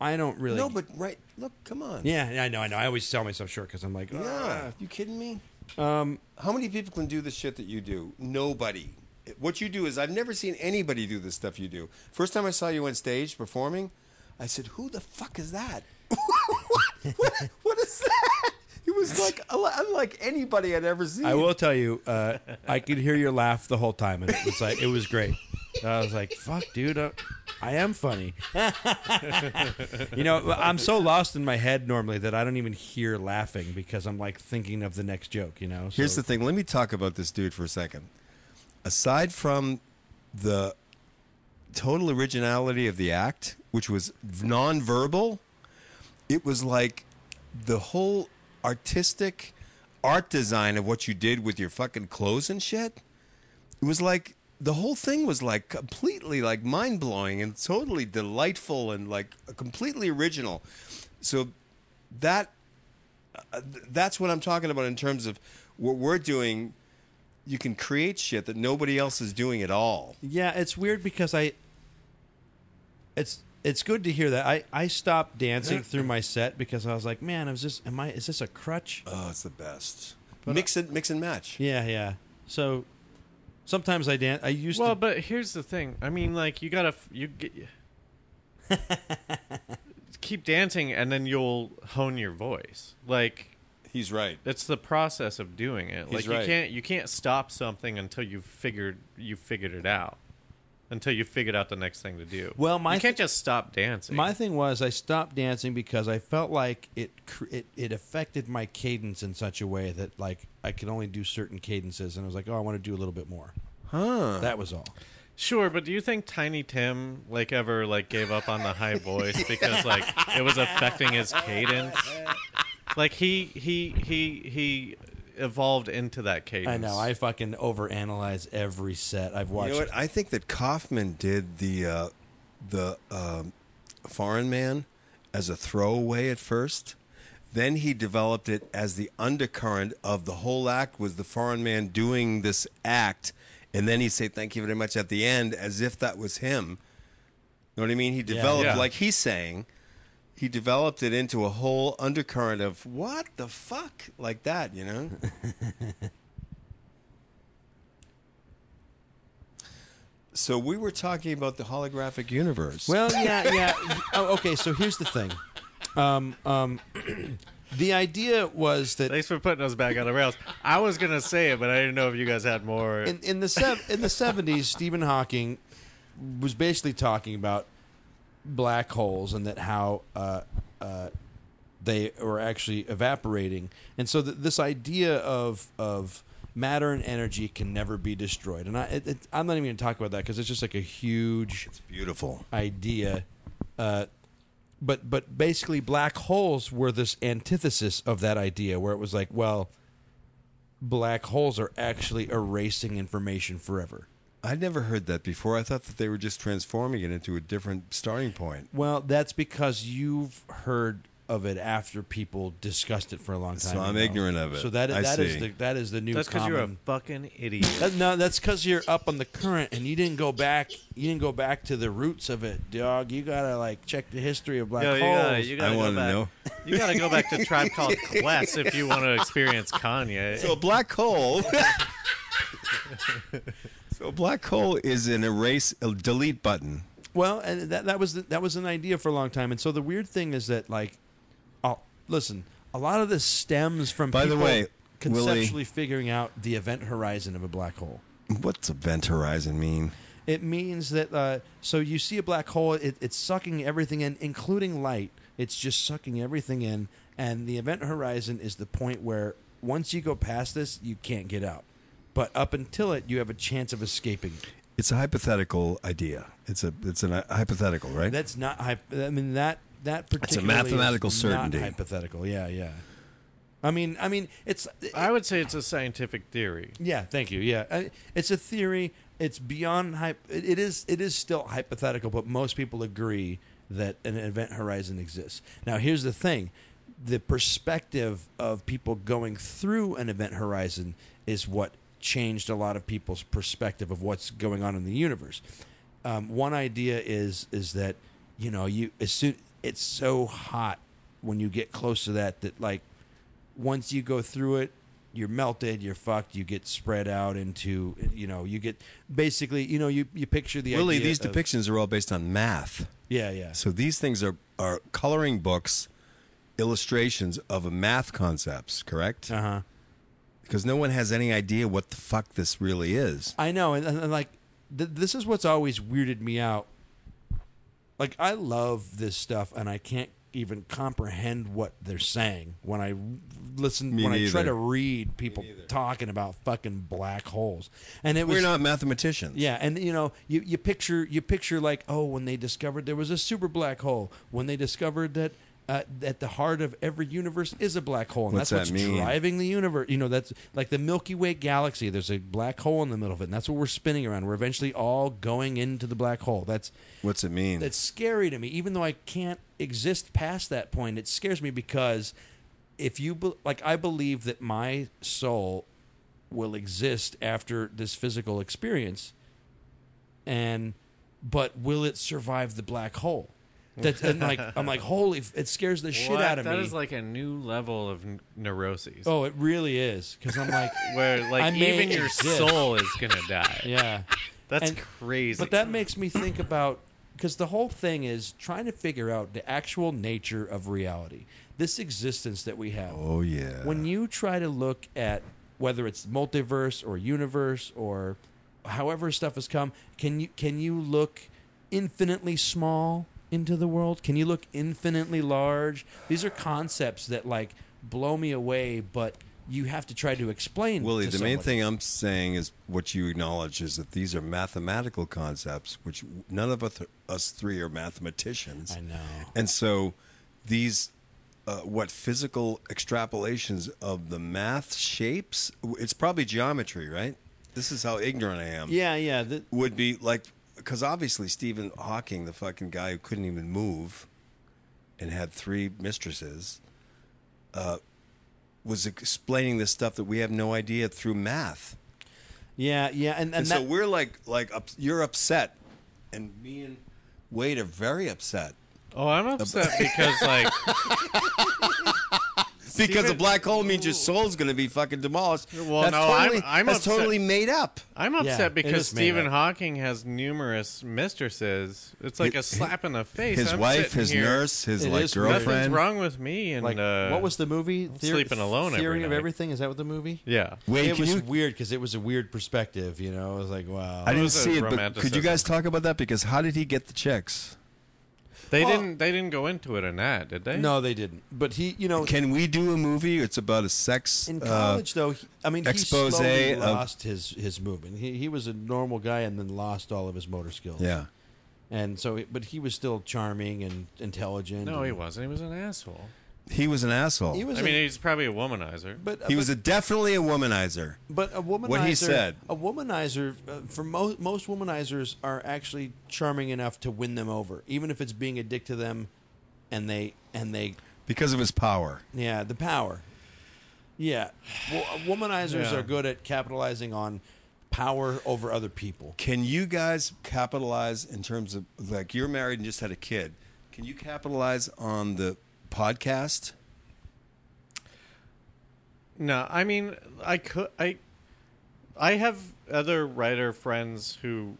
[SPEAKER 2] I don't really.
[SPEAKER 3] no, but right. Look, come on.
[SPEAKER 2] yeah, yeah, I know, I know. I always sell myself short because I'm like,
[SPEAKER 3] Yeah.
[SPEAKER 2] "Ah."
[SPEAKER 3] you kidding me? How many people can do the shit that you do? Nobody. What you do is I've never seen anybody do the stuff you do. First time I saw you on stage performing, I said, "Who the fuck is that? what, what, what is that?" It was like unlike anybody I'd ever seen.
[SPEAKER 2] I will tell you, uh, I could hear your laugh the whole time, and it's like it was great. I was like, "Fuck, dude, I, I am funny." you know, I'm so lost in my head normally that I don't even hear laughing because I'm like thinking of the next joke. You know,
[SPEAKER 3] Here's the thing. Let me talk about this dude for a second. Aside from the total originality of the act, which was nonverbal, it was like the whole artistic art design of what you did with your fucking clothes and shit. It was like the whole thing was like completely like mind blowing and totally delightful and like completely original. So that that's what I'm talking about in terms of what we're doing. You can create shit that nobody else is doing at all.
[SPEAKER 2] Yeah, it's weird because I it's it's good to hear that. I I stopped dancing through my set because I was like, man, I was just am I is this a crutch?
[SPEAKER 3] Oh, it's the best. mix it, mix and match.
[SPEAKER 2] Yeah, yeah. So sometimes I dance I used
[SPEAKER 1] well,
[SPEAKER 2] to
[SPEAKER 1] but here's the thing. I mean, like you gotta f- you get keep dancing, and then you'll hone your voice. Like
[SPEAKER 3] He's right.
[SPEAKER 1] it's the process of doing it. like
[SPEAKER 3] He's
[SPEAKER 1] you
[SPEAKER 3] right.
[SPEAKER 1] can't you can't stop something until you've figured you figured it out. Until you figured out the next thing to do.
[SPEAKER 2] Well, my
[SPEAKER 1] you can't
[SPEAKER 2] th-
[SPEAKER 1] just stop dancing.
[SPEAKER 2] my thing was I stopped dancing because I felt like it cr- it it affected my cadence in such a way that like I could only do certain cadences and I was like, "Oh, I want to do a little bit more." Huh. That was all.
[SPEAKER 1] Sure, but do you think Tiny Tim like ever like gave up on the high voice because like it was affecting his cadence? Like he he he he evolved into that cadence.
[SPEAKER 2] I know. I fucking overanalyze every set I've watched.
[SPEAKER 3] You know what? I think that Kaufman did the uh, the um, foreign man as a throwaway at first. Then he developed it as the undercurrent of the whole act was the foreign man doing this act, and then he'd say thank you very much at the end as if that was him. You know what I mean? He developed
[SPEAKER 1] Yeah.
[SPEAKER 3] like he's saying. He developed it into a whole undercurrent of what the fuck like that, you know? so we were talking about the holographic universe.
[SPEAKER 2] Well, yeah, yeah. oh, okay, so here's the thing. Um, um, the idea was that
[SPEAKER 1] Thanks for putting us back on the rails. I was gonna say it, but I didn't know if you guys had more.
[SPEAKER 2] in, in the sev- in the seventies, Stephen Hawking was basically talking about black holes and that how uh, uh, they were actually evaporating, and so th- this idea of of matter and energy can never be destroyed. And I, it, it, I'm not even going to talk about that because it's just like a huge
[SPEAKER 3] it's beautiful.
[SPEAKER 2] idea. Uh, but but basically, black holes were this antithesis of that idea, where it was like, well, black holes are actually erasing information forever.
[SPEAKER 3] I'd never heard that before. I thought that they were just transforming it into a different starting point.
[SPEAKER 2] Well, that's because you've heard of it after people discussed it for a long time.
[SPEAKER 3] So I'm
[SPEAKER 2] ago.
[SPEAKER 3] ignorant of it.
[SPEAKER 2] So that
[SPEAKER 3] I
[SPEAKER 2] that is
[SPEAKER 3] see.
[SPEAKER 2] the that is the new.
[SPEAKER 1] That's because
[SPEAKER 2] common,
[SPEAKER 1] you're a fucking idiot.
[SPEAKER 2] That- no, that's because you're up on the current and you didn't go back. You didn't go back to the roots of it, dog. You gotta like check the history of black
[SPEAKER 1] Yo, you
[SPEAKER 2] holes.
[SPEAKER 1] gotta, you gotta
[SPEAKER 3] I
[SPEAKER 1] go
[SPEAKER 3] wanna
[SPEAKER 1] back.
[SPEAKER 3] know.
[SPEAKER 1] You gotta go back to Tribe Called Quest if you want to experience Kanye.
[SPEAKER 3] So a black hole. so a black hole is an erase, a delete button.
[SPEAKER 2] Well, and that that was that was an idea for a long time. And so the weird thing is that like, oh, listen, a lot of this stems from
[SPEAKER 3] By the
[SPEAKER 2] people
[SPEAKER 3] way, Willie-
[SPEAKER 2] conceptually figuring out the event horizon of a black hole.
[SPEAKER 3] What's event horizon mean?
[SPEAKER 2] It means that uh, so you see a black hole, it, it's sucking everything in, including light. It's just sucking everything in, and the event horizon is the point where once you go past this, you can't get out. But up until it, you have a chance of escaping.
[SPEAKER 3] It's a hypothetical idea. It's a it's an, a hypothetical, right?
[SPEAKER 2] That's not. hyp- I mean that that particular.
[SPEAKER 3] mathematical certainty.
[SPEAKER 2] hypothetical. Yeah, yeah. I mean, I mean, it's.
[SPEAKER 1] I would say it's a scientific theory.
[SPEAKER 2] Yeah, thank you. Yeah, I- it's a theory. It's beyond hype. It it is. It is still hypothetical, but most people agree that an event horizon exists. Now, here's the thing: the perspective of people going through an event horizon is what changed a lot of people's perspective of what's going on in the universe. Um, one idea is is that you know you as soon it's so hot when you get close to that that like once you go through it, you're melted, you're fucked, you get spread out into, you know, you get basically, you know, you, you picture the
[SPEAKER 3] Willie,
[SPEAKER 2] idea
[SPEAKER 3] these
[SPEAKER 2] of-
[SPEAKER 3] depictions are all based on math.
[SPEAKER 2] Yeah, yeah.
[SPEAKER 3] So these things are are coloring books, illustrations of math concepts, correct?
[SPEAKER 2] Uh huh.
[SPEAKER 3] Because no one has any idea what the fuck this really is.
[SPEAKER 2] I know, and, and, and, like th- this is what's always weirded me out. Like I love this stuff, and I can't even comprehend what they're saying when I listen
[SPEAKER 3] Me
[SPEAKER 2] when I try
[SPEAKER 3] neither.
[SPEAKER 2] to read people talking about fucking black holes. And it was
[SPEAKER 3] We're not mathematicians.
[SPEAKER 2] Yeah, and you know, you, you picture you picture like, oh, when they discovered there was a super black hole, when they discovered that uh, that the heart of every universe is a black hole, and
[SPEAKER 3] What's
[SPEAKER 2] that's
[SPEAKER 3] that
[SPEAKER 2] what's
[SPEAKER 3] mean?
[SPEAKER 2] driving the universe. You know, that's like the Milky Way galaxy. There's a black hole in the middle of it, and that's what we're spinning around. We're eventually all going into the black hole. That's
[SPEAKER 3] What's it mean?
[SPEAKER 2] that's scary to me. Even though I can't exist past that point, it scares me because if you be, like, I believe that my soul will exist after this physical experience, and but will it survive the black hole? That's and like I'm like holy, f- it scares the shit
[SPEAKER 1] What?
[SPEAKER 2] out of
[SPEAKER 1] That
[SPEAKER 2] me.
[SPEAKER 1] is like a new level of n- neuroses.
[SPEAKER 2] oh, it really is because I'm like,
[SPEAKER 1] Where
[SPEAKER 2] I
[SPEAKER 1] like
[SPEAKER 2] may
[SPEAKER 1] even your
[SPEAKER 2] exist.
[SPEAKER 1] soul is gonna die.
[SPEAKER 2] yeah.
[SPEAKER 1] That's
[SPEAKER 2] And-
[SPEAKER 1] crazy.
[SPEAKER 2] But that makes me think about because the whole thing is trying to figure out the actual nature of reality, this existence that we have.
[SPEAKER 3] oh yeah.
[SPEAKER 2] When you try to look at whether it's multiverse or universe or however stuff has come, can you can you look infinitely small into the world? Can you look infinitely large? These are concepts that like blow me away, but you have to try to explain.
[SPEAKER 3] Willie,
[SPEAKER 2] to
[SPEAKER 3] the main
[SPEAKER 2] someone.
[SPEAKER 3] thing I'm saying is what you acknowledge is that these are mathematical concepts, which none of us, us three are mathematicians.
[SPEAKER 2] I know.
[SPEAKER 3] And so these, uh, what physical extrapolations of the math shapes, it's probably geometry, right? This is how ignorant I am.
[SPEAKER 2] Yeah, yeah. The,
[SPEAKER 3] Would be like, because obviously Stephen Hawking, the fucking guy who couldn't even move and had three mistresses, uh, was explaining this stuff that we have no idea through math.
[SPEAKER 2] yeah, yeah, and, and,
[SPEAKER 3] And,
[SPEAKER 2] that,
[SPEAKER 3] so we're like, like up, you're upset, and me and Wade are very upset
[SPEAKER 1] oh, I'm upset because like
[SPEAKER 3] because a black hole means your soul's going to be fucking demolished.
[SPEAKER 1] Well,
[SPEAKER 3] that's
[SPEAKER 1] no, I'm-
[SPEAKER 3] totally,
[SPEAKER 1] I'm
[SPEAKER 3] that's
[SPEAKER 1] upset.
[SPEAKER 3] totally made up.
[SPEAKER 1] I'm
[SPEAKER 2] Yeah,
[SPEAKER 1] upset
[SPEAKER 2] it
[SPEAKER 1] because
[SPEAKER 2] is made
[SPEAKER 1] Stephen
[SPEAKER 2] up.
[SPEAKER 1] Hawking has numerous mistresses. It's like a
[SPEAKER 3] His-
[SPEAKER 1] slap in the face.
[SPEAKER 3] His
[SPEAKER 1] I'm
[SPEAKER 3] wife,
[SPEAKER 1] sitting
[SPEAKER 3] his
[SPEAKER 1] here,
[SPEAKER 3] nurse, his
[SPEAKER 2] It
[SPEAKER 3] like
[SPEAKER 2] is weird.
[SPEAKER 1] Nothing's
[SPEAKER 3] girlfriend.
[SPEAKER 1] wrong with me. And
[SPEAKER 2] like
[SPEAKER 1] uh,
[SPEAKER 2] what was the movie?
[SPEAKER 1] Sleeping Alone every
[SPEAKER 2] Theory of
[SPEAKER 1] night.
[SPEAKER 2] Everything is that what the movie?
[SPEAKER 1] Yeah.
[SPEAKER 3] Wade,
[SPEAKER 2] it
[SPEAKER 3] can
[SPEAKER 2] was
[SPEAKER 3] you?
[SPEAKER 2] weird because it was a weird perspective. You know, it was like wow.
[SPEAKER 3] I didn't
[SPEAKER 1] was a
[SPEAKER 3] see it, but could you
[SPEAKER 1] romanticism.
[SPEAKER 3] guys talk about that? Because how did he get the chicks?
[SPEAKER 1] They
[SPEAKER 2] Well-
[SPEAKER 1] didn't. They didn't go into it in that, did they?
[SPEAKER 2] no, they didn't. But he, you know,
[SPEAKER 3] Can we do a movie? It's about a sex.
[SPEAKER 2] in
[SPEAKER 3] uh,
[SPEAKER 2] college though, he, I mean,
[SPEAKER 3] expose
[SPEAKER 2] he slowly
[SPEAKER 3] of-
[SPEAKER 2] lost his his movement. He he was a normal guy and then lost all of his motor skills.
[SPEAKER 3] yeah.
[SPEAKER 2] and so but he was still charming and intelligent.
[SPEAKER 1] No, he
[SPEAKER 2] and-
[SPEAKER 1] wasn't. He was an asshole.
[SPEAKER 3] He was an asshole.
[SPEAKER 2] He was.
[SPEAKER 1] I
[SPEAKER 2] a-
[SPEAKER 1] mean, he's probably a womanizer.
[SPEAKER 2] but
[SPEAKER 3] He was a, definitely a womanizer.
[SPEAKER 2] But a womanizer,
[SPEAKER 3] he said.
[SPEAKER 2] a womanizer, uh, for most most womanizers are actually charming enough to win them over, even if it's being a dick to them, and they and they,
[SPEAKER 3] Because of his power.
[SPEAKER 2] yeah, the power. Yeah, well, uh, womanizers
[SPEAKER 1] Yeah.
[SPEAKER 2] are good at capitalizing on power over other people.
[SPEAKER 3] Can you guys capitalize in terms of like you're married and just had a kid? Can you capitalize on the podcast?
[SPEAKER 1] No, I mean, I could. I I have other writer friends who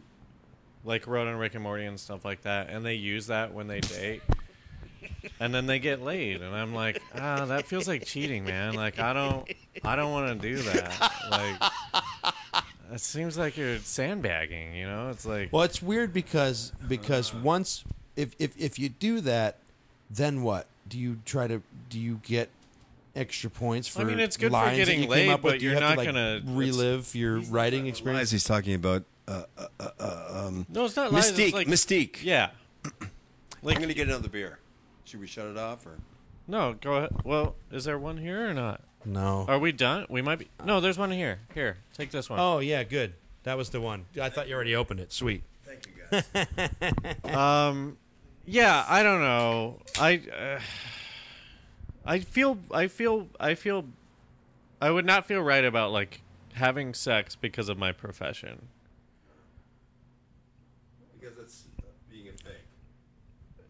[SPEAKER 1] like wrote on Rick and Morty and stuff like that, and they use that when they date. and then they get laid, and I'm like, ah, that feels like cheating, man. Like I don't, I don't want to do that. Like it seems like you're sandbagging. You know, it's like
[SPEAKER 2] Well, it's weird because because once if, if if you do that, then what? Do you try to do you get extra points for?
[SPEAKER 1] I mean, it's good for
[SPEAKER 2] lines that
[SPEAKER 1] getting
[SPEAKER 2] you came
[SPEAKER 1] laid,
[SPEAKER 2] up with?
[SPEAKER 1] but
[SPEAKER 2] Do you
[SPEAKER 1] you're
[SPEAKER 2] have
[SPEAKER 1] not
[SPEAKER 2] to, like,
[SPEAKER 1] gonna-
[SPEAKER 2] relive your writing
[SPEAKER 3] Why
[SPEAKER 2] experience.
[SPEAKER 3] is he's talking about uh,
[SPEAKER 1] no, it's not lies, it's
[SPEAKER 3] Mystique?
[SPEAKER 1] like-
[SPEAKER 3] Mystique.
[SPEAKER 1] Yeah.
[SPEAKER 3] I'm gonna get another beer. Should we shut it off or?
[SPEAKER 1] No, go ahead. Well, is there one here or not?
[SPEAKER 2] No.
[SPEAKER 1] Are we done? We might be. No, there's one here. Here, take this one.
[SPEAKER 5] Oh yeah, good. That was the one. I thought you already opened it. Sweet.
[SPEAKER 3] Thank you guys.
[SPEAKER 1] Yeah, I don't know. I uh, I feel I feel I feel I would not feel right about like having sex because of my profession.
[SPEAKER 3] because it's being a fake.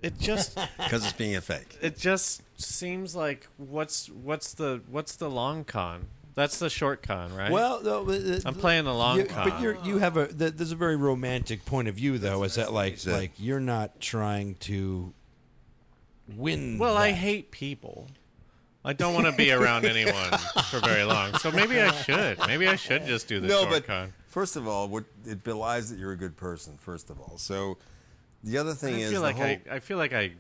[SPEAKER 1] It just
[SPEAKER 3] Because it's being a fake.
[SPEAKER 1] it just seems like what's what's the what's the long con? That's the short con, right?
[SPEAKER 2] Well, though, uh,
[SPEAKER 1] I'm playing the long
[SPEAKER 2] you,
[SPEAKER 1] con.
[SPEAKER 2] but you're, you have a th- there's a very romantic point of view though. is that like
[SPEAKER 3] said.
[SPEAKER 2] like you're not trying to win?
[SPEAKER 1] Well, I
[SPEAKER 2] that.
[SPEAKER 1] hate people. I don't want to be around anyone for very long. So maybe I should. Maybe I should just do the
[SPEAKER 3] No,
[SPEAKER 1] short
[SPEAKER 3] but
[SPEAKER 1] con.
[SPEAKER 3] first of all, what it belies that you're a good person. First of all, so the other
[SPEAKER 1] I
[SPEAKER 3] thing is
[SPEAKER 1] feel
[SPEAKER 3] the
[SPEAKER 1] like
[SPEAKER 3] whole,
[SPEAKER 1] I, I feel like I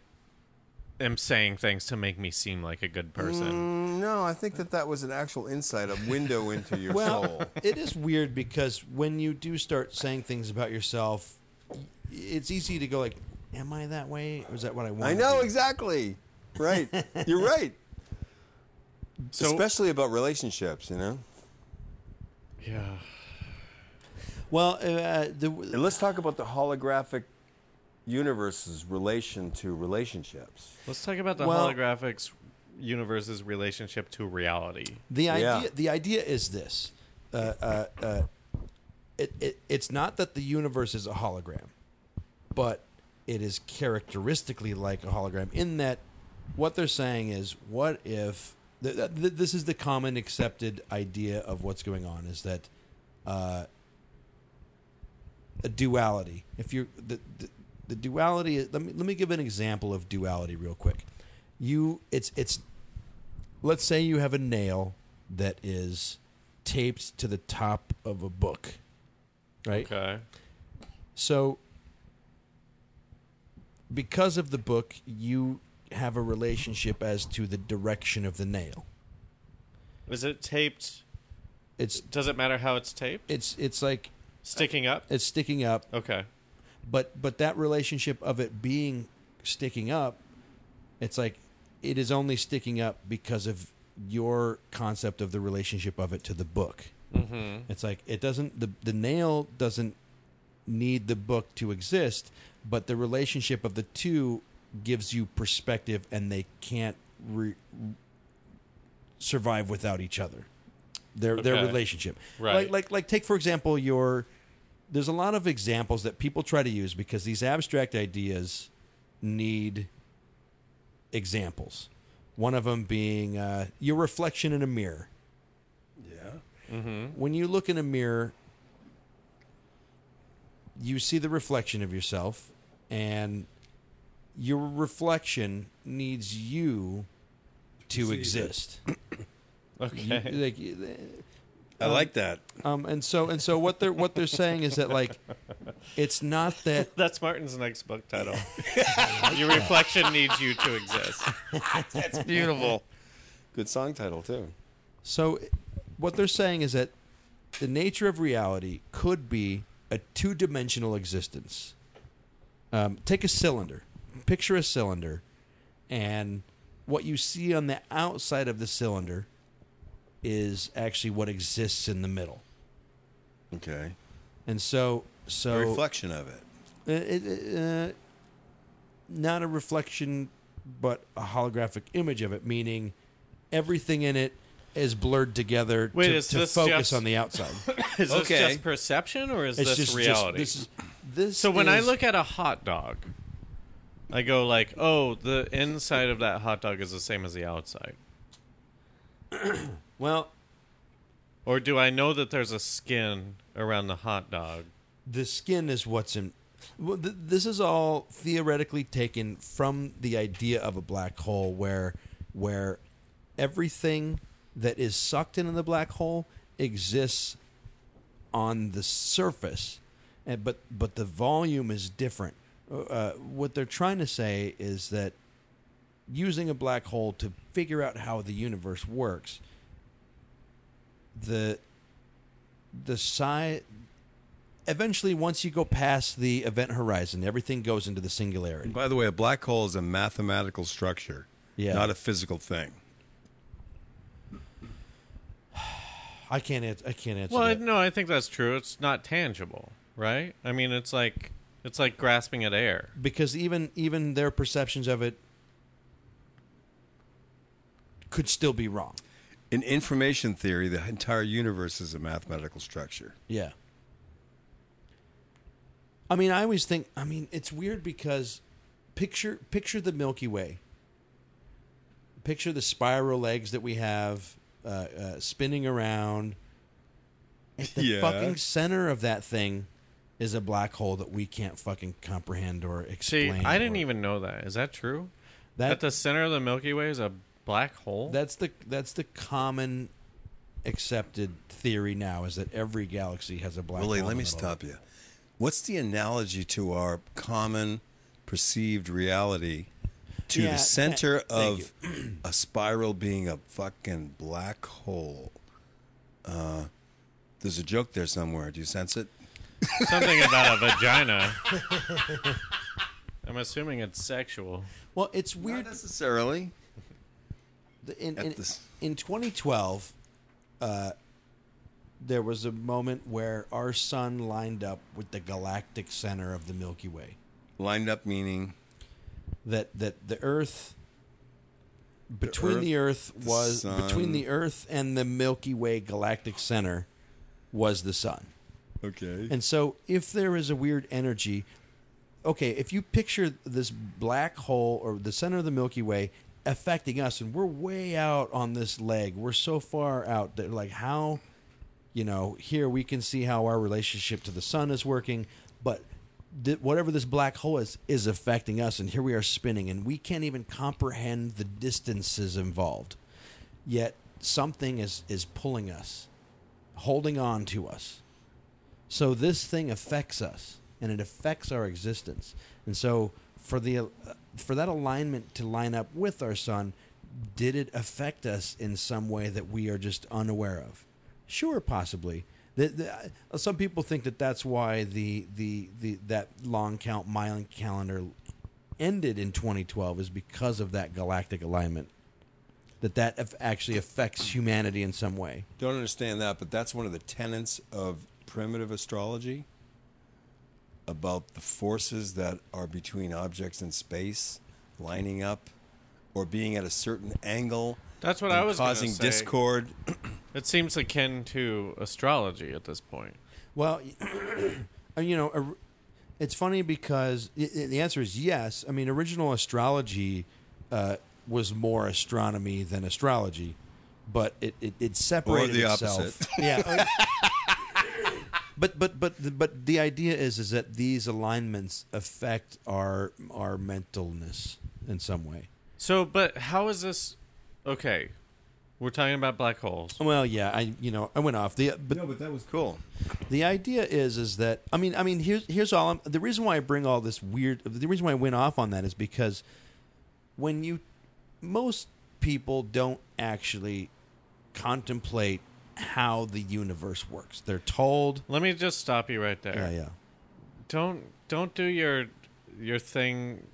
[SPEAKER 1] am saying things to make me seem like a good
[SPEAKER 3] Mm,
[SPEAKER 1] person.
[SPEAKER 3] no, I think that that was an actual insight, a window into your soul.
[SPEAKER 2] Well, it is weird because when you do start saying things about yourself, y- it's easy to go like, "Am I that way? Or is that what I want?"
[SPEAKER 3] I know exactly. Right, you're right.
[SPEAKER 1] So
[SPEAKER 3] Especially about relationships, you know.
[SPEAKER 1] yeah.
[SPEAKER 2] Well, uh, the,
[SPEAKER 3] And let's talk about the holographic universe's relation to relationships.
[SPEAKER 1] Let's talk about the
[SPEAKER 2] Well-
[SPEAKER 1] holographics universe's relationship to reality.
[SPEAKER 2] the idea
[SPEAKER 3] Yeah.
[SPEAKER 2] the idea is this: uh, uh, uh, it, it it's not that the universe is a hologram, but it is characteristically like a hologram in that what they're saying is, what if th- th- th- this is the common accepted idea of what's going on is that a duality. If you're the, the, the duality, let me let me give an example of duality real quick. You, it's it's. Let's say you have a nail that is taped to the top of a book, right?
[SPEAKER 1] Okay.
[SPEAKER 2] So, because of the book, you have a relationship as to the direction of the nail.
[SPEAKER 1] Is it taped?
[SPEAKER 2] It's
[SPEAKER 1] Does it matter how it's taped?
[SPEAKER 2] it's it's like
[SPEAKER 1] Sticking up?
[SPEAKER 2] it's sticking up.
[SPEAKER 1] Okay.
[SPEAKER 2] but but that relationship of it being sticking up it's like it is only sticking up because of your concept of the relationship of it to the book mm-hmm. it's like it doesn't the, the nail doesn't need the book to exist but the relationship of the two gives you perspective and they can't re- survive without each other their their
[SPEAKER 1] Okay.
[SPEAKER 2] relationship
[SPEAKER 1] Right.
[SPEAKER 2] like like like take for example your there's a lot of examples that people try to use because these abstract ideas need examples. One of them being uh, your reflection in a mirror. Yeah. Mm-hmm. When you look in a mirror, you see the reflection of yourself, and your reflection needs you to exist. You-
[SPEAKER 1] Okay.
[SPEAKER 2] like, you-
[SPEAKER 3] I like that.
[SPEAKER 2] um, and so and so what they're what they're saying is that like it's not that
[SPEAKER 1] That's Martin's next book title. Your reflection needs you to exist.
[SPEAKER 3] That's beautiful. Good song title too.
[SPEAKER 2] So, what they're saying is that the nature of reality could be a two dimensional existence. Um, take a cylinder, picture a cylinder, and what you see on the outside of the cylinder is actually what exists in the middle.
[SPEAKER 3] Okay.
[SPEAKER 2] And so,
[SPEAKER 3] A
[SPEAKER 2] so
[SPEAKER 3] reflection of it.
[SPEAKER 2] uh, it- uh, not a reflection, but a holographic image of it, meaning everything in it is blurred together
[SPEAKER 1] Wait,
[SPEAKER 2] to,
[SPEAKER 1] is
[SPEAKER 2] to
[SPEAKER 1] this
[SPEAKER 2] focus
[SPEAKER 1] just-
[SPEAKER 2] on the outside.
[SPEAKER 1] Is
[SPEAKER 3] Okay.
[SPEAKER 1] this just perception or is
[SPEAKER 2] It's
[SPEAKER 1] this
[SPEAKER 2] just
[SPEAKER 1] reality?
[SPEAKER 2] Just, this is this.
[SPEAKER 1] So when I
[SPEAKER 2] is-
[SPEAKER 1] look at a hot dog, I go like, "Oh, the inside of that hot dog is the same as the outside."
[SPEAKER 2] well,
[SPEAKER 1] Or do I know that there's a skin around the hot dog?
[SPEAKER 2] the skin is what's in Well, th- this is all theoretically taken from the idea of a black hole, where where everything that is sucked into the black hole exists on the surface, and, but but the volume is different. Uh, what they're trying to say is that using a black hole to figure out how the universe works, the the size eventually once you go past the event horizon everything goes into the singularity
[SPEAKER 3] By the way, a black hole is a mathematical structure,
[SPEAKER 2] Yeah.
[SPEAKER 3] not a physical thing.
[SPEAKER 2] i can't ans- i can't answer
[SPEAKER 1] Well, I-
[SPEAKER 2] that.
[SPEAKER 1] no, I think that's true. It's not tangible, right? I mean, it's like it's like grasping at air.
[SPEAKER 2] because even even their perceptions of it could still be wrong
[SPEAKER 3] In information theory, the entire universe is a mathematical structure.
[SPEAKER 2] yeah i mean i always think i mean it's weird because picture picture the milky way picture the spiral legs that we have uh, uh, spinning around at the
[SPEAKER 3] Yeah.
[SPEAKER 2] fucking center of that thing is a black hole that we can't fucking comprehend or
[SPEAKER 1] See,
[SPEAKER 2] explain.
[SPEAKER 1] I didn't
[SPEAKER 2] or-
[SPEAKER 1] even know that. Is that true? At
[SPEAKER 2] that.
[SPEAKER 1] the center of the Milky Way is a black hole.
[SPEAKER 2] that's the that's the common accepted theory now is that every galaxy has a black
[SPEAKER 3] Willie,
[SPEAKER 2] hole.
[SPEAKER 3] let
[SPEAKER 2] in
[SPEAKER 3] me
[SPEAKER 2] the middle.
[SPEAKER 3] stop you. What's the analogy to our common perceived reality to
[SPEAKER 2] Yeah,
[SPEAKER 3] the center
[SPEAKER 2] thank
[SPEAKER 3] of a spiral being a fucking black hole? Uh, there's a joke there somewhere. Do you sense it?
[SPEAKER 1] Something about a vagina. I'm assuming it's sexual.
[SPEAKER 2] Well, it's weird.
[SPEAKER 3] necessarily.
[SPEAKER 2] The- in,
[SPEAKER 3] At
[SPEAKER 2] in,
[SPEAKER 3] this-
[SPEAKER 2] in 2012 uh, there was a moment where our sun lined up with the galactic center of the milky way
[SPEAKER 3] Lined up meaning
[SPEAKER 2] that that the earth between the earth,
[SPEAKER 3] the
[SPEAKER 2] was between
[SPEAKER 3] sun.
[SPEAKER 2] the earth and the milky way galactic center was the sun
[SPEAKER 3] okay.
[SPEAKER 2] and so if there is a weird energy okay if you picture this black hole or the center of the milky way affecting us and we're way out on this leg we're so far out that like how you know here we can see how our relationship to the sun is working but th- whatever this black hole is is affecting us and here we are spinning and we can't even comprehend the distances involved yet something is is pulling us holding on to us so this thing affects us, and it affects our existence. And so for the for that alignment to line up with our sun, did it affect us in some way that we are just unaware of? Sure, possibly. The, the, uh, some people think that that's why the, the, the that long count Mayan calendar ended in 2012 is because of that galactic alignment. That that aff- actually affects humanity in some way.
[SPEAKER 3] Don't understand that, but that's one of the tenets of primitive astrology about the forces that are between objects in space lining up or being at a certain angle.
[SPEAKER 1] That's what
[SPEAKER 3] and
[SPEAKER 1] I was gonna
[SPEAKER 3] causing
[SPEAKER 1] say.
[SPEAKER 3] discord.
[SPEAKER 1] It seems akin to astrology at this point.
[SPEAKER 2] Well, uh, you know, or- it's funny because i- i- the answer is yes. I mean, original astrology uh, was more astronomy than astrology, but it it, it separated
[SPEAKER 3] the
[SPEAKER 2] itself.
[SPEAKER 3] opposite.
[SPEAKER 2] Yeah. But but but the- but the idea is is that these alignments affect our our mentalness in some way.
[SPEAKER 1] So, but how is this? Okay, we're talking about black holes.
[SPEAKER 2] Well, yeah, I you know I went off the but
[SPEAKER 3] but that was cool.
[SPEAKER 2] The idea is is that I mean I mean here's here's all I'm, the reason why I bring all this weird the reason why I went off on that is because when you most people don't actually contemplate how the universe works. They're told
[SPEAKER 1] Let me just stop you right there.
[SPEAKER 2] yeah yeah
[SPEAKER 1] Don't don't do your your thing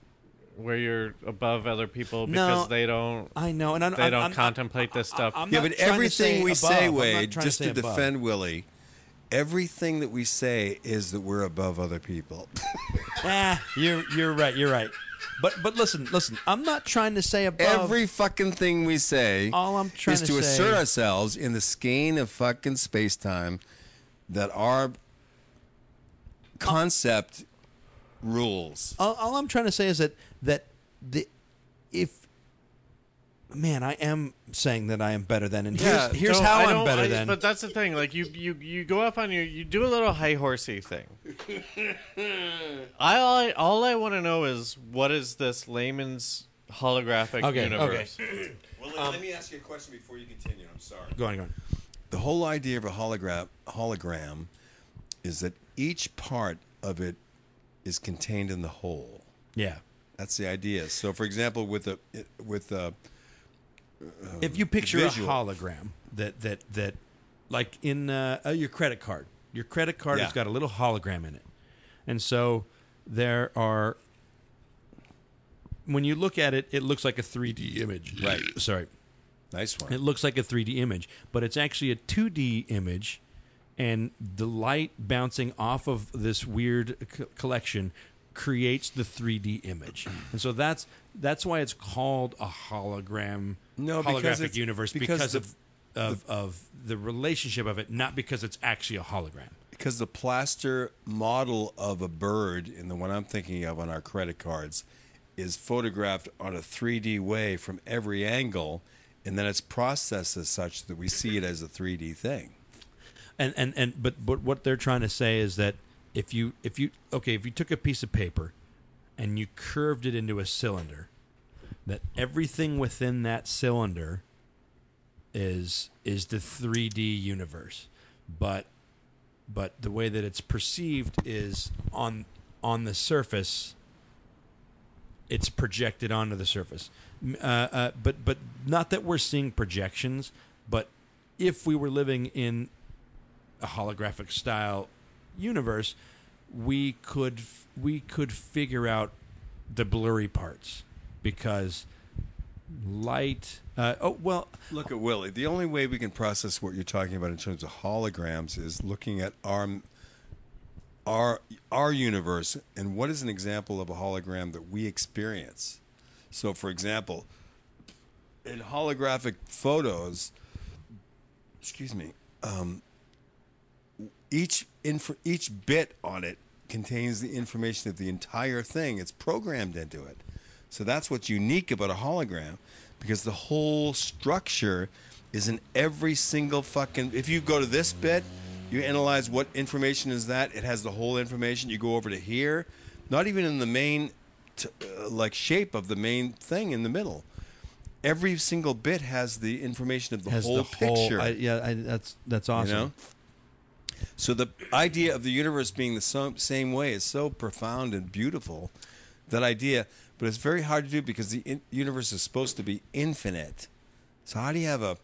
[SPEAKER 1] where you're above other people
[SPEAKER 2] No.
[SPEAKER 1] because they don't
[SPEAKER 2] I know and I
[SPEAKER 1] they
[SPEAKER 2] I'm-
[SPEAKER 1] don't
[SPEAKER 2] I'm-
[SPEAKER 1] contemplate this stuff.
[SPEAKER 2] I'm
[SPEAKER 3] Yeah,
[SPEAKER 2] not
[SPEAKER 3] but
[SPEAKER 2] trying to
[SPEAKER 3] everything
[SPEAKER 2] say
[SPEAKER 3] we
[SPEAKER 2] above.
[SPEAKER 3] say,
[SPEAKER 2] I'm not
[SPEAKER 3] Wade,
[SPEAKER 2] trying to
[SPEAKER 3] just to,
[SPEAKER 2] say above.
[SPEAKER 3] defend Willie, everything that we say is that we're above other people.
[SPEAKER 2] Ah, you're you're right you're right. But but listen listen I'm not trying to say above
[SPEAKER 3] Every fucking thing we say
[SPEAKER 2] All I'm trying
[SPEAKER 3] is
[SPEAKER 2] to
[SPEAKER 3] to,
[SPEAKER 2] say-
[SPEAKER 3] assert ourselves in the skein of fucking space time that our concept rules.
[SPEAKER 2] all, all I'm trying to say is that that the if man, I am saying that I am better than, and
[SPEAKER 1] Yeah,
[SPEAKER 2] here's, here's
[SPEAKER 1] don't-
[SPEAKER 2] how
[SPEAKER 1] I
[SPEAKER 2] I'm
[SPEAKER 1] don't-
[SPEAKER 2] better
[SPEAKER 1] I-
[SPEAKER 2] than.
[SPEAKER 1] But that's the thing. Like you, you, you go up on your, you do a little high horsey thing. I all I, all I want to know is what is this layman's holographic
[SPEAKER 2] Okay,
[SPEAKER 1] universe?
[SPEAKER 3] Well, let, let me ask you a question before you continue. I'm sorry.
[SPEAKER 2] go on, go on.
[SPEAKER 3] The whole idea of a hologram, hologram is that each part of it is contained in the whole.
[SPEAKER 2] Yeah.
[SPEAKER 3] That's the idea. So, for example, with a with a
[SPEAKER 2] if you picture
[SPEAKER 3] visual.
[SPEAKER 2] a hologram that that that like in uh, uh, your credit card your credit card
[SPEAKER 3] Yeah.
[SPEAKER 2] has got a little hologram in it and so there are when you look at it it looks like a 3d image
[SPEAKER 3] Right.
[SPEAKER 2] sorry
[SPEAKER 3] nice
[SPEAKER 2] it
[SPEAKER 3] one,
[SPEAKER 2] looks like a 3d image but it's actually a 2d image and the light bouncing off of this weird c- collection creates the 3d image and so that's that's why it's called a hologram
[SPEAKER 3] No, because
[SPEAKER 2] holographic
[SPEAKER 3] it's-
[SPEAKER 2] universe because,
[SPEAKER 3] because the-
[SPEAKER 2] of of, of the relationship of it not because it's actually a hologram
[SPEAKER 3] because the plaster model of a bird in the one I'm thinking of on our credit cards is photographed on a 3D way from every angle, and then it's processed as such that we see it as a 3D thing.
[SPEAKER 2] and and and but but what they're trying to say is that if you if you okay if you took a piece of paper and you curved it into a cylinder that everything within that cylinder is is the 3D universe but but the way that it's perceived is on on the surface it's projected onto the surface. M- Uh, uh, but but not that we're seeing projections, but if we were living in a holographic style universe, we could f- we could figure out the blurry parts because light. Uh, oh well,
[SPEAKER 3] Look at Willie. The only way we can process what you're talking about in terms of holograms is looking at our our our universe and what is an example of a hologram that we experience. So, for example, in holographic photos, excuse me, um, each inf- each bit on it contains the information of the entire thing. It's programmed into it. So that's what's unique about a hologram, because the whole structure is in every single fucking. If you go to this bit, you analyze what information is that. It has the whole information. You go over to here, not even in the main, t- uh, like shape of the main thing in the middle. Every single bit has the information of the
[SPEAKER 2] has
[SPEAKER 3] whole
[SPEAKER 2] the whole
[SPEAKER 3] picture.
[SPEAKER 2] I, yeah, I, that's that's awesome.
[SPEAKER 3] You know? So the idea of the universe being the so- same way is so profound and beautiful, that idea, but it's very hard to do because the in- universe is supposed to be infinite. So how do you have a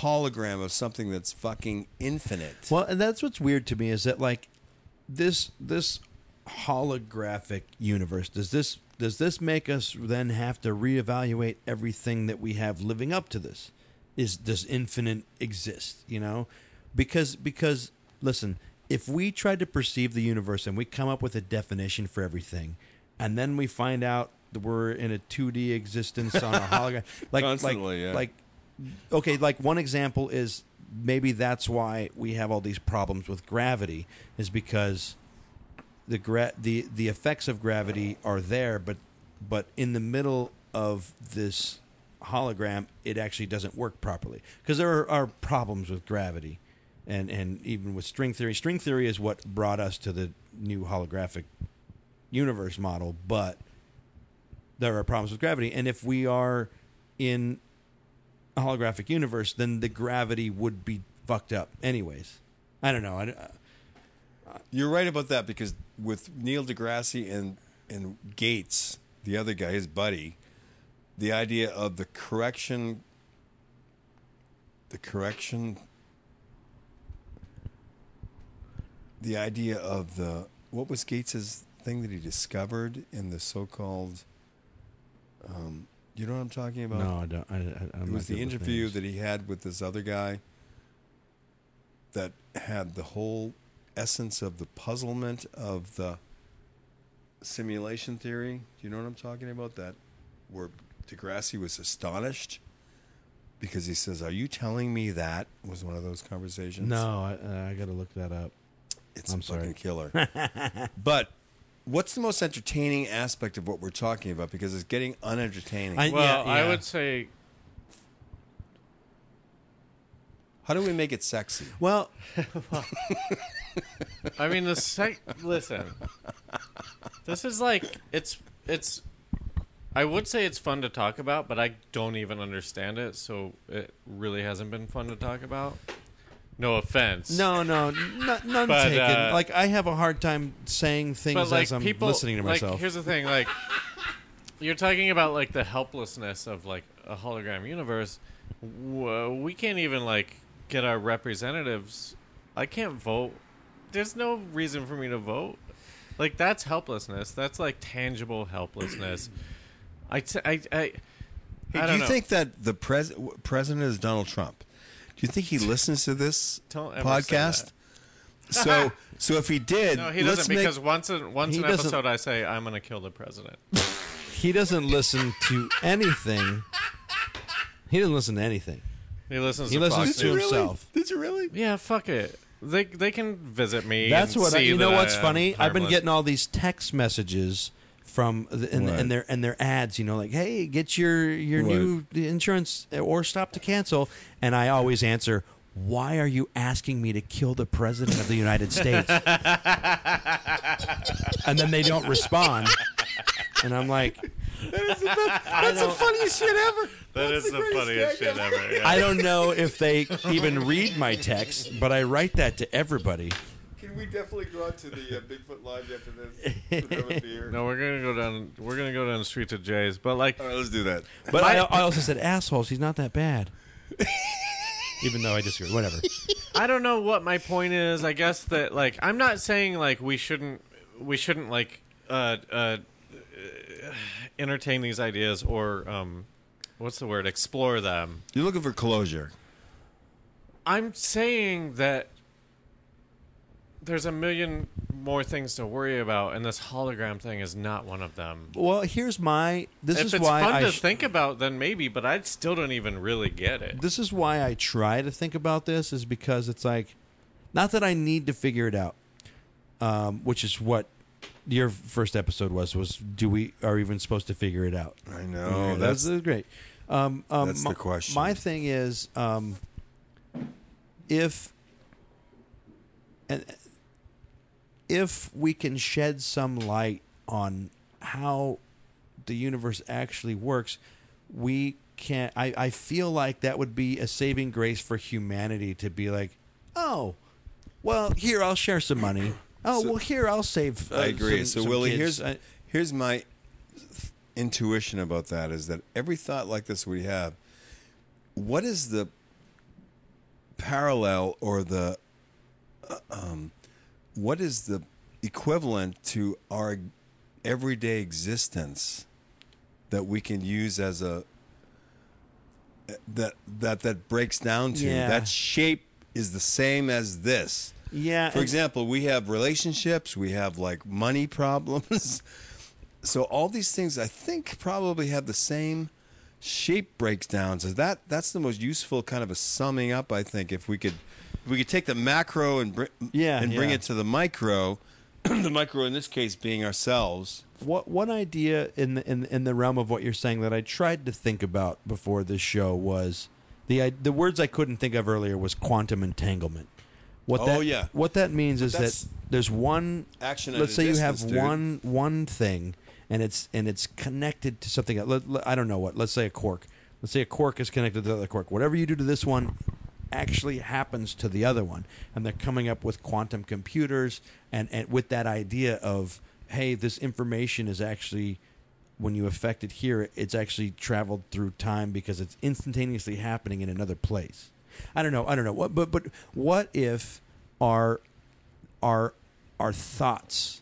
[SPEAKER 3] hologram of something that's fucking infinite?
[SPEAKER 2] Well, and that's what's weird to me is that like this this holographic universe does this does this make us then have to reevaluate everything that we have living up to this? Is does infinite exist? You know, because because listen, if we tried to perceive the universe and we come up with a definition for everything, and then we find out that we're in a two D existence on a hologram, like like,
[SPEAKER 3] Constantly, yeah.
[SPEAKER 2] like okay, like one example is maybe that's why we have all these problems with gravity is because the gra- the the effects of gravity are there, but but in the middle of this hologram, it actually doesn't work properly because there are, are problems with gravity, and and even with string theory. String theory is what brought us to the new holographic universe model, but there are problems with gravity, and if we are in a holographic universe, then the gravity would be fucked up, anyways. I don't know. I, I-
[SPEAKER 3] You're right about that because with Neil deGrasse and and Gates, the other guy, his buddy, the idea of the correction, the correction, the idea of the what was Gates's thing that he discovered in the so-called, um, you know what I'm talking about?
[SPEAKER 2] no, I don't. I, I, I'm
[SPEAKER 3] It
[SPEAKER 2] not
[SPEAKER 3] was the
[SPEAKER 2] good with
[SPEAKER 3] interview
[SPEAKER 2] names.
[SPEAKER 3] that he had with this other guy that had the whole essence of the puzzlement of the simulation theory. Do you know what I'm talking about? That where Degrassi was astonished because he says, "Are you telling me that?" Was one of those conversations.
[SPEAKER 2] No, I, I got to look that up.
[SPEAKER 3] It's
[SPEAKER 2] I'm
[SPEAKER 3] a fucking
[SPEAKER 2] sorry.
[SPEAKER 3] killer. but what's the most entertaining aspect of what we're talking about? Because it's getting unentertaining.
[SPEAKER 2] I-
[SPEAKER 1] Well,
[SPEAKER 2] Yeah,
[SPEAKER 1] I
[SPEAKER 2] yeah.
[SPEAKER 1] would say
[SPEAKER 3] How do we make it sexy?
[SPEAKER 2] Well,
[SPEAKER 1] I mean, the sec- listen. This is like it's it's. I would say it's fun to talk about, but I don't even understand it, so it really hasn't been fun to talk about. No offense.
[SPEAKER 2] no, no, n- none
[SPEAKER 1] But,
[SPEAKER 2] taken.
[SPEAKER 1] uh,
[SPEAKER 2] like I have a hard time saying things
[SPEAKER 1] but like
[SPEAKER 2] as I'm
[SPEAKER 1] people
[SPEAKER 2] listening to
[SPEAKER 1] Like,
[SPEAKER 2] myself.
[SPEAKER 1] here's the thing, like you're talking about like the helplessness of like a hologram universe. Whoa, we can't even like get our representatives. I can't vote. There's no reason for me to vote. Like that's helplessness. That's like tangible helplessness. I t- I I.
[SPEAKER 3] Hey,
[SPEAKER 1] I
[SPEAKER 3] do
[SPEAKER 1] don't
[SPEAKER 3] you
[SPEAKER 1] know.
[SPEAKER 3] think that the pres- w- president is Donald Trump? Do you think he listens to this
[SPEAKER 1] Don't ever say
[SPEAKER 3] podcast? So, so if he did,
[SPEAKER 1] No, he
[SPEAKER 3] let's
[SPEAKER 1] doesn't
[SPEAKER 3] make
[SPEAKER 1] because once in, once
[SPEAKER 2] He
[SPEAKER 1] an
[SPEAKER 2] doesn't-
[SPEAKER 1] episode I say I'm gonna kill the president.
[SPEAKER 2] he doesn't listen to anything. He doesn't listen to anything.
[SPEAKER 1] He listens.
[SPEAKER 2] He
[SPEAKER 1] to
[SPEAKER 2] listens
[SPEAKER 1] Fox
[SPEAKER 2] to
[SPEAKER 1] News.
[SPEAKER 2] himself.
[SPEAKER 3] Did you really?
[SPEAKER 1] Yeah, fuck it. They they can visit me.
[SPEAKER 2] That's
[SPEAKER 1] and
[SPEAKER 2] what I,
[SPEAKER 1] see
[SPEAKER 2] you know.
[SPEAKER 1] that
[SPEAKER 2] What's
[SPEAKER 1] I am
[SPEAKER 2] funny? I've been
[SPEAKER 1] harmless.
[SPEAKER 2] getting all these text messages from the, and, and their and their ads. You know, like, hey, get your your new insurance uh, or stop to cancel. And I always answer, why are you asking me to kill the president of the United States? and then they don't respond. And I'm like,
[SPEAKER 3] That's the funniest shit ever.
[SPEAKER 1] That is the, funniest shit ever. yeah.
[SPEAKER 2] I don't know if they even read my text, but I write that to everybody.
[SPEAKER 3] Can we definitely go out to the uh, Bigfoot Lodge after this? Have a beer?
[SPEAKER 1] no, we're gonna go down. We're gonna go down the street to Jay's, but like,
[SPEAKER 3] All right, let's do that.
[SPEAKER 2] But I, I also said, assholes, he's not that bad. Even though I disagree, whatever.
[SPEAKER 1] I don't know what my point is. I guess that like, I'm not saying like we shouldn't, we shouldn't like, uh, uh, entertain these ideas or um, what's the word? Explore them.
[SPEAKER 3] You're looking for closure.
[SPEAKER 1] I'm saying that there's a million more things to worry about, and this hologram thing is not one of them.
[SPEAKER 2] Well, here's my. This
[SPEAKER 1] if
[SPEAKER 2] is
[SPEAKER 1] it's
[SPEAKER 2] why
[SPEAKER 1] fun
[SPEAKER 2] I.
[SPEAKER 1] to
[SPEAKER 2] sh-
[SPEAKER 1] think about, then maybe, but I still don't even really get it.
[SPEAKER 2] this is why I try to think about this is because it's like, not that I need to figure it out, um, which is what your first episode was. Was do we are even supposed to figure it out?
[SPEAKER 3] I know.
[SPEAKER 2] that's, that's great. Um, um,
[SPEAKER 3] Oh, That's
[SPEAKER 2] my,
[SPEAKER 3] the question.
[SPEAKER 2] My thing is, um, if and if we can shed some light on how the universe actually works, we can. I I feel like that would be a saving grace for humanity to be like, oh, well, here I'll share some money. Oh, well, here I'll save. Uh,
[SPEAKER 3] I agree.
[SPEAKER 2] some-
[SPEAKER 3] so
[SPEAKER 2] some
[SPEAKER 3] Willie,
[SPEAKER 2] kids.
[SPEAKER 3] here's uh,
[SPEAKER 2] I-
[SPEAKER 3] here's my th- intuition about that is that every thought like this we have, what is the parallel or the uh, um, what is the equivalent to our everyday existence that we can use as a that that that breaks down to
[SPEAKER 2] Yeah.
[SPEAKER 3] that shape is the same as this
[SPEAKER 2] yeah.
[SPEAKER 3] for
[SPEAKER 2] and-
[SPEAKER 3] example, we have relationships, we have like money problems. so all these things I think probably have the same shape breakdowns. So that that's the most useful kind of a summing up I think if we could if we could take the macro and br-
[SPEAKER 2] Yeah,
[SPEAKER 3] and bring
[SPEAKER 2] yeah.
[SPEAKER 3] it to the micro. the micro in this case being ourselves.
[SPEAKER 2] what one idea in the in, in the realm of what you're saying that I tried to think about before this show was the I, the words I couldn't think of earlier was quantum entanglement. What
[SPEAKER 3] Oh,
[SPEAKER 2] that,
[SPEAKER 3] yeah.
[SPEAKER 2] what that means is
[SPEAKER 3] that's-
[SPEAKER 2] that there's one
[SPEAKER 3] Action at
[SPEAKER 2] Let's
[SPEAKER 3] a
[SPEAKER 2] say
[SPEAKER 3] distance,
[SPEAKER 2] you have
[SPEAKER 3] dude.
[SPEAKER 2] one one thing and it's and it's connected to something. else. Let- let- I don't know what. Let's say a quark. Let's say a quark is connected to the other quark. Whatever you do to this one actually happens to the other one, and they're coming up with quantum computers and and with that idea of hey, this information is actually when you affect it here, it's actually traveled through time because it's instantaneously happening in another place. I don't know. I don't know. What, but but what if our our our thoughts?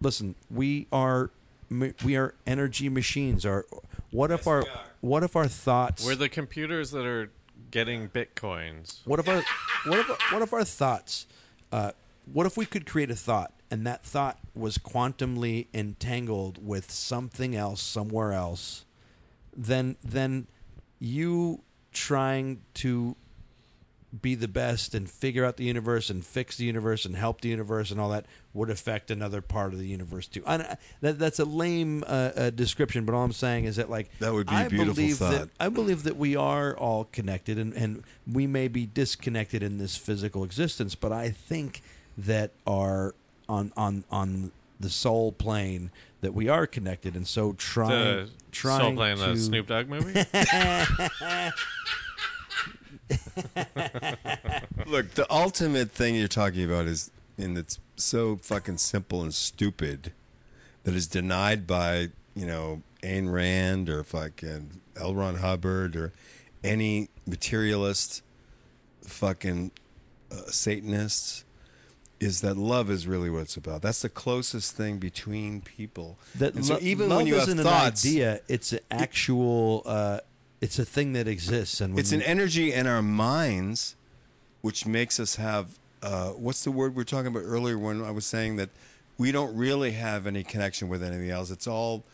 [SPEAKER 2] Listen, we are ma- we are energy machines. Our what if our what if our thoughts?
[SPEAKER 1] We're the computers that are getting bitcoins.
[SPEAKER 2] What if our what if what if our thoughts? Uh, what if we could create a thought, and that thought was quantumly entangled with something else somewhere else? Then then you trying to be the best and figure out the universe and fix the universe and help the universe and all that would affect another part of the universe too. And I- that, that's a lame uh, uh, description, but all I'm saying is that like
[SPEAKER 3] That would be a
[SPEAKER 2] I
[SPEAKER 3] beautiful
[SPEAKER 2] believe That,
[SPEAKER 3] thought.
[SPEAKER 2] I believe that we are all connected and, and we may be disconnected in this physical existence, but I think that our on on on the soul plane that we are connected and so trying
[SPEAKER 1] The
[SPEAKER 2] trying
[SPEAKER 1] Soul playing
[SPEAKER 2] to
[SPEAKER 1] the Snoop Dogg movie.
[SPEAKER 3] Look, the ultimate thing you're talking about is, and it's so fucking simple and stupid that is denied by, you know, Ayn Rand or fucking L. Ron Hubbard or any materialist fucking uh, Satanists is that love is really what it's about. That's the closest thing between people.
[SPEAKER 2] That
[SPEAKER 3] And so
[SPEAKER 2] lo-
[SPEAKER 3] even
[SPEAKER 2] love
[SPEAKER 3] when you have
[SPEAKER 2] isn't
[SPEAKER 3] thoughts,
[SPEAKER 2] an idea; it's an actual. Uh, it's a thing that exists, and when
[SPEAKER 3] it's an energy in our minds which makes us have uh, what's the word we were talking about earlier when i was saying that we don't really have any connection with anything else it's all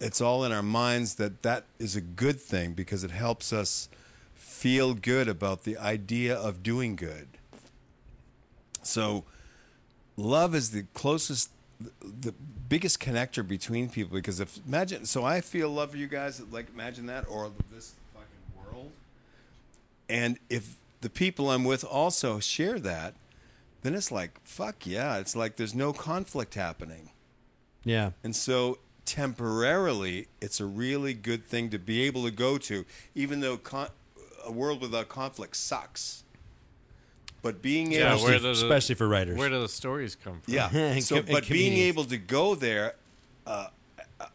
[SPEAKER 3] it's all in our minds that that is a good thing because it helps us feel good about the idea of doing good so love is the closest the biggest connector between people because if imagine so i feel love for you guys like imagine that or this fucking world and if the people i'm with also share that then it's like fuck yeah it's like there's no conflict happening
[SPEAKER 2] yeah,
[SPEAKER 3] and so temporarily it's a really good thing to be able to go to even though con- a world without conflict sucks but being able
[SPEAKER 1] Yeah,
[SPEAKER 3] to
[SPEAKER 1] where the-
[SPEAKER 2] especially for writers.
[SPEAKER 1] Where do the stories come from?
[SPEAKER 3] yeah.
[SPEAKER 2] And
[SPEAKER 3] so,
[SPEAKER 2] com- and
[SPEAKER 3] but being
[SPEAKER 2] comedians.
[SPEAKER 3] able to go there, uh,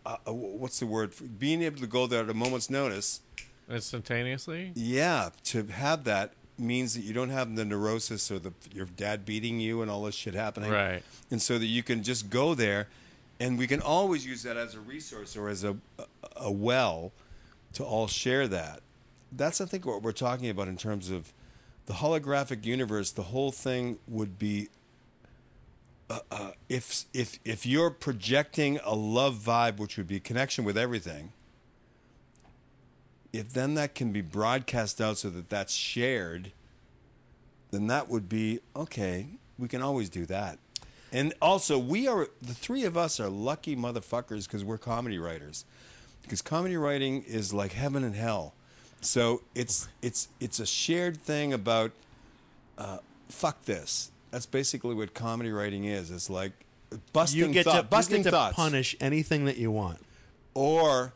[SPEAKER 3] uh, uh, what's the word? For, being able to go there at a moment's notice,
[SPEAKER 1] Instantaneously.
[SPEAKER 3] yeah, to have that means that you don't have the neurosis or the your dad beating you and all this shit happening,
[SPEAKER 1] Right.
[SPEAKER 3] And so that you can just go there, and we can always use that as a resource or as a a, a well to all share that. That's I think what we're talking about in terms of the holographic universe. The whole thing would be uh, if if if you're projecting a love vibe, which would be connection with everything, if then that can be broadcast out so that that's shared, then that would be okay. We can always do that. And also, we are the three of us are lucky motherfuckers because we're comedy writers. Because comedy writing is like heaven and hell. So it's it's it's a shared thing about uh, fuck this. That's basically what comedy writing is. It's like busting
[SPEAKER 2] you get
[SPEAKER 3] thought,
[SPEAKER 2] to
[SPEAKER 3] busting
[SPEAKER 2] you get to
[SPEAKER 3] thoughts,
[SPEAKER 2] punish anything that you want.
[SPEAKER 3] or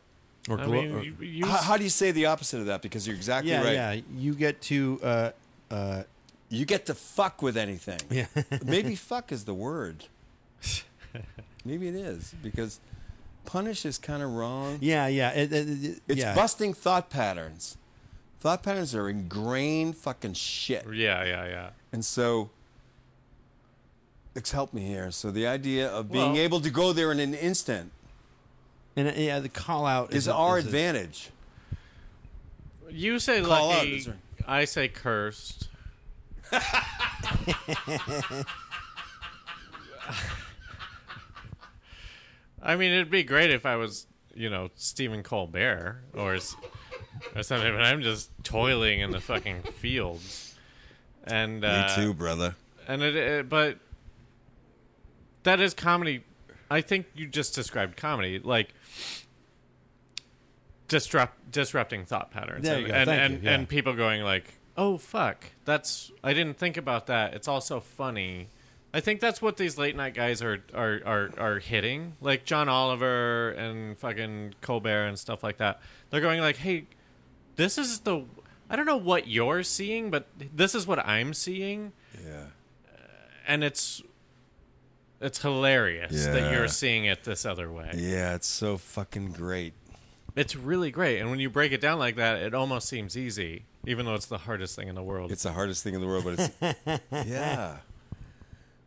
[SPEAKER 2] Or,
[SPEAKER 1] I
[SPEAKER 2] glo-
[SPEAKER 1] mean,
[SPEAKER 2] or-
[SPEAKER 1] you,
[SPEAKER 3] h-
[SPEAKER 1] you,
[SPEAKER 3] how, do you say the opposite of that? Because you're exactly
[SPEAKER 2] yeah,
[SPEAKER 3] right.
[SPEAKER 2] yeah, you get to. Uh, uh,
[SPEAKER 3] You get to fuck with anything.
[SPEAKER 2] Yeah.
[SPEAKER 3] Maybe fuck is the word. Maybe it is because punish is kind of wrong.
[SPEAKER 2] yeah, yeah, it- it- it-
[SPEAKER 3] It's
[SPEAKER 2] yeah.
[SPEAKER 3] busting thought patterns. Thought patterns are ingrained fucking shit.
[SPEAKER 1] yeah, yeah, yeah.
[SPEAKER 3] And so it's helped me here. So the idea of being
[SPEAKER 1] Well-
[SPEAKER 3] able to go there in an instant
[SPEAKER 2] and uh, yeah, the call out
[SPEAKER 3] is
[SPEAKER 2] a-
[SPEAKER 3] our
[SPEAKER 2] is a-
[SPEAKER 3] advantage.
[SPEAKER 1] You say
[SPEAKER 3] Call out,
[SPEAKER 1] lucky.
[SPEAKER 3] is there-
[SPEAKER 1] I say cursed. I mean, it'd be great if I was, you know, Stephen Colbert or s- or something, but I'm just toiling in the fucking fields. And uh,
[SPEAKER 3] brother.
[SPEAKER 1] and it, it but that is comedy i think you just described comedy like disrupt disrupting thought patterns
[SPEAKER 2] There
[SPEAKER 1] and
[SPEAKER 2] you go.
[SPEAKER 1] and,
[SPEAKER 2] Thank
[SPEAKER 1] and,
[SPEAKER 2] you. Yeah.
[SPEAKER 1] and people going like oh fuck that's i didn't think about that it's also funny i think that's what these late night guys are are are, are hitting like john oliver and fucking colbert and stuff like that they're going like hey this is the i don't know what you're seeing but this is what i'm seeing
[SPEAKER 3] Yeah.
[SPEAKER 1] and it's it's hilarious that
[SPEAKER 3] Yeah.
[SPEAKER 1] you're seeing it this other way.
[SPEAKER 3] Yeah, it's so fucking great.
[SPEAKER 1] It's really great, and when you break it down like that, it almost seems easy, even though it's the hardest thing in the world.
[SPEAKER 3] It's the hardest thing in the world, but it's yeah.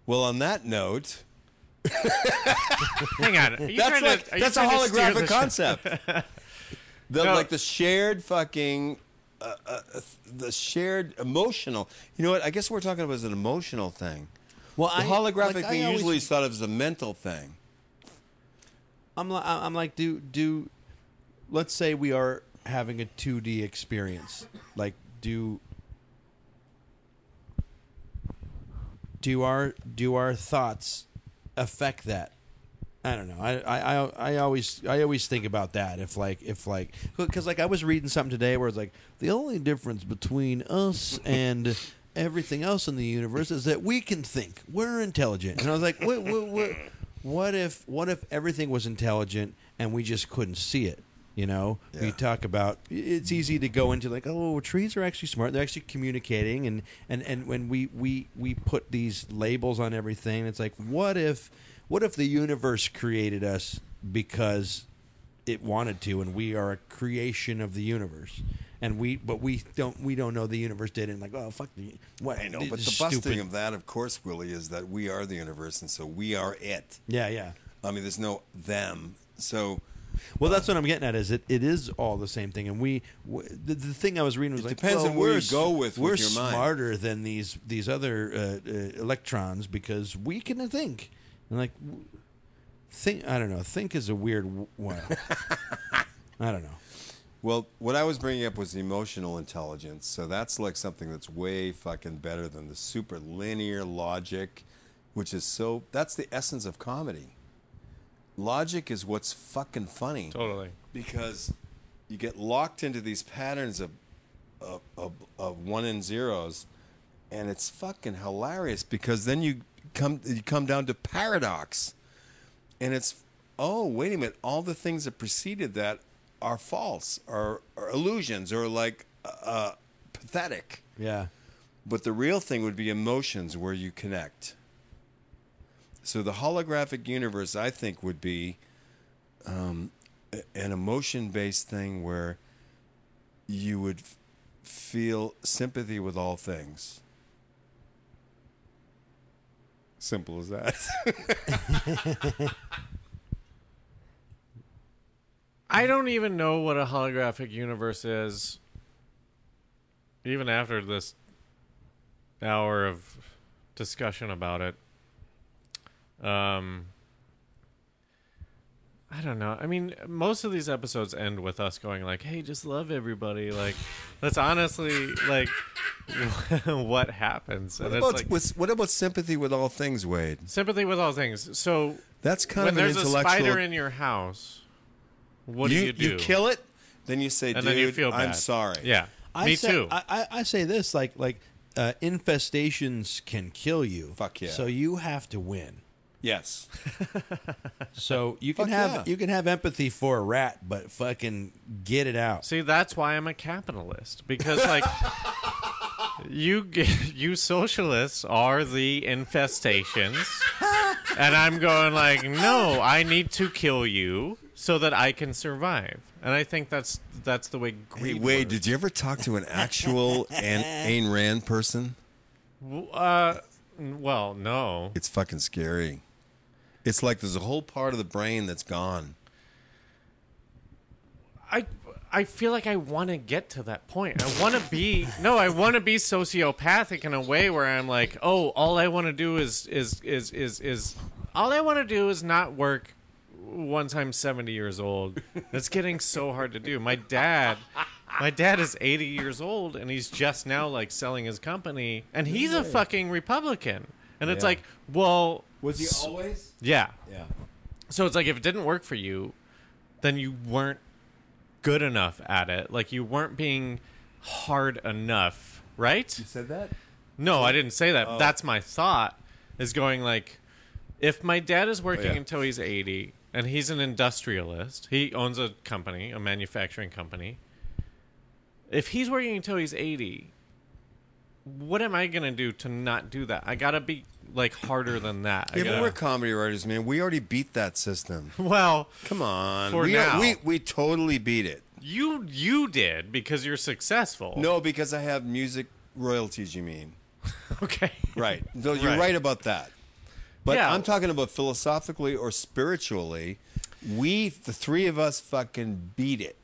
[SPEAKER 3] Well, on that note,
[SPEAKER 1] Hang on, are you
[SPEAKER 3] that's
[SPEAKER 1] trying
[SPEAKER 3] like
[SPEAKER 1] to, are you
[SPEAKER 3] that's a
[SPEAKER 1] trying to steer
[SPEAKER 3] holographic
[SPEAKER 1] the show?
[SPEAKER 3] concept. the
[SPEAKER 1] No.
[SPEAKER 3] like the shared fucking uh, uh, uh, the shared emotional. You know what? I guess what we're talking about is an emotional thing.
[SPEAKER 2] Well,
[SPEAKER 3] The
[SPEAKER 2] I-
[SPEAKER 3] holographic
[SPEAKER 2] like, I
[SPEAKER 3] thing
[SPEAKER 2] always-
[SPEAKER 3] usually is thought of as a mental thing.
[SPEAKER 2] I'm like, I'm like, do do, let's say we are having a 2D experience. Like, do do our do our thoughts affect that? I don't know. I I I, I always I always think about that. If like if like because like I was reading something today where it's like the only difference between us and everything else in the universe is that we can think. We're intelligent, and I was like, what what what, what if what if everything was intelligent and we just couldn't see it? You know, we
[SPEAKER 3] Yeah.
[SPEAKER 2] talk about it's easy to go into like, oh, trees are actually smart. They're actually communicating, and and and when we we we put these labels on everything, it's like, what if what if the universe created us because it wanted to, and we are a creation of the universe. And we, but we don't, we don't know the universe did, and like, oh fuck, the, what?
[SPEAKER 3] I know,
[SPEAKER 2] this
[SPEAKER 3] but
[SPEAKER 2] is
[SPEAKER 3] the best
[SPEAKER 2] stupid.
[SPEAKER 3] thing of that, of course, Willie, is that we are the universe, and so we are it.
[SPEAKER 2] yeah, yeah.
[SPEAKER 3] I mean, there's no them. So
[SPEAKER 2] Well, that's what I'm getting at. Is it? It is all the same thing. And we, w- the, the thing I was reading was
[SPEAKER 3] It
[SPEAKER 2] like,
[SPEAKER 3] depends
[SPEAKER 2] well,
[SPEAKER 3] on where
[SPEAKER 2] we're
[SPEAKER 3] you
[SPEAKER 2] s-
[SPEAKER 3] go with- with
[SPEAKER 2] We're
[SPEAKER 3] your mind.
[SPEAKER 2] smarter than these these other uh, uh, electrons because we can think. And like, w- think. I don't know. Think is a weird w- one. I don't know.
[SPEAKER 3] Well, what I was bringing up was emotional intelligence. So that's like something that's way fucking better than the super linear logic, which is so. That's the essence of comedy. Logic is what's fucking funny
[SPEAKER 1] Totally.
[SPEAKER 3] because you get locked into these patterns of, of, of, of one and zeros, and it's fucking hilarious because then you come you come down to paradox, and it's oh wait a minute, all the things that preceded that are false, are, are illusions, or like uh, pathetic.
[SPEAKER 2] Yeah.
[SPEAKER 3] But the real thing would be emotions where you connect. So the holographic universe, I think, would be um, a- an emotion based thing where you would f- feel sympathy with all things. Simple as that.
[SPEAKER 1] I don't even know what a holographic universe is. Even after this hour of discussion about it. Um I don't know. I mean, most of these episodes end with us going like, "Hey, just love everybody." Like, that's honestly like what happens. And
[SPEAKER 3] what,
[SPEAKER 1] it's
[SPEAKER 3] about,
[SPEAKER 1] like
[SPEAKER 3] what's- what about sympathy with all things, Wade?
[SPEAKER 1] sympathy with all things. So,
[SPEAKER 3] That's kind
[SPEAKER 1] when
[SPEAKER 3] of an
[SPEAKER 1] there's a
[SPEAKER 3] intellectual.
[SPEAKER 1] spider in your house, what do you do?
[SPEAKER 3] kill it, then you say,
[SPEAKER 1] and
[SPEAKER 3] "Dude,
[SPEAKER 1] then you feel bad.
[SPEAKER 3] I'm sorry."
[SPEAKER 1] Yeah,
[SPEAKER 2] I
[SPEAKER 1] me
[SPEAKER 2] say,
[SPEAKER 1] too.
[SPEAKER 2] I, I, I say this like like uh, infestations can kill you.
[SPEAKER 3] Fuck yeah.
[SPEAKER 2] So you have to win.
[SPEAKER 3] Yes.
[SPEAKER 2] So you can
[SPEAKER 3] Fuck
[SPEAKER 2] have
[SPEAKER 3] yeah.
[SPEAKER 2] you can have empathy for a rat, but fucking get it out.
[SPEAKER 1] See, that's why I'm a capitalist because like you g- you socialists are the infestations, and I'm going like, no, I need to kill you so that I can survive. And I think that's that's the way
[SPEAKER 3] Hey,
[SPEAKER 1] greed.
[SPEAKER 3] Wade,
[SPEAKER 1] works.
[SPEAKER 3] did you ever talk to an actual An- Ayn Rand person?
[SPEAKER 1] W- uh, n- well, no.
[SPEAKER 3] It's fucking scary. It's like there's a whole part of the brain that's gone.
[SPEAKER 1] I I feel like I want to get to that point. I want to be no, I want to be sociopathic in a way where I'm like, oh, all I want to do is is is is is all I want to do is not work. Once I'm 70 years old, that's getting so hard to do. My dad, my dad is 80 years old and he's just now like selling his company, and he's a fucking Republican. And it's like, well,
[SPEAKER 3] Was he always?
[SPEAKER 1] yeah,
[SPEAKER 3] Yeah.
[SPEAKER 1] so it's like if it didn't work for you, then you weren't good enough at it. Like you weren't being hard enough, right?
[SPEAKER 3] Said that?
[SPEAKER 1] No, I didn't say
[SPEAKER 3] Oh.
[SPEAKER 1] that. That's my thought is going like if my dad is working
[SPEAKER 3] Oh, yeah.
[SPEAKER 1] until he's 80 and he's an industrialist, he owns a company, a manufacturing company. If he's working until he's 80, what am I going to do to not do that? I got to be like harder than that. I
[SPEAKER 3] Yeah, but
[SPEAKER 1] gotta-
[SPEAKER 3] we're comedy writers, man. We already beat that system.
[SPEAKER 1] well,
[SPEAKER 3] Come on.
[SPEAKER 1] For
[SPEAKER 3] we,
[SPEAKER 1] now.
[SPEAKER 3] we we totally beat it.
[SPEAKER 1] You you did because you're successful.
[SPEAKER 3] No, because I have music royalties. You mean?
[SPEAKER 1] Okay.
[SPEAKER 3] Right. No, you're
[SPEAKER 1] Right.
[SPEAKER 3] right. about that. But
[SPEAKER 1] Yeah.
[SPEAKER 3] I'm talking about philosophically or spiritually. We, the three of us, fucking beat it.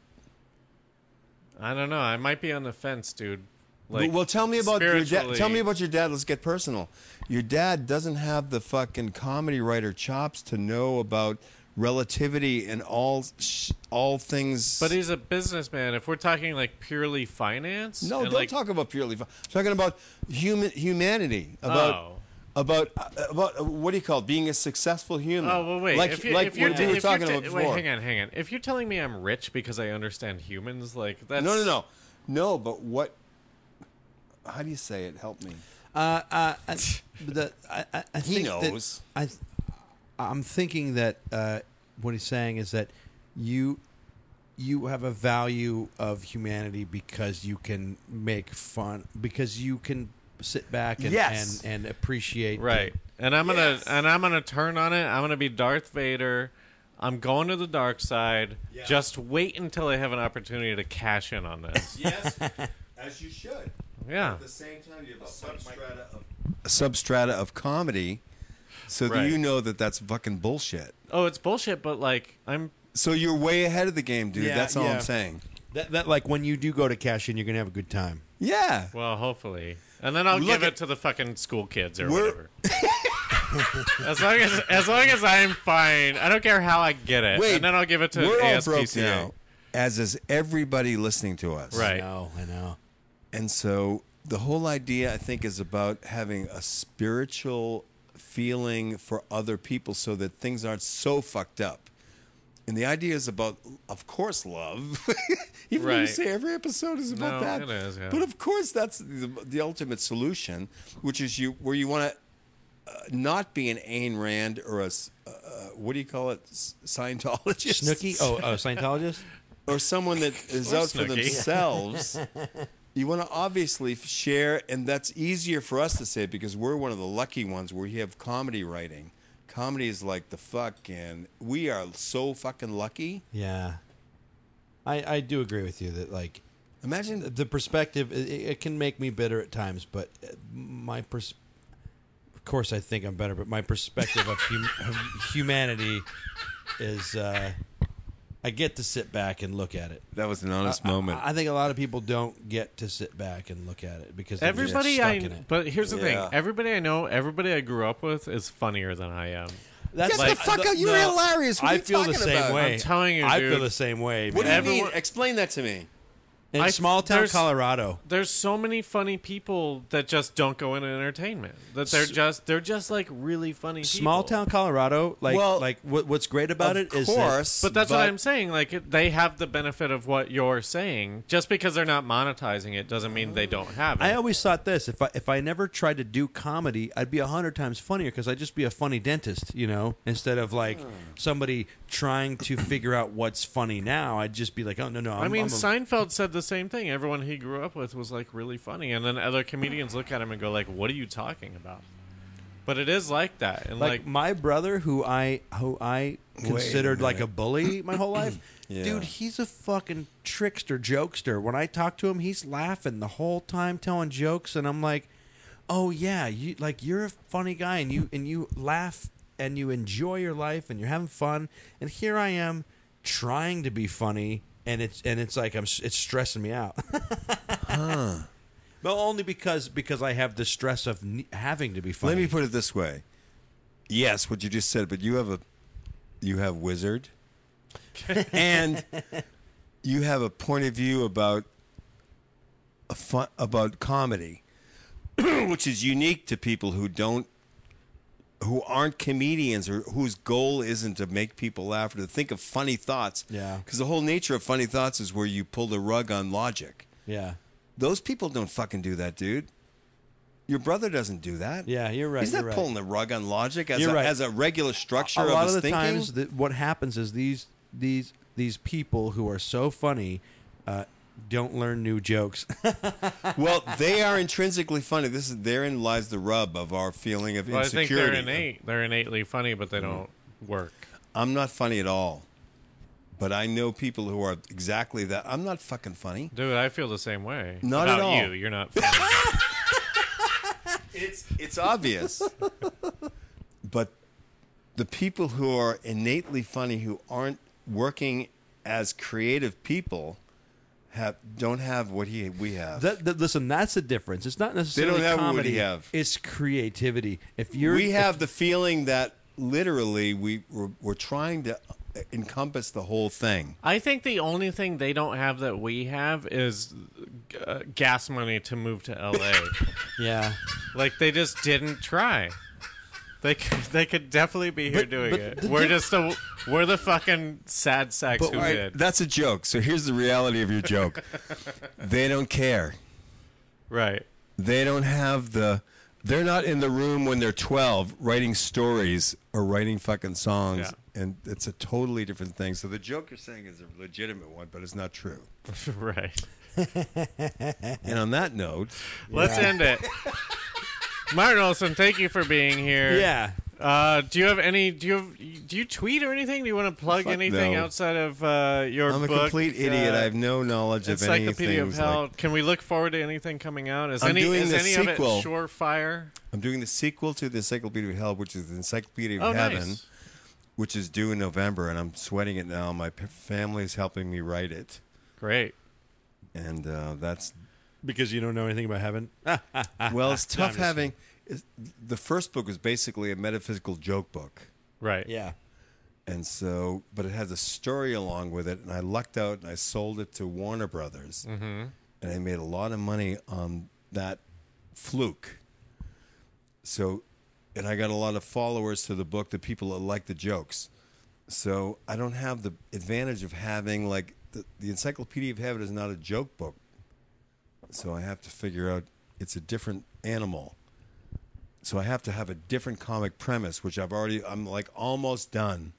[SPEAKER 1] I don't know. I might be on the fence, dude. Like,
[SPEAKER 3] well, tell me about your dad.
[SPEAKER 1] spiritually-
[SPEAKER 3] Tell me about your dad. Let's get personal. Your dad doesn't have the fucking comedy writer chops to know about relativity and all sh- all things.
[SPEAKER 1] But he's a businessman. If we're talking like purely finance,
[SPEAKER 3] no,
[SPEAKER 1] and,
[SPEAKER 3] don't
[SPEAKER 1] like,
[SPEAKER 3] talk about purely. fu- I'm talking about human humanity. About
[SPEAKER 1] Oh.
[SPEAKER 3] about about uh, what do you call it? Being a successful human.
[SPEAKER 1] Oh well, wait.
[SPEAKER 3] Like
[SPEAKER 1] if you,
[SPEAKER 3] like
[SPEAKER 1] if you're,
[SPEAKER 3] what
[SPEAKER 1] t-
[SPEAKER 3] we were
[SPEAKER 1] if you're
[SPEAKER 3] talking
[SPEAKER 1] t-
[SPEAKER 3] about before.
[SPEAKER 1] wait, hang on, hang on. If you're telling me I'm rich because I understand humans, like that's
[SPEAKER 3] No, no, no, no. But what? How do you say it? Help me.
[SPEAKER 2] Uh, uh, I, but the, I, I- I
[SPEAKER 3] He
[SPEAKER 2] think
[SPEAKER 3] knows.
[SPEAKER 2] That I, th- I'm thinking that uh, what he's saying is that you you have a value of humanity because you can make fun because you can sit back and
[SPEAKER 3] Yes.
[SPEAKER 2] and, and appreciate the-
[SPEAKER 1] Right. And I'm gonna and I'm gonna turn on it. I'm gonna be Darth Vader. I'm going to the dark side. Just wait until I have an opportunity to cash in on this.
[SPEAKER 3] Yes, as you should.
[SPEAKER 1] yeah.
[SPEAKER 3] same time, you have a substrata of comedy, so that
[SPEAKER 1] Right.
[SPEAKER 3] you know that that's fucking bullshit.
[SPEAKER 1] Oh, it's bullshit, but like I'm
[SPEAKER 3] So you're way ahead of the game, dude.
[SPEAKER 2] Yeah,
[SPEAKER 3] that's all
[SPEAKER 2] yeah.
[SPEAKER 3] I'm saying.
[SPEAKER 2] that, that like when you do go to cash in, you're gonna have a good time.
[SPEAKER 3] Yeah.
[SPEAKER 1] well, hopefully. And then I'll
[SPEAKER 3] Look
[SPEAKER 1] give
[SPEAKER 3] at-
[SPEAKER 1] it to the fucking school kids or
[SPEAKER 3] We're-
[SPEAKER 1] whatever. as long as as long as I'm fine, I don't care how I get it.
[SPEAKER 3] Wait,
[SPEAKER 1] and then I'll give it to
[SPEAKER 3] We're all broke
[SPEAKER 1] ASPCA.
[SPEAKER 3] now, as is everybody listening to us.
[SPEAKER 1] Right.
[SPEAKER 2] I know, I know.
[SPEAKER 3] And so the whole idea, I think, is about having a spiritual feeling for other people so that things aren't so fucked up. And the idea is about, of course, love. Even though you
[SPEAKER 1] Right.
[SPEAKER 3] say every episode is about
[SPEAKER 1] No,
[SPEAKER 3] that.
[SPEAKER 1] it is, yeah.
[SPEAKER 3] But of course, that's the, the ultimate solution, which is you where you want to uh, not be an Ayn Rand or a, s- uh, uh, what do you call it, S- Scientologist?
[SPEAKER 2] Snooky, oh, oh, Scientologist.
[SPEAKER 3] or someone that is
[SPEAKER 1] Or
[SPEAKER 3] out for
[SPEAKER 1] Snooki.
[SPEAKER 3] themselves, you want to obviously f- share, and that's easier for us to say because we're one of the lucky ones where you have comedy writing. Comedy is like the fucking. We are so fucking lucky.
[SPEAKER 2] Yeah, I I do agree with you that like
[SPEAKER 3] Imagine
[SPEAKER 2] the perspective it, it can make me bitter at times but uh, my pers- of course i think i'm better but my perspective of, hum- of humanity is uh, i get to sit back and look at it
[SPEAKER 3] that was an honest
[SPEAKER 2] I, I think a lot of people don't get to sit back and look at it because they're just
[SPEAKER 1] Everybody
[SPEAKER 2] stuck
[SPEAKER 1] I
[SPEAKER 2] in it.
[SPEAKER 1] but here's the
[SPEAKER 3] Yeah.
[SPEAKER 1] thing. Everybody I know, everybody I grew up with is funnier than I am.
[SPEAKER 2] that's
[SPEAKER 3] Get the fuck out, you're hilarious. What
[SPEAKER 2] i
[SPEAKER 3] are you
[SPEAKER 2] feel the
[SPEAKER 3] talking
[SPEAKER 2] same
[SPEAKER 3] about?
[SPEAKER 2] way
[SPEAKER 1] I'm telling you,
[SPEAKER 2] i
[SPEAKER 1] dude.
[SPEAKER 2] feel the same way
[SPEAKER 3] what do you
[SPEAKER 2] man.
[SPEAKER 1] everyone-
[SPEAKER 3] mean? Explain that to me.
[SPEAKER 2] in
[SPEAKER 1] I-
[SPEAKER 2] small town
[SPEAKER 1] there's-
[SPEAKER 2] colorado
[SPEAKER 1] There's so many funny people that just don't go into entertainment. That they're just they're just like really funny
[SPEAKER 2] small
[SPEAKER 1] people.
[SPEAKER 2] town colorado like
[SPEAKER 3] Well,
[SPEAKER 2] like what, what's great about it
[SPEAKER 3] of
[SPEAKER 2] is that-
[SPEAKER 3] course,
[SPEAKER 1] But that's what I'm saying. Like it- they have the benefit of what you're saying. Just because they're not monetizing it doesn't mean they don't have it.
[SPEAKER 2] I always thought this: if I if I never tried to do comedy, I'd be a hundred times funnier because I'd just be a funny dentist, you know. Instead of like
[SPEAKER 1] Hmm.
[SPEAKER 2] somebody trying to figure out what's funny now, I'd just be like, oh no no. I'm,
[SPEAKER 1] I mean,
[SPEAKER 2] I'm a-
[SPEAKER 1] Seinfeld said the same thing. Everyone he grew up with was like really funny, and then other comedians look at him and go like, "What are you talking about?" But it is like that, and
[SPEAKER 2] like,
[SPEAKER 1] like,
[SPEAKER 2] my brother who I who I considered like a bully my whole life.
[SPEAKER 3] Yeah.
[SPEAKER 2] Dude, he's a fucking trickster, jokester. When I talk to him, he's laughing the whole time, telling jokes, and I'm like, "Oh yeah, you like you're a funny guy, and you and you laugh and you enjoy your life, and you're having fun." And here I am trying to be funny, and it's and it's like I'm s- it's stressing me out. But only because because I have the stress of ne- having to be funny.
[SPEAKER 3] Let me put it this way. Yes, what you just said, but you have a you have wizard and you have a point of view about a fun, about comedy which is unique to people who don't who aren't comedians or whose goal isn't to make people laugh or to think of funny thoughts.
[SPEAKER 2] Yeah.
[SPEAKER 3] Cuz the whole nature of funny thoughts is where you pull the rug on logic.
[SPEAKER 2] yeah.
[SPEAKER 3] Those people don't fucking do that, dude. Your brother doesn't do that.
[SPEAKER 2] Yeah, you're right,
[SPEAKER 3] He's not
[SPEAKER 2] you're right.
[SPEAKER 3] pulling the rug on logic as,
[SPEAKER 2] You're
[SPEAKER 3] a,
[SPEAKER 2] right.
[SPEAKER 3] as a regular structure
[SPEAKER 2] a
[SPEAKER 3] of
[SPEAKER 2] lot
[SPEAKER 3] his
[SPEAKER 2] of the
[SPEAKER 3] thinking.
[SPEAKER 2] times that what happens is these these these people who are so funny uh, don't learn new jokes.
[SPEAKER 3] well, they are intrinsically funny. This is therein lies the rub of our feeling of
[SPEAKER 1] well, I think
[SPEAKER 3] insecurity.
[SPEAKER 1] they're innate. They're innately funny, but they don't work.
[SPEAKER 3] I'm not funny at all, but I know people who are exactly that. I'm not fucking funny.
[SPEAKER 1] Dude, I feel the same way.
[SPEAKER 3] Not at
[SPEAKER 1] about
[SPEAKER 3] all.
[SPEAKER 1] you. You're not funny.
[SPEAKER 3] It's it's obvious, but the people who are innately funny who aren't working as creative people have don't have what he we have.
[SPEAKER 2] that, that- listen, that's the difference. It's not necessarily
[SPEAKER 3] have what we
[SPEAKER 2] comedy.
[SPEAKER 3] have.
[SPEAKER 2] It's creativity. If you're
[SPEAKER 3] we have the feeling that literally we we're, we're trying to encompass the whole thing.
[SPEAKER 1] I think the only thing they don't have that we have is uh, gas money to move to LA.
[SPEAKER 2] yeah,
[SPEAKER 1] Like they just didn't try. They could, they could definitely be here
[SPEAKER 2] But-
[SPEAKER 1] doing
[SPEAKER 2] but
[SPEAKER 1] it.
[SPEAKER 2] the
[SPEAKER 1] we're
[SPEAKER 2] diff-
[SPEAKER 1] just the we're the fucking sad sacks who
[SPEAKER 3] All right,
[SPEAKER 1] did.
[SPEAKER 3] that's a joke. So here's the reality of your joke. they don't care.
[SPEAKER 1] right.
[SPEAKER 3] They don't have the. They're not in the room when they're 12 writing stories or writing fucking songs. And it's a totally different thing. So the joke you're saying is a legitimate one, but it's not true.
[SPEAKER 1] Right.
[SPEAKER 3] And on that note,
[SPEAKER 1] Let's end it. Martin Olson, thank you for being here.
[SPEAKER 2] Yeah.
[SPEAKER 1] Uh, do you have any? Do you have, do you tweet or anything? Do you want to plug
[SPEAKER 3] Fuck
[SPEAKER 1] anything
[SPEAKER 3] no.
[SPEAKER 1] outside of uh, your
[SPEAKER 3] I'm a
[SPEAKER 1] book,
[SPEAKER 3] complete idiot.
[SPEAKER 1] uh,
[SPEAKER 3] I have no knowledge of anything.
[SPEAKER 1] Encyclopedia of Hell.
[SPEAKER 3] Like,
[SPEAKER 1] Can we look forward to anything coming out? Is
[SPEAKER 3] I'm
[SPEAKER 1] any
[SPEAKER 3] doing
[SPEAKER 1] is
[SPEAKER 3] the
[SPEAKER 1] any of it
[SPEAKER 3] sequel.
[SPEAKER 1] surefire?
[SPEAKER 3] I'm doing the sequel to the Encyclopedia of Hell, which is the Encyclopedia of
[SPEAKER 1] Oh,
[SPEAKER 3] Heaven,
[SPEAKER 1] nice.
[SPEAKER 3] which is due in November, and I'm sweating it now. My p- family is helping me write it,
[SPEAKER 1] Great.
[SPEAKER 3] and uh, that's
[SPEAKER 5] because you don't know anything about heaven.
[SPEAKER 3] well, it's tough
[SPEAKER 5] just
[SPEAKER 3] having. It's, the first book was basically a metaphysical joke book,
[SPEAKER 1] Right.
[SPEAKER 2] Yeah.
[SPEAKER 3] and so, but it has a story along with it, and I lucked out and I sold it to Warner Brothers, and I made a lot of money on that fluke. So, and I got a lot of followers to the book, the people that like the jokes. So I don't have the advantage of having like the, the Encyclopedia of Heaven is not a joke book. So I have to figure out it's a different animal. So I have to have a different comic premise, which I've already I'm like almost done.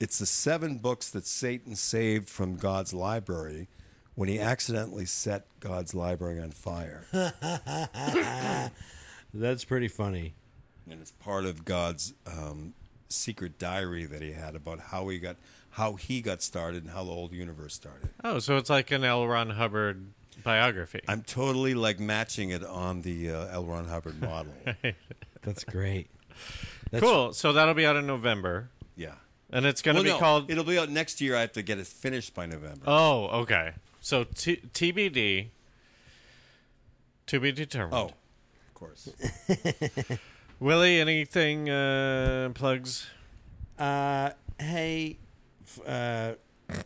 [SPEAKER 3] It's the seven books that Satan saved from God's library when he accidentally set God's library on fire.
[SPEAKER 2] That's pretty funny.
[SPEAKER 3] and it's part of God's um, secret diary that he had about how he got how he got started and how the whole universe started.
[SPEAKER 1] Oh, so it's like an L. Ron Hubbard biography.
[SPEAKER 3] I'm totally like matching it on the uh, L. Ron Hubbard model.
[SPEAKER 2] That's great.
[SPEAKER 1] cool. So that'll be out in November,
[SPEAKER 3] yeah.
[SPEAKER 1] and it's going to
[SPEAKER 3] Well,
[SPEAKER 1] be
[SPEAKER 3] no,
[SPEAKER 1] called.
[SPEAKER 3] It'll be out next year. I have to get it finished by November.
[SPEAKER 1] oh, okay. So t- TBD. To be determined.
[SPEAKER 3] oh, of course.
[SPEAKER 1] Willie, anything uh, plugs?
[SPEAKER 2] Uh, hey, f- uh,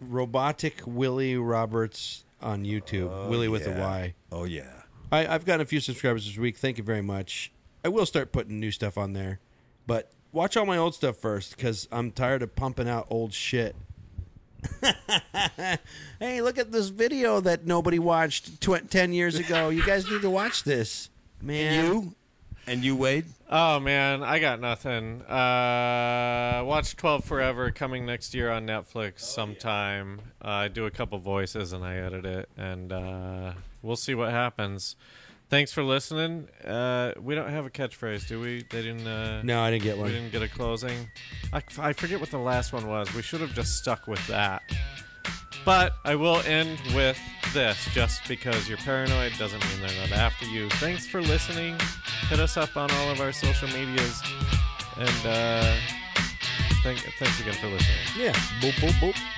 [SPEAKER 2] robotic Willie Roberts on YouTube. Willie with a Y.
[SPEAKER 3] Oh yeah.
[SPEAKER 2] I, I've gotten a few subscribers this week. Thank you very much. I will start putting new stuff on there, but watch all my old stuff first because I'm tired of pumping out old shit. hey, look at this video that nobody watched tw- 10 years ago. You guys need to watch this. Man.
[SPEAKER 3] You and you, Wade.
[SPEAKER 1] Oh man, I got nothing. Uh, watch Twelve Forever coming next year on Netflix sometime. Uh, I do a couple voices and I edit it, and uh, we'll see what happens. Thanks for listening. Uh, we don't have a catchphrase, do we? They didn't. Uh,
[SPEAKER 2] No, I didn't get
[SPEAKER 1] we
[SPEAKER 2] one.
[SPEAKER 1] didn't get a closing. I, I forget what the last one was. We should have just stuck with that. But I will end with this just because you're paranoid doesn't mean they're not after you. Thanks for listening. Hit us up on all of our social medias. And uh, thank, thanks again for listening.
[SPEAKER 2] Yeah. Boop, boop, boop.